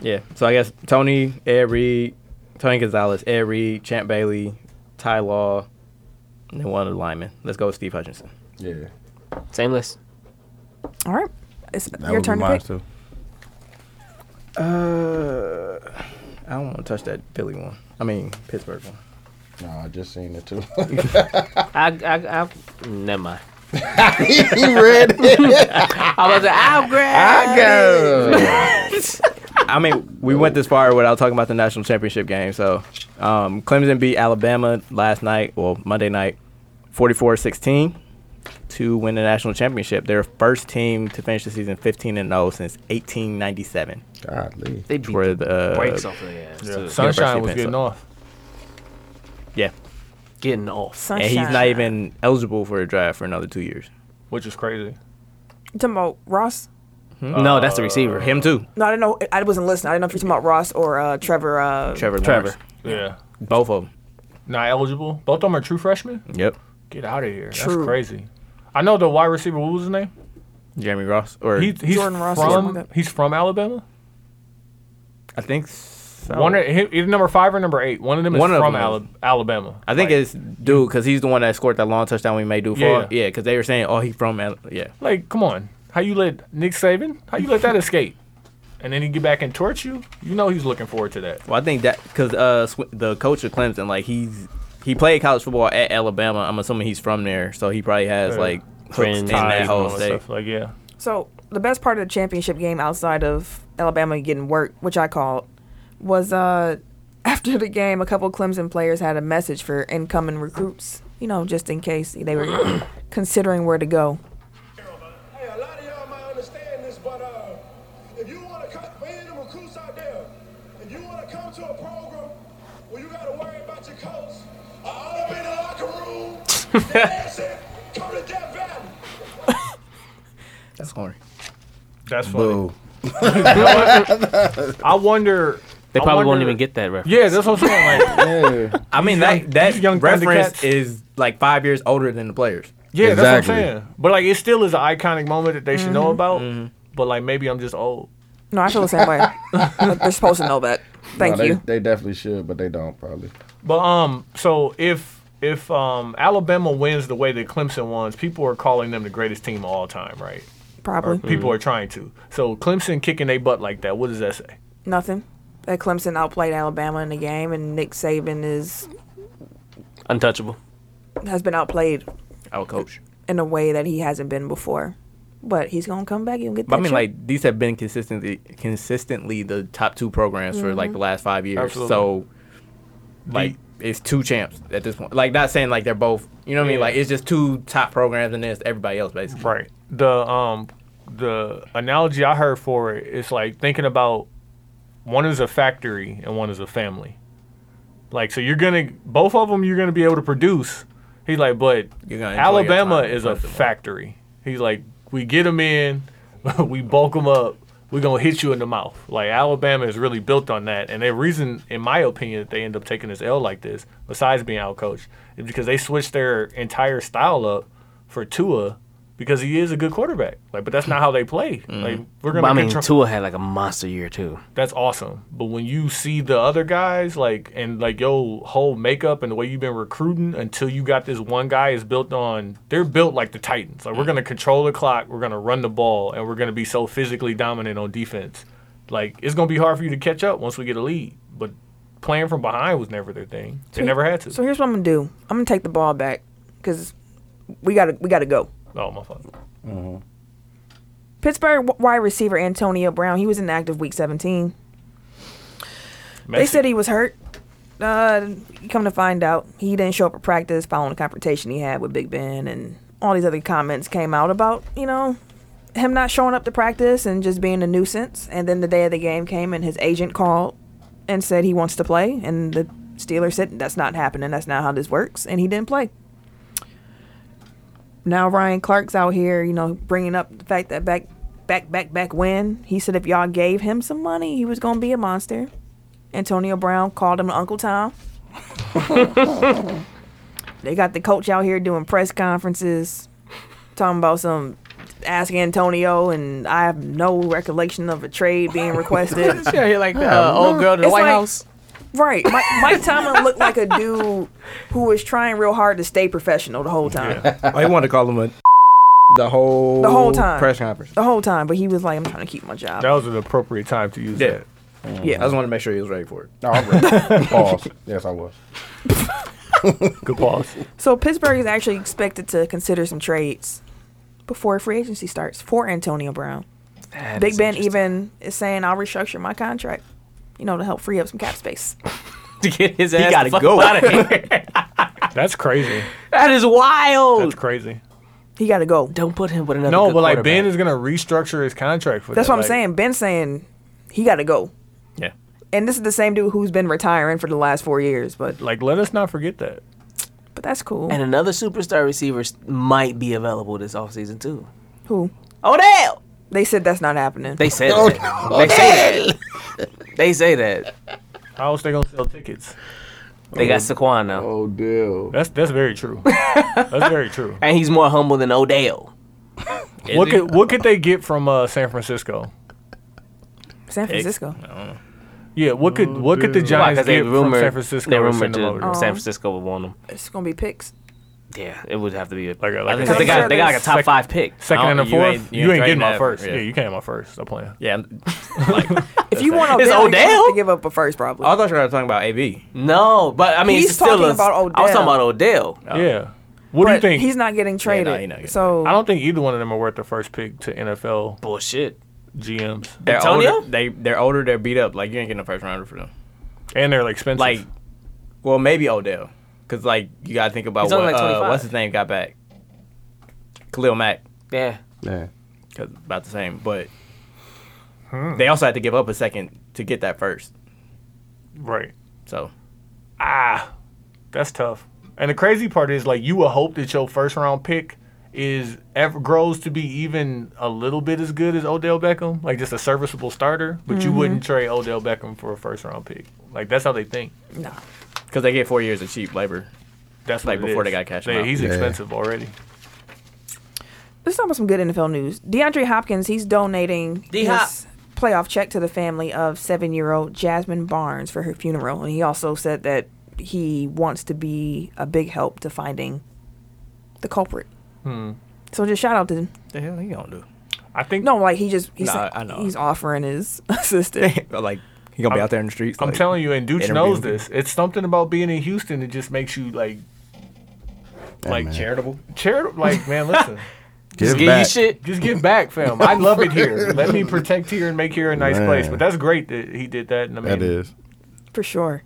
S7: Yeah. So I guess Tony, Ed Reed, Tony Gonzalez, Ed Reed, Champ Bailey, Ty Law, and then one of the linemen. Let's go with Steve Hutchinson.
S13: yeah,
S3: Same list.
S2: All right. It's
S13: that
S2: your
S13: would be
S2: turn to
S13: mine
S2: pick.
S13: too.
S7: Uh, I don't want to touch that Philly one. I mean Pittsburgh one.
S13: No, I just seen it too.
S3: I, I, I, never mind.
S13: he read it.
S3: I was like, I'll grab.
S13: I got it.
S7: I mean, we went this far without talking about the national championship game. So, um, Clemson beat Alabama last night, well, Monday night, 44 16 to win the national championship. Their first team to finish the season 15 and 0 since 1897.
S13: Godly.
S3: They beat
S7: Where the,
S3: the brakes off of their ass.
S4: Yeah.
S3: too.
S4: Sunshine
S7: University
S4: was
S7: of
S4: getting off.
S7: yeah.
S3: Getting off.
S7: And
S2: Sunshine.
S7: he's not even eligible for a draft for another two years.
S4: Which is crazy.
S2: You talking about Ross?
S3: no, that's the receiver.
S7: Him too,
S2: No, I didn't know. I wasn't listening. I didn't know if you're talking about Ross or uh, Trevor. Uh,
S7: Trevor.
S3: Trevor.
S7: Lawrence.
S4: Yeah.
S7: Both of them.
S4: Not eligible. Both of them are true freshmen.
S7: Yep.
S4: Get out of here.
S2: True.
S4: That's crazy. I know the wide receiver. What was his name?
S7: Jeremy Ross. Or
S4: He, he's
S2: Jordan Ross or something
S4: from
S2: like that.
S4: he's from Alabama.
S7: I think
S2: Oh.
S7: so.
S4: One of- he- either number five or number eight. One of them is
S7: One of
S4: from
S7: them is.
S4: Ala- Alabama.
S7: I think
S4: like,
S7: it's dude because he's the one that scored that long touchdown we made do for.
S4: Yeah.
S7: Yeah, because they were saying, oh, he from Al- yeah.
S4: like come on. How you let Nick Saban? How you let that escape? And then he get back and torch you. You know he's looking forward to that.
S7: Well, I think that because uh, Sw- the coach of Clemson, like he's he played college football at Alabama. I'm assuming he's from there, so he probably has
S4: Yeah.
S7: like hooks
S3: Friends,
S7: in
S3: ties,
S7: that
S4: and all
S7: whole
S4: that
S7: state.
S4: stuff. Like yeah.
S2: So the best part of the championship game outside of Alabama getting worked, which I called, was uh, after the game, a couple Clemson players had a message for incoming recruits. You know, just in case they were considering where to go.
S14: Hey, a lot of y'all might understand this, but uh, if you want to cut man the recruits out there, if you want to come to a program where you got to worry about your coach, I ought to be in the locker room. That's it. Come to Death Valley.
S7: That's corny.
S4: That's funny.
S1: Oh,
S13: Boo.
S4: I wonder.
S3: They probably
S4: I
S3: won't
S4: wonder-
S3: even get that reference.
S4: Yeah, that's what I'm saying. Like,
S13: Yeah.
S7: I mean
S4: young-
S7: that that
S4: these young
S7: reference
S4: Thundercats.
S7: is like five years older than the players.
S4: Yeah, that's what
S1: Exactly.
S4: I'm saying. But like, it still is an iconic moment that they should know about. But like, maybe I'm just old.
S2: No, I feel the same way. They're supposed to know that. Thank
S1: No, they,
S2: you.
S1: They definitely should, but they don't probably.
S4: But um, so if if um Alabama wins the way that Clemson wins, people are calling them the greatest team of all time, right?
S2: Probably.
S4: Or people are trying to. So Clemson kicking their butt like that, what does that say?
S2: Nothing. That Clemson outplayed Alabama in the game, and Nick Saban is
S3: Untouchable.
S2: has been outplayed
S3: Our coach.
S2: in a way that he hasn't been before. But he's gonna come back and get that.
S7: But I mean,
S2: chip.
S7: like these have been consistently consistently the top two programs for
S2: Mm-hmm.
S7: like the last five years.
S4: Absolutely.
S7: So, like it's two champs at this point. Like not saying like they're both. You know what I mean?
S4: Yeah.
S7: Like it's just two top programs and then it's everybody else basically.
S4: Right. The um the analogy I heard for it is like thinking about one is a factory and one is a family. Like so you're gonna both of them you're gonna be able to produce. He's like, but
S7: You're gonna enjoy your
S4: Alabama
S7: time
S4: is a
S7: with them.
S4: factory. He's like, we get them in, we bulk them up, we're gonna hit you in the mouth. Like Alabama is really built on that, and the reason, in my opinion, that they end up taking this L like this, besides being outcoached, is because they switched their entire style up for Tua because he is a good quarterback. Like, but that's not how they play. Like, we're
S3: Mm-hmm. But
S4: gonna.
S3: I mean,
S4: control-
S3: Tua had like a monster year too.
S4: that's awesome. But when you see the other guys, like and like your whole makeup and the way you've been recruiting until you got this one guy is built on they're built like the Titans.
S2: Mm-hmm.
S4: Like we're gonna control the clock, we're gonna run the ball, and we're gonna be so physically dominant on defense. Like it's gonna be hard for you to catch up once we get a lead. But playing from behind was never their thing. They never had to.
S2: So here's what I'm gonna do. I'm gonna take the ball back because we gotta we gotta go.
S4: oh my fuck.
S2: Pittsburgh w- wide receiver Antonio Brown. He was inactive week 17. They
S4: Messy.
S2: said he was hurt. Uh, come to find out, he didn't show up at practice following the confrontation he had with Big Ben, and all these other comments came out about you know him not showing up to practice and just being a nuisance. And then the day of the game came, and his agent called and said he wants to play, and the Steelers said that's not happening. That's not how this works, and he didn't play. Now Ryan Clark's out here, you know, bringing up the fact that back, back, back, back when he said if y'all gave him some money, he was gonna be a monster. Antonio Brown called him Uncle Tom. they got the coach out here doing press conferences, talking about some ask Antonio, and I have no recollection of a trade being requested.
S17: Yeah, he like uh, old girl to the
S2: It's
S17: White
S2: like-
S17: House.
S2: Right. Mike, Mike Tomlin looked like a dude who was trying real hard to stay professional the whole time.
S7: I Oh, wanted to call him a the whole
S2: The whole time.
S7: press conference.
S2: The whole time. But he was like, I'm trying to keep my job.
S4: That was an appropriate time to use
S7: Yeah.
S4: that.
S7: I
S2: Yeah.
S7: just wanted to make sure he was ready for it.
S1: No, I'm ready. Pause. Yes, I was.
S4: Good pause.
S2: So Pittsburgh is actually expected to consider some trades before free agency starts for Antonio Brown.
S3: That
S2: Big
S3: is
S2: Ben
S3: interesting.
S2: even is saying, I'll restructure my contract, you know, to help free up some cap space.
S3: to get his ass the
S7: gotta
S3: fuck
S7: go.
S3: out of here.
S4: That's crazy.
S3: that is wild.
S4: That's crazy.
S2: He got to go.
S3: Don't put him with another.
S4: No,
S3: good
S4: but like Ben
S3: quarterback.
S4: is gonna restructure his contract for
S2: That's
S4: that.
S2: what I'm
S4: Like,
S2: saying. Ben saying he got to go.
S4: Yeah.
S2: And this is the same dude who's been retiring for the last four years, but
S4: Like let us not forget that.
S2: but that's cool.
S3: And another superstar receiver s- might be available this offseason too.
S2: Who?
S3: Odell.
S2: They said that's not happening.
S3: They say that. They say that. They say that.
S4: How else they gonna sell tickets?
S3: They got Saquon now,
S1: Oh, deal.
S4: That's that's very true. that's very true.
S3: and he's more humble than Odell.
S4: What could what could they get from uh, San Francisco?
S2: San Francisco.
S4: Yeah, what
S2: Oh,
S4: could what could the Giants
S3: Because they
S4: get from
S3: rumored
S4: San Francisco?
S3: they
S4: to
S3: rumored
S4: send them
S3: to
S4: over there?
S3: San Francisco would want him.
S2: It's gonna be picks.
S3: Yeah, it would have to be.
S4: Like a-
S3: I
S4: like
S3: think
S4: a-
S3: they got they got like a
S2: Second-
S3: top five pick.
S4: Second and
S7: No,
S4: a
S7: you
S4: fourth, you ain't,
S7: ain't- you ain't
S4: getting
S7: trading
S4: my
S7: that.
S4: first. Yeah.
S7: Yeah.
S4: you can't have my first. Stop playing.
S7: Yeah. Like,
S2: If you want Odell,
S3: It's
S2: you're gonna have
S3: Odell?
S2: to give up a first probably.
S7: I thought you were talking about AB.
S3: No, but I mean,
S2: He's
S3: it's still
S2: talking
S3: a-
S2: about
S3: I was
S2: Odell.
S3: talking about Odell.
S4: Yeah. What
S2: but
S4: do you think?
S2: He's not getting traded.
S7: he not getting
S2: so
S4: I don't think either one of them are worth the first pick to NFL
S3: Bullshit.
S4: GMs,
S7: They're
S3: Antonio?
S7: older, they they're older. They're beat up. Like you ain't getting a first rounder for them.
S4: and they're like expensive.
S7: Like, well, maybe Odell, because like you gotta think about
S3: He's
S7: what,
S3: only like
S7: uh,
S3: 25.
S7: what's his name got back. Khalil Mack,
S3: Yeah.
S1: Yeah.
S7: cause about the same, but
S4: Hmm.
S7: they also had to give up a second to get that first.
S4: right.
S7: So
S4: ah, that's tough. And the crazy part is, like, you would hope that your first round pick is ever grows to be even a little bit as good as Odell Beckham, like just a serviceable starter. But you wouldn't
S7: Mm-hmm.
S4: trade Odell Beckham for a first round pick. Like that's how they think.
S7: because they get four years of cheap labor.
S4: That's
S7: Like,
S4: what it
S7: before
S4: is.
S7: they got cashed
S4: They-
S7: out.
S4: He's
S1: Yeah.
S4: expensive already.
S2: Let's talk about some good NFL news. DeAndre Hopkins, he's donating
S17: D-Hop.
S2: his playoff check to the family of seven-year-old Jasmine Barnes for her funeral, and he also said that he wants to be a big help to finding the culprit.
S4: Hmm.
S2: So just shout out to him.
S7: The hell he gonna do?
S4: I think
S2: no, like he just he's
S7: Nah,
S2: like-
S7: I know.
S2: he's offering his assistance.
S7: like he gonna be out there in the streets.
S4: I'm
S7: like,
S4: telling you, and Dooch
S7: interviewing
S4: knows this. It's something about being in Houston that just makes you like, like
S7: charitable.
S4: charitable. Like man, listen.
S1: Give back.
S4: shit. Just give back, fam. I love it here. Let me protect here and make here a nice
S1: Man.
S4: place. But that's great that he did that. And I mean,
S1: That is.
S2: For sure.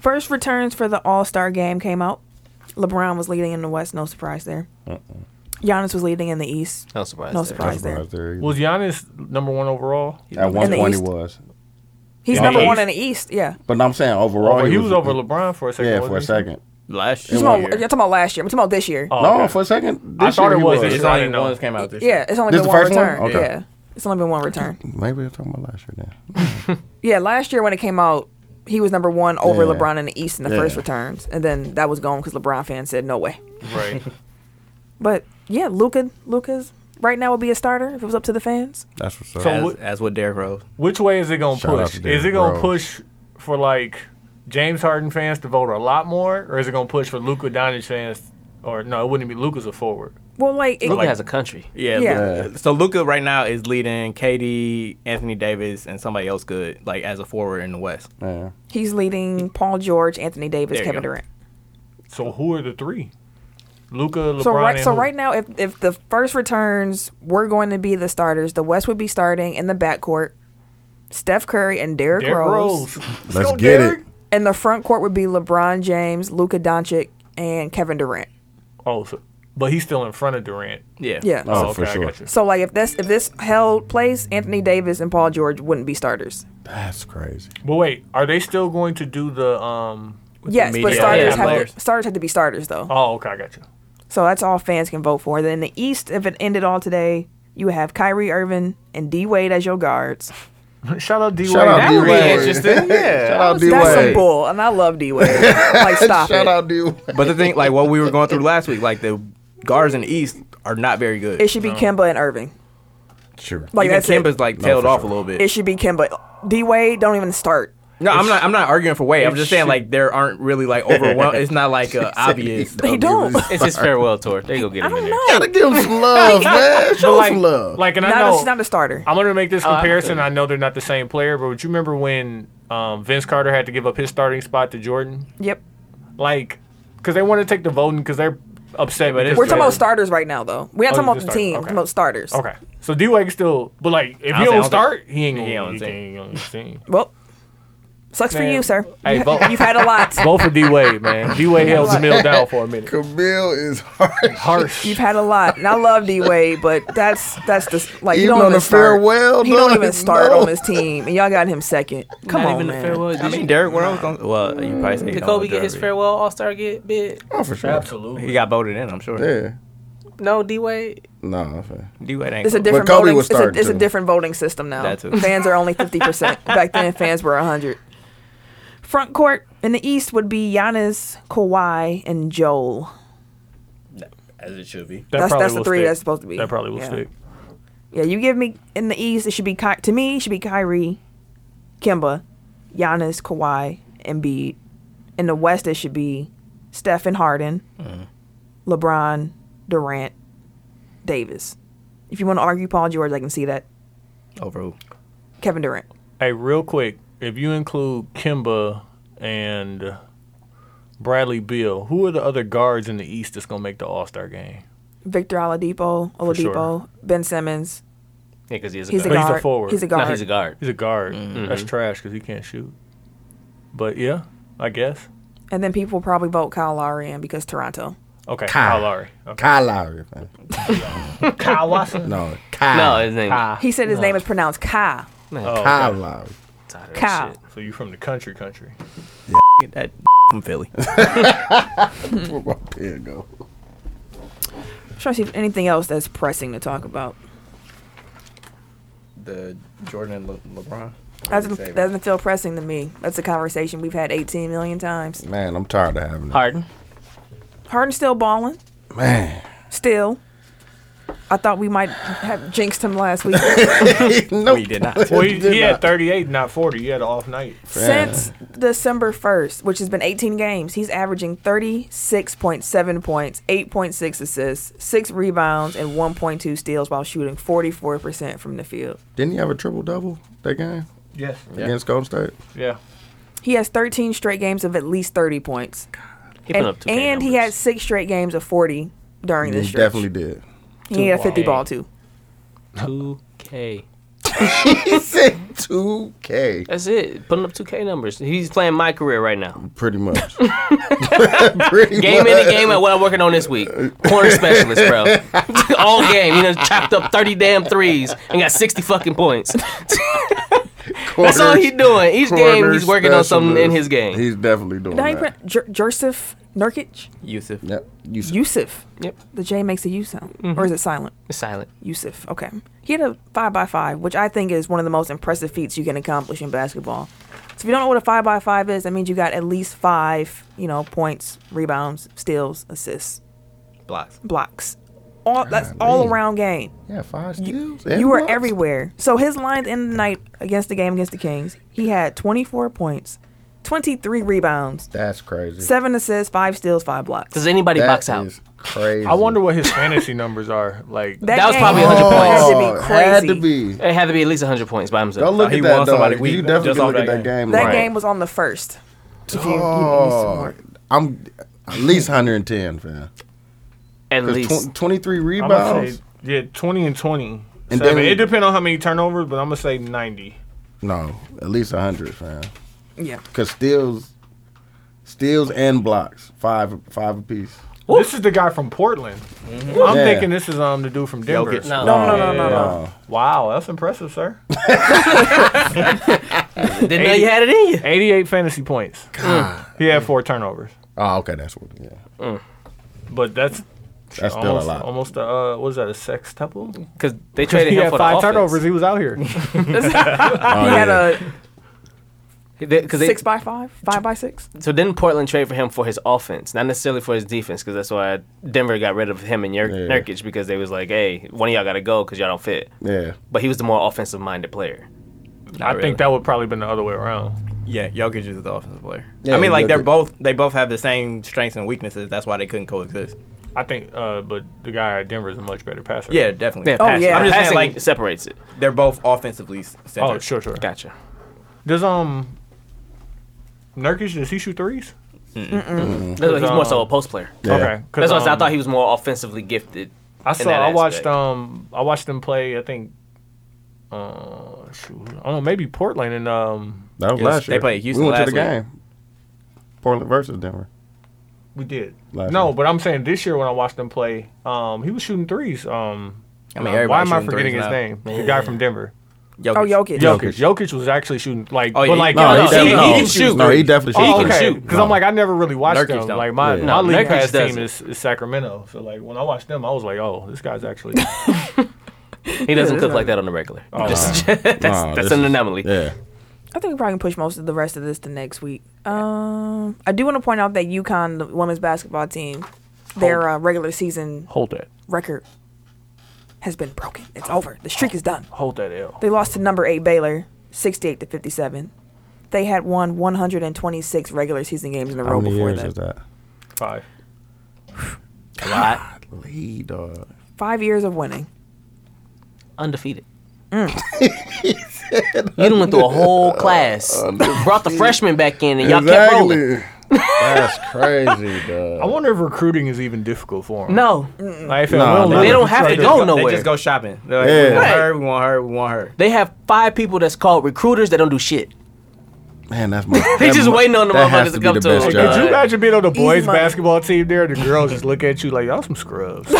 S2: First returns for the All Star game came out. LeBron was leading in the West, no surprise there. Giannis was leading in the East.
S3: No surprise
S2: No
S3: there.
S2: surprise there.
S4: Was Giannis number one overall?
S1: At one
S2: the
S1: point, he
S2: East.
S1: was.
S2: He's
S1: Yeah.
S2: number
S1: Yeah.
S2: one in the East. Yeah.
S1: But I'm saying overall,
S4: Oh, he was over LeBron for a second,
S1: Yeah,
S4: wasn't
S1: for a
S4: he?
S1: second.
S7: Last
S2: You're
S7: year,
S2: talking, about, you're talking about last year. I'm talking about this year.
S4: Oh,
S1: No,
S4: okay.
S1: for a second.
S4: I
S1: This
S4: thought
S1: year
S4: it
S1: he
S4: was.
S1: was.
S4: It's
S7: it's
S4: not
S7: only
S4: even
S7: one
S4: know.
S7: that came out this year.
S2: yeah, it's only
S1: This
S2: been
S1: the
S2: one
S1: first one?
S2: return.
S1: Okay.
S2: Yeah, it's only been one return.
S1: Maybe we're talking about last year then.
S2: Yeah, last year when it came out, he was number one over
S1: Yeah.
S2: LeBron in the East in the
S1: Yeah.
S2: first returns, and then that was gone because LeBron fans said no way.
S4: Right.
S2: But yeah, Luca, Luca's right now would be a starter if it was up to the fans.
S1: That's what's up.
S4: So
S7: As,
S4: what-
S7: as with Derrick Rose.
S4: Which way is it gonna
S1: Shout out
S4: push?
S1: to Derrick
S4: Is it gonna
S1: Rose.
S4: push for like James Harden fans to vote a lot more, or is it gonna push for Luka Doncic fans? Or no, it wouldn't be Luka's a forward.
S2: Well, like, it,
S3: Luka has a country.
S7: Yeah.
S2: Yeah.
S7: Luka- So Luca right now is leading KD, Anthony Davis, and somebody else good like as a forward in the West.
S1: Yeah.
S2: he's leading Paul George, Anthony Davis,
S7: There you
S2: Kevin
S7: go.
S2: Durant.
S4: So who are the three? Luka, LeBron,
S2: So right,
S4: and
S2: so
S4: who?
S2: right now, if if the first returns were going to be the starters, the West would be starting in the backcourt. Steph Curry and Derrick,
S4: Derrick
S2: Rose.
S4: Rose.
S1: Let's
S4: go,
S1: get
S4: Derrick.
S1: it.
S2: And the front court would be LeBron James, Luka Doncic, and Kevin Durant.
S4: Oh, so, but he's still in front of Durant.
S7: Yeah.
S2: Yeah.
S1: Oh,
S4: okay,
S1: for
S4: I
S1: sure.
S4: got you.
S2: So like if this if this held place, Anthony Davis and Paul George wouldn't be starters.
S1: That's crazy.
S4: But wait, are they still going to do the um?
S2: yes,
S7: media
S2: but starters
S7: and
S2: have
S7: players.
S2: to, starters have to be starters though.
S4: Oh, okay, I got you.
S2: So that's all fans can vote for. Then in the East, if it ended all today, you would have Kyrie Irving and D Wade as your guards.
S4: Shout out D Wade.
S1: Shout out
S4: That
S1: D
S4: would be
S1: Wade.
S4: interesting.
S1: Shout
S4: Yeah.
S1: out D
S2: That's some
S1: Wade.
S2: bull, and I love D Wade. like stop
S1: Shout
S2: it.
S1: out D Wade.
S7: But the thing, like what we were going through last week, like the guards in the East are not very good.
S2: It should be Kimba and Irving.
S1: Sure.
S2: Like
S7: Even
S2: that's
S7: Kemba's
S2: it.
S7: like tailed
S1: for
S7: off
S1: sure.
S7: a little bit.
S2: It should be Kimba. D Wade, don't even start.
S7: no, I'm not. I'm not arguing for Wade. I'm
S4: it
S7: just saying
S4: should-
S7: like there aren't really like overwhelmed. it's not like uh, obvious.
S2: He don't.
S3: It's his farewell tour. They go get
S2: I
S3: him in
S2: don't
S3: there.
S1: Gotta
S2: know.
S1: give him some love, man. Show him some love.
S4: Like, and I
S2: Not
S4: know
S2: a, not a starter.
S4: I'm gonna make
S7: Oh,
S4: this comparison. I know they're not the same player, but would you remember when um, Vince Carter had to give up his starting spot to Jordan?
S2: Yep.
S4: Like, because they want to take the voting because they're upset. But
S2: We're talking about starters right now, though. We're not
S4: Oh,
S2: talking about
S4: just
S2: the
S4: starters.
S2: team. We're
S4: Okay.
S2: talking about starters.
S4: Okay, so D Wade still, but like, if you
S7: don't think- I
S4: don't
S7: don't
S4: start, he ain't gonna
S7: he on
S4: he
S7: the team.
S4: ain't on the team.
S2: Well, sucks for
S4: Man.
S2: you, sir.
S4: Hey,
S2: You-
S4: vote.
S2: You've had a lot.
S4: Vote for D Wade, man. D Wade held Camille down for a minute.
S1: Camille is harsh.
S4: Harsh.
S2: You've had a lot, and I love D Wade, but that's that's just like he
S1: Even
S2: don't
S1: on
S2: even
S1: the
S2: start.
S1: farewell,
S2: he don't
S1: no,
S2: even start
S1: no.
S2: on his team, and y'all got him second. Come
S3: Not
S2: on,
S3: even the
S2: man.
S3: farewell. Did
S7: I mean, Derrick Rose. Don't, well, you probably say he
S3: you, did
S7: don't
S3: Kobe
S7: deserve
S3: get his
S7: it.
S3: farewell All Star get bid?
S1: Oh, for sure.
S4: Absolutely.
S7: He got voted in. I'm sure.
S1: Yeah.
S3: No, D Wade.
S1: No, nah, fair.
S7: D Wade ain't.
S2: It's a
S7: Kobe.
S2: different
S1: Kobe
S2: voting.
S1: was
S2: It's a,
S1: starting,
S2: it's a
S1: too.
S2: different voting system now.
S7: That, too.
S2: Fans are only fifty percent. Back then, fans were hundred. Front court in the East would be Giannis, Kawhi, and Joel.
S7: as it should be.
S4: That
S2: that's-
S4: probably
S2: that's the
S4: will
S2: three
S4: stick.
S2: that's supposed to be.
S4: That probably will
S2: Yeah.
S4: stick.
S2: Yeah, you give me in the East, it should be Ky- to me, it should be Kyrie, Kimba, Giannis, Kawhi, Embiid. In the West, it should be Steph and Harden, LeBron, Durant, Davis. If you want to argue Paul George, I can see that.
S7: Over who?
S2: Kevin Durant.
S4: Hey, real quick, if you include Kimba and Bradley Beal, who are the other guards in the East that's gonna make the All Star game?
S2: Victor Oladipo, Oladipo,
S4: sure.
S2: Ben Simmons.
S3: Yeah, because he is Oh, a
S2: He's a
S3: guard.
S4: he's a
S2: guard.
S4: forward.
S2: He's a
S3: No,
S2: guard.
S3: he's a guard.
S4: He's a guard. That's trash because he can't shoot. But yeah, I guess.
S2: And then people will probably vote Kyle Lowry in because Toronto.
S4: Okay, Kyle Lowry. Okay.
S1: Kyle Lowry, man.
S4: Kyle Watson.
S1: No, Kyle.
S3: No,
S4: Ah.
S3: his name.
S2: He said his name is pronounced Kyle.
S1: Kyle Lowry.
S3: Tired of that
S2: Kyle.
S3: shit.
S4: So you from the country, country?
S7: That from Philly.
S1: Where my pen go?
S2: I'm trying to see if anything else that's pressing to talk about.
S7: the Jordan and Le- LeBron.
S2: That
S7: Favorite.
S2: doesn't, doesn't feel pressing to me. That's a conversation we've had 18 million times.
S1: Man, I'm tired of having it.
S3: Harden.
S2: Harden's still balling.
S1: Man.
S2: Still. I thought we might have jinxed him last week.
S4: no, he did not. Well, he, he had 38, not 40. You had an off night.
S2: Since December 1st, which has been 18 games, he's averaging 36.7 points, 8.6 assists, 6 rebounds, and 1.2 steals while shooting 44% from the field.
S1: Didn't he have a triple double that game?
S4: Yes.
S1: Against Golden State?
S4: Yeah.
S2: He has 13 straight games of at least 30 points.
S1: He put
S2: and
S1: up 2K
S2: and he had 6 straight games of 40 during
S1: he
S2: this stretch.
S1: definitely did.
S2: He had a 50 ball, too.
S3: 2K.
S1: he said 2K.
S3: That's it. Putting up 2K numbers. He's playing my career right now.
S1: Pretty much.
S3: game in the game at what I'm working on this week. Corner specialist, bro. All game. You know, chopped up 30 damn threes and got 60 fucking points. That's all he doing. Each game, he's working on something in his game.
S1: He's definitely doing
S2: Now you
S1: that.
S2: print Jer- Joseph Nurkic?
S7: Yusuf.
S1: Yep. Yusuf.
S2: Yusuf.
S3: Yep.
S2: The J makes a U sound. Or is it silent?
S3: It's silent.
S2: Yusuf. Okay. He had a 5 by 5 which I think is one of the most impressive feats you can accomplish in basketball. So if you don't know what a 5 by 5 is, that means you got at least five, you know, points, rebounds, steals, assists,
S7: Blocks.
S2: blocks. All that's all around game.
S1: Yeah, five
S2: You,
S1: steals. and
S2: you were
S1: blocks.
S2: everywhere. So his lines in the night against the game against the Kings, he had 24 points, 23 rebounds,
S1: That's crazy.
S2: seven assists, five steals, five blocks.
S3: Does anybody
S1: That
S3: box out?
S1: is Crazy.
S4: I wonder what his fantasy numbers are. Like,
S2: That,
S3: That was
S2: game
S3: probably 100 points.
S2: Had to be crazy.
S1: Oh, Had to be.
S3: It had to be at least 100 points by himself.
S1: Go
S4: Oh,
S1: look
S7: he
S1: at
S7: won
S1: that,
S7: somebody
S1: dog.
S7: weak
S1: You definitely
S7: just off
S1: look at that
S7: that
S1: game.
S2: That
S1: right.
S2: game was on the first. If you- you- you
S1: Oh,
S2: smart.
S1: I'm at least 110, fam.
S3: At
S1: 'Cause
S3: least.
S1: tw- 23
S4: I'm going to
S1: rebounds.
S4: say, yeah, 20 and 20.
S1: And
S4: Seven.
S1: then-
S4: it depends on how many turnovers, but I'm going to say 90.
S1: No, at least 100, fam.
S2: Yeah.
S1: Cause steals, steals and blocks, five five apiece.
S4: This is the guy from Portland.
S3: Mm-hmm.
S4: I'm
S1: Yeah.
S4: thinking this is um the dude from Denver.
S7: Jokic.
S3: No.
S2: No, no, no, no, no.
S1: Uh,
S4: Wow, that's impressive, sir.
S3: Didn't know you had it in you.
S4: 88 fantasy points. He had four turnovers,
S1: oh, okay, that's what. Yeah,
S4: but that's
S1: that's still
S4: almost,
S1: a lot.
S4: almost a uh, what is that a sextuple?
S3: Because they traded
S4: He
S3: him
S4: had
S3: for the
S4: five turnovers. He was out here.
S1: Oh,
S2: He had
S1: yeah.
S2: a
S3: Because they,
S2: six by five, five by six.
S3: so didn't Portland trade for him for his offense, not necessarily for his defense? Because that's why Denver got rid of him and Yer-
S1: Yeah.
S3: Nurkic because they was like, hey, one of y'all got to go because y'all don't fit.
S1: yeah.
S3: But he was the more offensive minded player.
S4: I
S3: really.
S4: think that would probably been the other way around.
S7: Yeah, Jokic is the offensive player.
S1: Yeah,
S7: I mean, like they're
S1: Jokic.
S7: both they both have the same strengths and weaknesses. That's why they couldn't coexist.
S4: I think, uh, but the guy at Denver is a much better passer.
S7: Oh, Yeah, definitely.
S3: Yeah, passing.
S2: yeah.
S3: I'm just
S7: Passing
S3: saying, like separates it.
S7: They're both offensively centered.
S4: Oh, sure, sure.
S3: Gotcha.
S4: Does um Nurkic does he shoot threes?
S3: That's why he's more so a post player.
S1: Yeah.
S4: Okay, 'cause,
S3: That's why I, said I
S4: um,
S3: thought he was more offensively gifted.
S4: I
S3: that
S4: saw. I watched.
S3: aspect.
S4: Um, I watched them play. I think. Uh, shoot. I don't know. Maybe Portland and um,
S1: That was
S7: Yes,
S1: last
S7: they
S1: year.
S7: played Houston
S1: We went to
S7: last
S1: the
S7: week.
S1: game. Portland versus Denver.
S4: we did.
S1: Last
S4: no,
S1: year.
S4: but I'm saying this year when I watched them play, um, he was shooting threes. Um,
S7: I mean,
S4: uh, why
S7: everybody's
S4: am I
S7: shooting
S4: forgetting his
S7: threes
S4: name? The guy from Denver.
S7: Jokic.
S2: Oh, Jokic.
S4: Jokic. Jokic was actually shooting like,
S7: Oh, yeah,
S4: but
S7: he-
S4: like,
S7: No,
S4: uh,
S7: he definitely-
S3: he can shoot.
S1: No, Oh, he definitely
S4: Oh,
S1: shoots.
S4: okay.
S3: shoot.
S4: Because I'm like, I never really watched
S7: Nurkic
S4: them.
S7: don't.
S4: Like my
S1: Yeah.
S3: No,
S4: my league
S3: Nurkic
S4: pass team
S3: doesn't.
S4: is, is Sacramento. So like when I watched them, I was like, oh, this guy's actually.
S3: He doesn't cook like that on the regular. Just- that's
S1: Nah,
S3: that's
S1: this
S3: an
S1: is-
S3: anomaly.
S1: Yeah.
S2: I think we probably can push most of the rest of this to next week. Um, I do want to point out that UConn, the women's basketball team, their uh, regular season
S4: Hold that.
S2: record has been broken. It's over. The streak is done.
S4: Hold that L.
S2: They lost to number eight Baylor, sixty-eight to fifty-seven. They had won 126 regular season games in a
S1: How
S2: row
S1: many
S2: before
S1: years
S2: that.
S1: is that?
S4: Five.
S1: Lead, dog.
S2: Five years of winning.
S3: Undefeated. you Mm. done went through a whole class. Brought the freshmen back in and y'all kept rolling.
S1: Exactly. That's crazy,
S4: I
S1: dog.
S4: wonder if recruiting is even difficult for him.
S3: No,
S4: Like, if
S1: No, they
S4: we look-
S3: don't have to
S4: Like,
S3: go
S7: They
S3: nowhere.
S7: just go shopping. They're like,
S1: Yeah.
S7: We want
S1: Right.
S7: her. We want her. We want her.
S3: They have five people that's called recruiters that don't do shit.
S1: Man, that's my.
S3: They
S1: that
S3: just
S1: mu-
S3: waiting on the
S1: that has
S3: motherfuckers to
S1: be
S3: come
S1: the
S3: to
S1: best
S3: them.
S1: job.
S4: Could you imagine being on the boys'
S2: money.
S4: basketball team there? The girls just look at you like y'all some scrubs.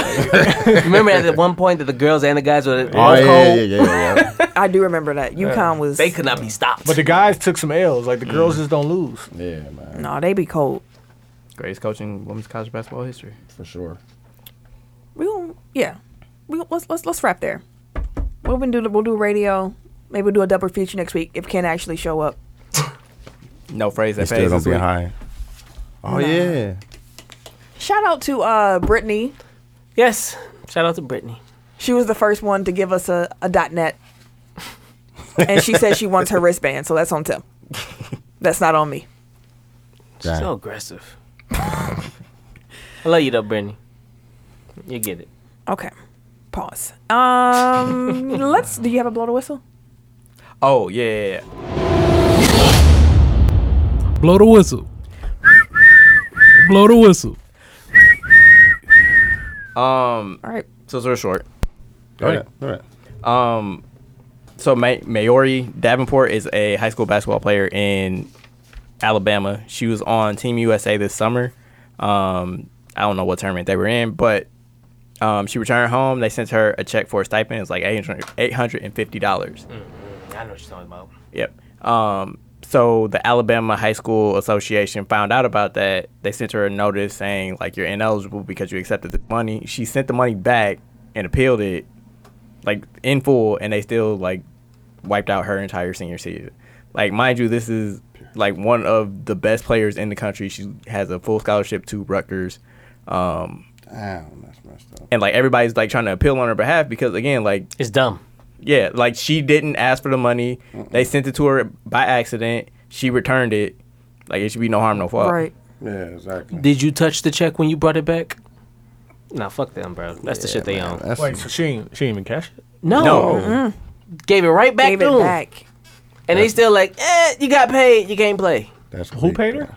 S3: Remember at one point that the girls and the guys were
S1: Oh
S3: all
S1: yeah,
S3: cold.
S1: yeah, yeah, yeah, yeah.
S2: I do remember that. UConn was
S3: They could not be stopped.
S4: but the guys took some L's.
S13: Mm.
S4: Like the girls just don't lose.
S1: Yeah, man,
S2: no, they be cold.
S7: Greatest coaching women's college basketball history.
S1: for sure.
S2: we gonna yeah we gon- let's let's let's wrap there we'll been do we'll do radio maybe we'll do a double feature next week if ken actually show up
S7: No phrase that
S1: It's still
S7: pays
S1: gonna
S7: this
S1: be
S7: week.
S1: high. Oh yeah.
S2: shout out to uh brittany
S3: yes, shout out to Brittany.
S2: She was the first one to give us a, a .net, and she said she wants her wristband, so that's on Tim. That's not on me.
S3: She's so aggressive. I love you though, Brittany. You get it.
S2: Okay, pause. Um, let's. Do you have a blow to whistle?
S7: Oh yeah, yeah, yeah.
S18: Blow the whistle. Blow the whistle.
S7: Um.
S2: All right.
S7: So it's real short.
S13: All right. All right.
S7: Um. So May- Mayori Davenport is a high school basketball player in Alabama. She was on Team USA this summer. Um. I don't know what tournament they were in, but um, she returned home. They sent her a check for a stipend. It's like eight hundred and fifty dollars.
S3: I know what you're talking about.
S7: Yep. Um, so the Alabama High School Association found out about that. They sent her a notice saying like you're ineligible because you accepted the money. She sent the money back and appealed it, like in full, and they still like wiped out her entire senior season. Like mind you, this is like one of the best players in the country. She has a full scholarship to Rutgers. Um,
S13: Damn, that's messed up.
S7: and like everybody's like trying to appeal on her behalf because again like
S3: It's dumb.
S7: yeah like she didn't ask for the money they sent it to her by accident she returned it like it should be no harm no foul
S3: Uh,
S2: Right.
S13: Yeah, exactly.
S3: Did you touch the check when you brought it back? Nah, fuck them, bro. That's the shit they own.
S13: That's
S4: Wait, so she ain't, she ain't even cash it?
S3: No. Gave it right back
S2: Gave
S3: to
S2: it
S3: him.
S2: back.
S3: And they still like, eh, you got paid, you can't play.
S13: that's
S4: Who
S13: weak,
S4: paid
S13: bro.
S4: her?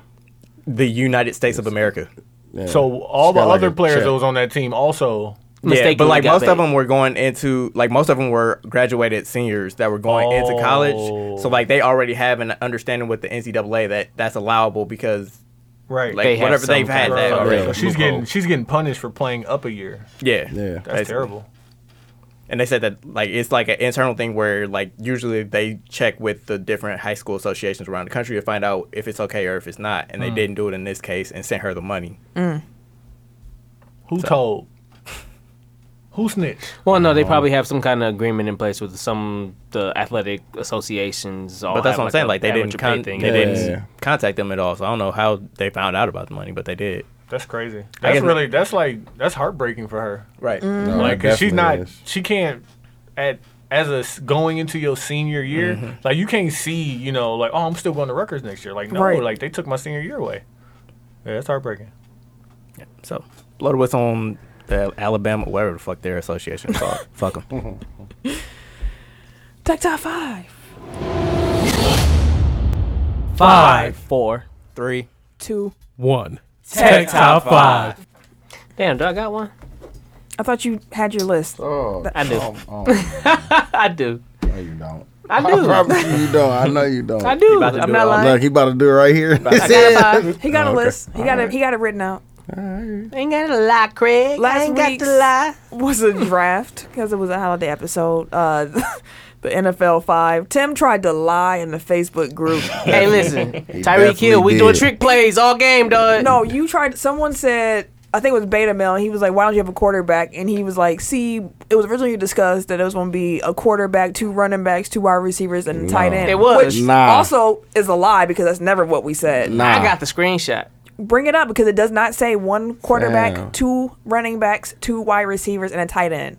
S7: the united states of america
S13: Yeah.
S4: So all
S13: She got
S4: the
S13: like
S4: other
S13: a
S4: players
S13: check.
S4: that was on that team also.
S7: yeah, but
S3: Mistakenly
S7: like
S3: got
S7: most of
S3: paid.
S7: them were going into like most of them were graduated seniors that were going into college so
S4: Oh.
S7: like they already have an understanding with the ncaa that that's allowable because
S4: Right.
S7: like
S3: They had
S7: whatever
S3: some
S7: they've had
S3: kind of-
S7: that
S4: so
S7: already.
S4: she's getting she's getting punished for playing up a year.
S7: yeah
S13: Yeah.
S4: That's
S7: Basically.
S4: terrible.
S7: and they said that like it's like an internal thing where like usually they check with the different high school associations around the country to find out if it's okay or if it's not and they
S3: Hmm.
S7: didn't do it in this case and sent her the money
S3: Oh,
S4: Who told? Who snitched?
S3: Well, no, they
S7: Uh-huh.
S3: probably have some kind of agreement in place with some the athletic associations. All
S7: but that's
S3: have,
S7: what i'm saying
S3: a
S7: like they
S3: average
S7: didn't
S3: pay
S7: con- they
S3: thing.
S7: didn't
S13: Yeah.
S7: contact them at all so i don't know how they found out about the money but they did
S4: That's crazy.
S7: I
S4: That's
S7: guess-
S4: really that's like that's heartbreaking for her.
S7: right
S13: No,
S4: Like,
S13: it
S4: 'cause she's not,
S13: definitely is.
S4: she can't at as a s- going into your senior year. Like, you can't see, you know, like, oh, I'm still going to Rutgers next year. Like, no,
S2: Right.
S4: like they took my senior year away. Yeah, that's heartbreaking.
S7: so blow the whistle on the alabama whatever the fuck their association is called fuck them
S2: Tech top five.
S3: Five, four.
S7: three
S2: Two.
S18: One. Tech top five.
S3: Damn, do I got one?
S2: I thought you had your list.
S13: Oh,
S3: I do.
S13: oh,
S3: I do.
S13: no, you don't.
S3: I
S13: I
S3: do.
S13: promise you, you don't. I know you don't.
S3: I do.
S7: about to
S3: I'm
S7: do
S3: not
S7: it.
S3: lying.
S13: Look, he about to do it right here.
S2: I got a five. He got a list. He got it. He got it written out.
S3: ain't got to lie, Craig.
S2: Last
S3: I ain't got
S2: week's-
S3: to lie.
S2: was a draft because it was a holiday episode. Uh, the NFL five. Tim tried to lie in the Facebook group.
S3: Hey, listen, Tyreek
S13: definitely
S3: Hill, we doing
S13: did.
S3: trick plays all game, dog.
S2: no, you tried. Someone said. I think it was Beta Mel. He was like, "Why don't you have a quarterback?" And he was like, "See, it was originally discussed that it was going to be a quarterback, two running backs, two wide receivers, and a tight end."
S3: It was.
S2: which
S13: Nah.
S2: also is a lie because that's never what we said.
S7: Ah.
S3: I got the screenshot.
S2: Bring it up because it does not say one quarterback,
S13: Damn.
S2: two running backs, two wide receivers, and a tight end.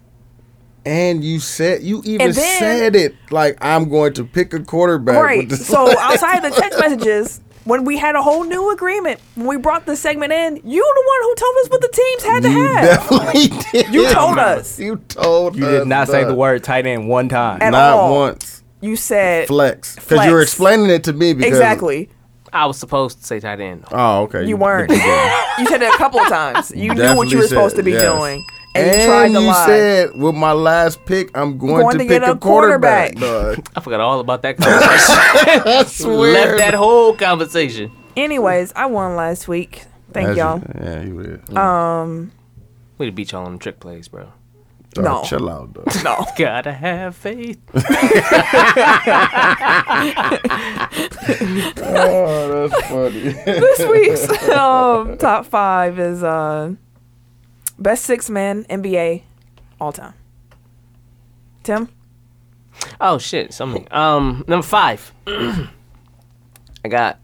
S13: And you said you even
S2: And then-
S13: said it like I'm going to pick a quarterback.
S2: Right.
S13: with this-
S2: So outside the text messages, when we had a whole new agreement, when we brought this segment in, you the one who told us what the teams had to
S13: you
S2: have.
S13: definitely did.
S2: You told us.
S13: You told.
S7: you
S13: us
S7: did not say
S13: that.
S7: the word tight end one time
S2: At
S13: Not
S2: all.
S13: once.
S2: You said
S13: Flex. Because
S2: Flex.
S13: you were explaining it to me. Because,
S2: exactly.
S3: I was supposed to say tight end.
S13: Oh, okay.
S2: You weren't.
S13: did that.
S2: You said it a couple of times. You knew what
S13: Definitely
S2: you were supposed
S13: said,
S2: to be
S13: yes.
S2: doing,
S13: And
S2: and, you tried to
S13: you
S2: lie.
S13: said with my last pick, I'm going,
S2: Going
S13: to,
S2: to
S13: pick
S2: get a
S13: a quarterback. dog.
S3: I forgot all about that conversation. Left that whole conversation.
S2: Anyways, I won last week. Thank
S13: That's-
S2: y'all. Uh,
S13: Yeah, you did.
S3: We beat y'all on the trick plays, bro.
S13: Dog,
S2: no.
S13: Chill out, dog.
S2: No,
S3: Gotta have faith.
S13: oh, that's funny.
S2: this week's um, top five is uh, best six man NBA all time. Tim,
S3: Oh shit, something. Um, number five. I got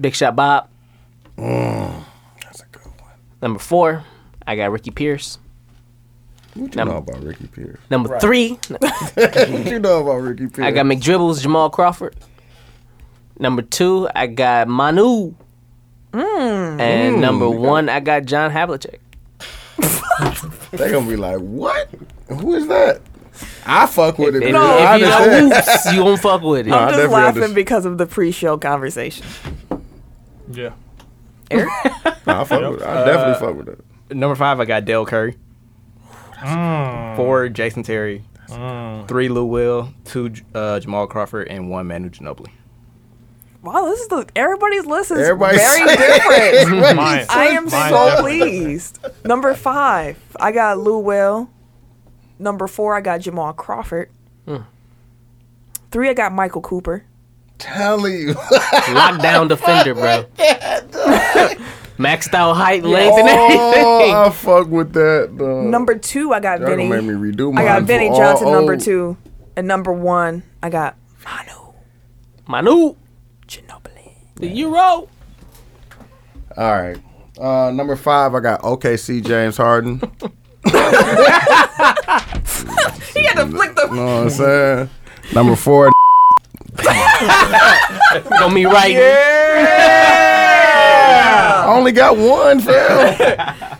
S3: Big Shot Bob.
S1: Mm,
S3: Number four, I got Ricky Pierce.
S1: What you
S3: Num-
S1: know about Ricky Pierce?
S3: Number three.
S1: what you know about Ricky Pierce?
S3: I got McDribbles, Jamal Crawford. Number two, I got Manu. And
S1: Mm.
S3: number one, I got John Havlicek.
S1: They gonna be like, what? Who is that? I fuck with it.
S3: If,
S1: man. I
S3: if you know
S1: understand.
S3: whoops, you won't fuck with it.
S1: Nah, I
S2: I'm just
S1: definitely
S2: laughing
S1: understand.
S2: because of the pre-show conversation.
S4: Yeah.
S1: Nah, I fuck with it. I
S7: Uh,
S1: definitely fuck with it.
S7: Number five, I got Dale Curry. Four, Jason Terry. Three, Lou Will. Two, uh, Jamal Crawford, and one, Manu Ginobili.
S2: Wow, this is the everybody's list is
S1: Everybody's
S2: very different. I am so pleased. Number five, I got Lou Will. Number four, I got Jamal Crawford.
S3: Hmm.
S2: Three, I got Michael Cooper.
S1: Tell you.
S3: Lockdown defender, bro. Maxed out height, length, and everything.
S1: Oh, I fuck with that. Though.
S2: Number two, I got
S1: Oh. Y'all gonna
S2: Vinny.
S1: make me Oh, redo
S2: I got
S1: mine for
S2: Vinny
S1: all
S2: Johnson. Number
S1: old.
S2: two, and number one, I got
S3: Manu,
S2: Ginobili.
S3: the Euro.
S1: All right. Uh, number five, I got OKC James Harden.
S2: He had to flick the.
S1: You know what I'm saying? Number four,
S3: Gonna be right.
S1: I only got one, fam.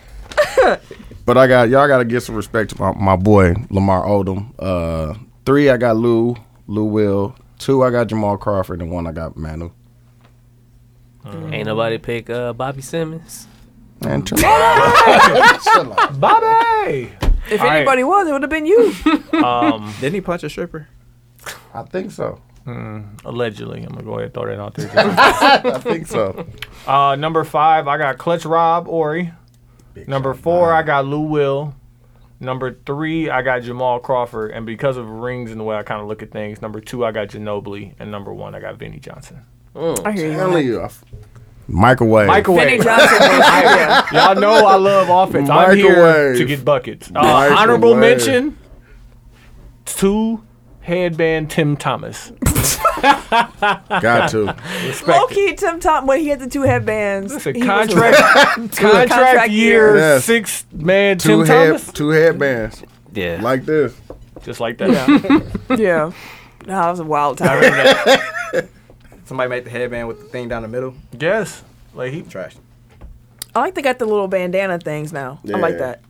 S1: but I got y'all got to give some respect to my, my boy Lamar Odom. Uh, three, I got Lou Lou Will. Two, I got Jamal Crawford, and one, I got Manu.
S3: Ain't nobody pick uh, Bobby Simmons.
S1: And Jamal.
S4: Bobby.
S2: If
S4: All right.
S2: anybody was, it would have been you.
S4: Um,
S7: Didn't he punch a stripper?
S1: I think so.
S4: allegedly, I'm gonna go ahead and throw that out there.
S1: I think so.
S4: uh, number five, I got Clutch Rob Ori. Number four, I got Lou Will. Number three, I got Jamal Crawford, and because of rings and the way I kind of look at things, number two, I got Ginobili, and number one, I got Vinny Johnson.
S2: I hear you.
S1: Telling you. I f- Microwave.
S2: Vinny
S4: Microwave.
S2: Johnson. yeah.
S4: Y'all know I love offense. I'm here
S1: Microwave.
S4: to get buckets. Uh,
S1: Microwave.
S4: honorable mention to headband Tim Thomas.
S1: got to.
S2: Low key, Tim Tom when he had the two headbands.
S4: It's a
S2: he was-
S4: contract, contract,
S2: Contract
S4: year,
S2: year.
S1: Yes.
S4: six man
S1: Two
S4: Tim
S1: head,
S4: Thomas.
S1: two headbands
S3: Yeah.
S1: like this.
S4: Just like that.
S2: Yeah. Nah, that was a wild time.
S7: Somebody made the headband with the thing down the middle.
S4: Yes. Like he
S7: Trash.
S2: I like they got the little bandana things now. I like
S1: Yeah.
S2: that.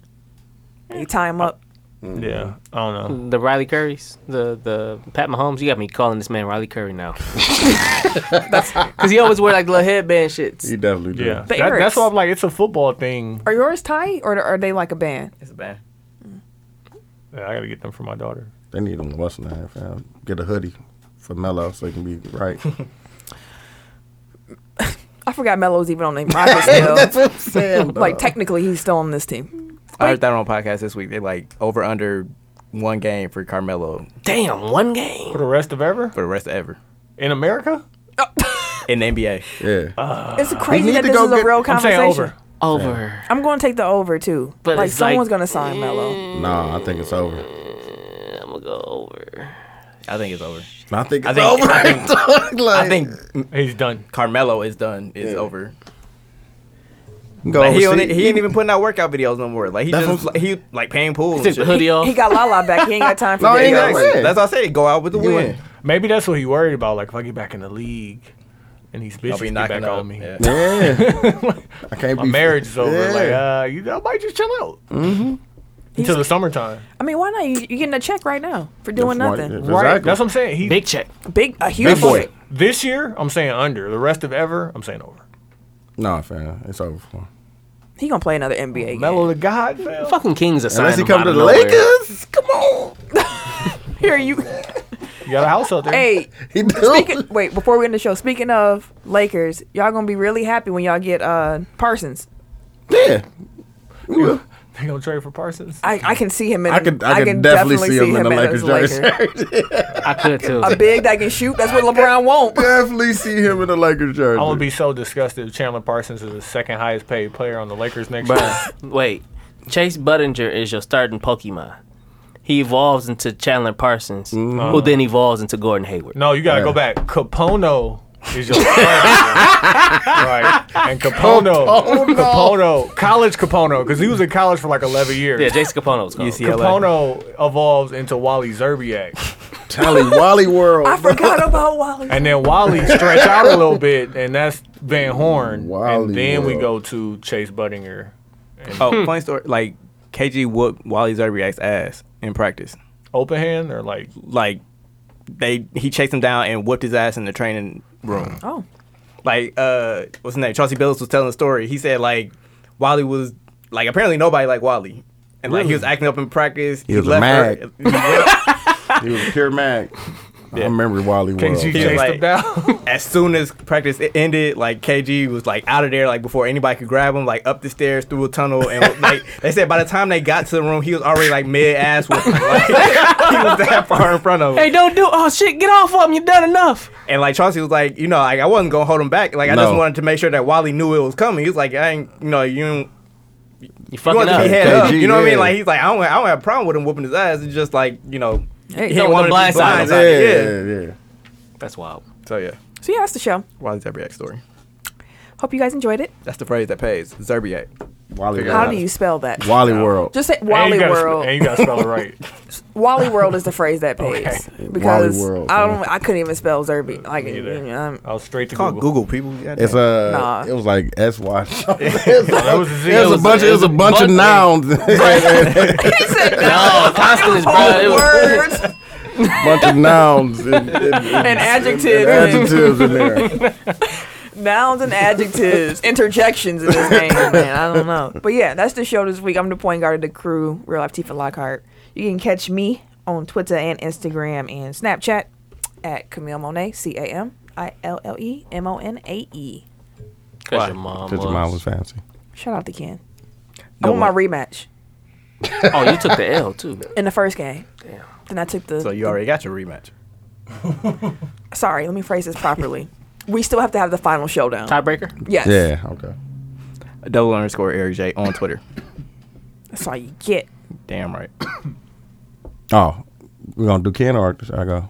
S2: You tie them up.
S4: Yeah. I don't
S2: Hmm.
S4: know.
S3: The Riley Currys, the the Pat Mahomes. You got me calling this man Riley Curry now. Because he always wear like little headband shits.
S1: He definitely did.
S4: Yeah.
S1: Yeah.
S2: But
S4: That-
S2: Eric's-
S4: that's why I'm like, it's a football thing.
S2: Are yours tight or are they like a band?
S7: It's a band.
S4: Yeah, I gotta get them for my daughter.
S1: They need him what's the name, fam. Get a hoodie for Melo so he can be right.
S2: I forgot Melo's even on the Rockets still.
S1: what I'm saying.
S2: like technically, he's still on this team.
S7: I heard that on a podcast this week. They like over under one game for Carmelo
S3: Damn, one game.
S4: For the rest of ever?
S7: for the rest of ever
S4: In America?
S7: in the NBA.
S1: yeah.
S2: It's crazy
S1: need
S2: that
S1: to
S2: this
S1: go
S2: is a
S1: get-
S2: real
S4: I'm saying
S2: conversation.
S4: over.
S3: Uh, Over.
S2: I'm going to take the over too.
S3: But
S2: like
S3: it's like- Mm,
S2: someone's going to sign Melo.
S1: Nah, I think it's over.
S3: I'm gonna go over.
S7: I think it's over.
S1: I think it's
S7: I think-
S1: over.
S7: I I
S1: Like-
S7: think
S4: He's done.
S7: Carmelo is done. It's
S1: Yeah.
S7: over.
S1: Go
S7: Like, he,
S1: overseas.
S7: only, he ain't even putting out workout videos no more. Like he
S1: That's
S7: just
S1: what-
S7: like, he like paying pool.
S3: Take
S7: And
S3: the
S7: shit.
S3: hoodie off.
S2: He got Lala back. He ain't got time for
S1: No, he
S2: that.
S1: ain't got-
S7: Exactly.
S1: Yeah.
S7: That's what I said. Go out with the
S1: You
S7: win.
S1: win.
S4: Maybe that's what he worried about. Like if I get back in the league and these
S7: I'll
S4: bitches
S7: be
S4: get
S7: knocking
S4: back
S7: up.
S4: on me.
S7: Yeah.
S1: Yeah. I can't
S4: My
S1: be
S4: marriage is over.
S1: Yeah.
S4: Like, uh, you, I might just chill out until the summertime.
S2: I mean, why not? You, you're getting a check right now for doing
S1: That's
S2: nothing.
S1: right. Exactly.
S4: That's what I'm saying. He,
S3: Big check.
S2: Big, a huge
S1: boy.
S2: check.
S4: This year, I'm saying under. The rest of ever, I'm saying over.
S1: Nah, fam. It's over for him.
S2: He gonna play another
S3: Oh,
S2: NBA game.
S4: Mellow the God, fam.
S3: Fucking Kings are signing
S1: Unless he
S3: him
S1: come
S3: out
S1: to
S3: of
S1: the
S3: nowhere.
S1: Lakers. Come on.
S2: Here you,
S4: You got a house out there.
S2: hey,
S1: He do.
S2: Speaking, wait, before we end the show, speaking of Lakers, y'all gonna be really happy when y'all get uh Parsons.
S1: Yeah. We will.
S4: They gonna trade for Parsons.
S2: I, I can see him in.
S1: I could, I could definitely, see him in the Lakers
S2: as a Laker.
S1: jersey.
S3: I could too.
S2: A big that can shoot. That's what LeBron won't.
S1: definitely see him in the Lakers jersey.
S4: I would be so disgusted if Chandler Parsons is the second highest paid player on the Lakers next year.
S3: Wait, Chase Budinger is your starting Pokemon. He evolves into Chandler Parsons, who then evolves into Gordon Hayward.
S4: No, you gotta
S1: Yeah.
S4: go back. Capono is your right. And Capono,
S17: Capono.
S4: Capono, college Capono, because he was in college for like eleven years.
S3: Yeah, Jason Capono was called.
S4: Capono evolves into Wally Zerbiak.
S1: Tally Wally World.
S2: I forgot about Wally.
S4: And then Wally stretch out a little bit, and that's Van Horn. and then we go to Chase Buttinger. And-
S7: Oh, funny story. Like KG whooped Wally Zerbiak's ass in practice.
S4: Open hand or like
S7: like they he chased him down and whooped his ass in the training room.
S2: Oh.
S7: Like uh, what's his name? Chauncey Billups was telling the story. He said like Wally was like apparently nobody liked Wally, and like he was acting up in practice.
S1: He was a
S7: her-
S1: He was a pure mag. I remember Wally World.
S7: He was like- as soon as practice e- ended, like KG was like out of there, like before anybody could grab him, like up the stairs through a tunnel, and like they said by the time they got to the room, he was already like mid ass. Like, he was that far in front of him.
S17: Hey, don't do. Oh shit! Get off of him. You've done enough.
S7: And like Chauncey was like, you know, like I wasn't gonna hold him back. Like I just
S1: No.
S7: wanted to make sure that Wally knew it was coming. He was like, I ain't, you know, you. don't- You
S3: fucking
S7: want to be
S3: up.
S7: head up.
S1: KG,
S7: You know what I mean?
S1: yeah.
S7: Like he's like, I don't, I don't have a problem with him whooping his ass. It's just like, you know,
S2: Hey,
S7: he
S2: throw
S7: didn't
S2: him
S7: want him to be
S1: yeah,
S7: blindsided.
S1: yeah,
S7: Yeah.
S1: yeah.
S3: That's wild.
S7: So yeah,
S2: So yeah, that's the show.
S7: Wally Zerbiak story.
S2: Hope you guys enjoyed it.
S7: That's the phrase that pays. Zerbiak.
S1: Wally
S7: Figure it
S2: How
S7: out.
S2: do you spell that?
S1: Wally World.
S2: Just say
S4: and
S2: Wally
S4: you gotta sp-
S2: World.
S4: and you gotta spell it right.
S2: Wally World is the phrase that pays because
S1: Wally World,
S2: I don't. I couldn't even spell Zerby. Like, you
S4: either.
S2: know, um, I'm-
S4: I was straight to
S7: Call
S4: Google.
S7: Google people. Goddamn.
S1: It's a.
S2: Nah.
S1: It was like S Y.
S4: That was a Z.
S1: It was a bunch. It was a bunch of nouns.
S2: he said
S3: No, constant is bro. It
S2: no
S3: was,
S2: words
S1: bunch of nouns and, and, and
S2: and adjectives, and
S1: adjectives in there.
S2: nouns and adjectives, interjections in his name. Man, I don't know. But yeah, that's the show this week. I'm the point guard of the crew, Real Life Tifa Lockhart. You can catch me on Twitter and Instagram and Snapchat at Camille Monet, C A M I L L E M O N A E.
S3: Cause your mom.
S1: Since your mom was fancy.
S2: Shout out to Ken. I want my rematch
S3: Oh, you took the L too.
S2: in the first game. Then I took the.
S7: So you already got your rematch.
S2: sorry, let me phrase this properly. we still have to have the final showdown.
S3: Tiebreaker.
S2: Yes.
S1: Yeah. Okay.
S7: Double underscore Eric J on Twitter.
S2: That's all you get.
S7: Damn right.
S1: Oh, we gonna do Ken or I go.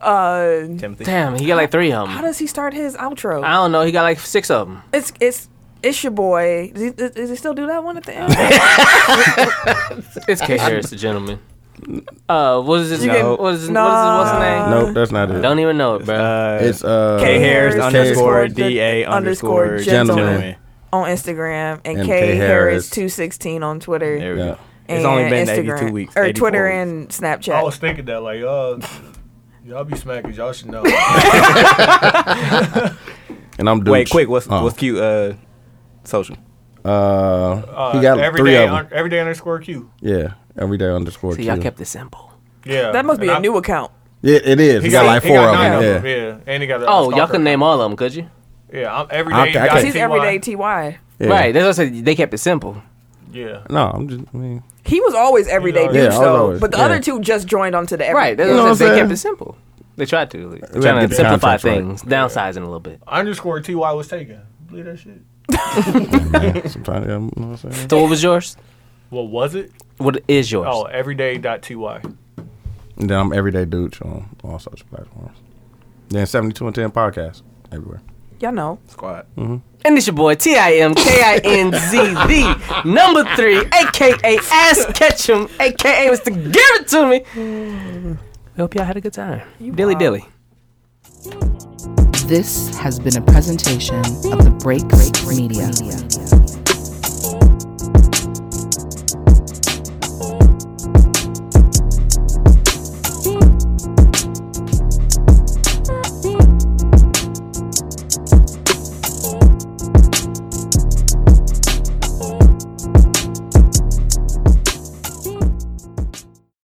S2: Uh,
S7: Timothy.
S3: Damn, he got like three of
S2: how
S3: them.
S2: does he start his outro?
S3: I don't know. He got like six of them.
S2: it's it's it's your boy. Does he, does- does he still do that one at the end?
S3: It's K Harris, the gentleman. Uh, what is his?
S2: You
S3: name?
S2: can-
S3: what is his?
S2: No.
S3: What is his? What's his
S2: Uh,
S3: name?
S1: No, that's not it.
S3: Don't even know it, bro.
S7: Uh,
S1: It's uh.
S7: K Harris
S2: K.
S7: underscore
S2: Harris
S7: D A
S2: underscore
S7: underscore
S2: gentleman.
S7: gentleman.
S2: on Instagram and,
S1: And
S2: K
S1: K
S2: Harris
S1: Harris.
S2: two sixteen on Twitter.
S7: There we
S1: Yeah.
S7: go. It's only
S2: and
S7: been
S2: Instagram,
S7: 82 weeks.
S2: Or
S7: 84
S2: Twitter
S7: weeks.
S2: and
S4: I
S2: Snapchat.
S4: was thinking that like, uh, y'all be smacking. Y'all should know.
S1: And I'm Dooch.
S7: Wait, quick. What's
S1: Oh.
S7: what's cute? Uh, social.
S1: Uh,
S4: Uh,
S1: he got
S4: every
S1: three
S4: day
S1: of them.
S4: un- every day underscore Q.
S1: yeah, everyday underscore.
S3: See, y'all
S1: Q.
S3: kept it simple.
S4: Yeah,
S2: That must be
S4: And
S2: a
S4: I-
S2: new account.
S1: Yeah, it is. He, got, like
S4: he
S1: four
S4: got nine
S1: of them. Yeah.
S4: Yeah. and he got. a
S3: Oh, y'all
S4: stalker.
S3: could name all of them, could you?
S4: Yeah, I'm every
S1: I-
S4: day.
S1: I
S4: got
S1: can't-
S2: He's
S4: TY.
S2: everyday ty.
S1: Yeah.
S3: Right. That's what I said. They kept it simple.
S4: Yeah,
S1: No, I'm just. I mean,
S2: He was always everyday
S4: always-
S2: douche
S1: Yeah, I was
S2: though.
S1: always-
S2: but the
S1: yeah.
S2: other two just joined onto the every-
S3: Right. That's
S1: You know
S3: what I
S1: what
S3: said.
S1: I'm
S3: They
S1: saying?
S3: kept it simple. They tried to. Like,
S1: gotta
S3: trying
S1: get
S3: to
S1: the
S3: simplify
S1: contracts right.
S3: things, downsizing a little bit.
S4: underscore Ty was taken. Believe that shit.
S1: man, sometimes yeah, you know what I'm saying.
S3: So what was yours?
S4: What was it?
S3: What is yours?
S4: Oh, everyday dot ty.
S1: And then I'm everyday Dooch on all social platforms. Then 72 and 10 podcast everywhere.
S2: Y'all know.
S7: Squad.
S3: And it's your boy T I M K I N Z D number three, aka Ass Ketchum, aka Mr. Give It To Me. We hope y'all had a good time. dilly dilly.
S19: This has been a presentation of the Break Break Media.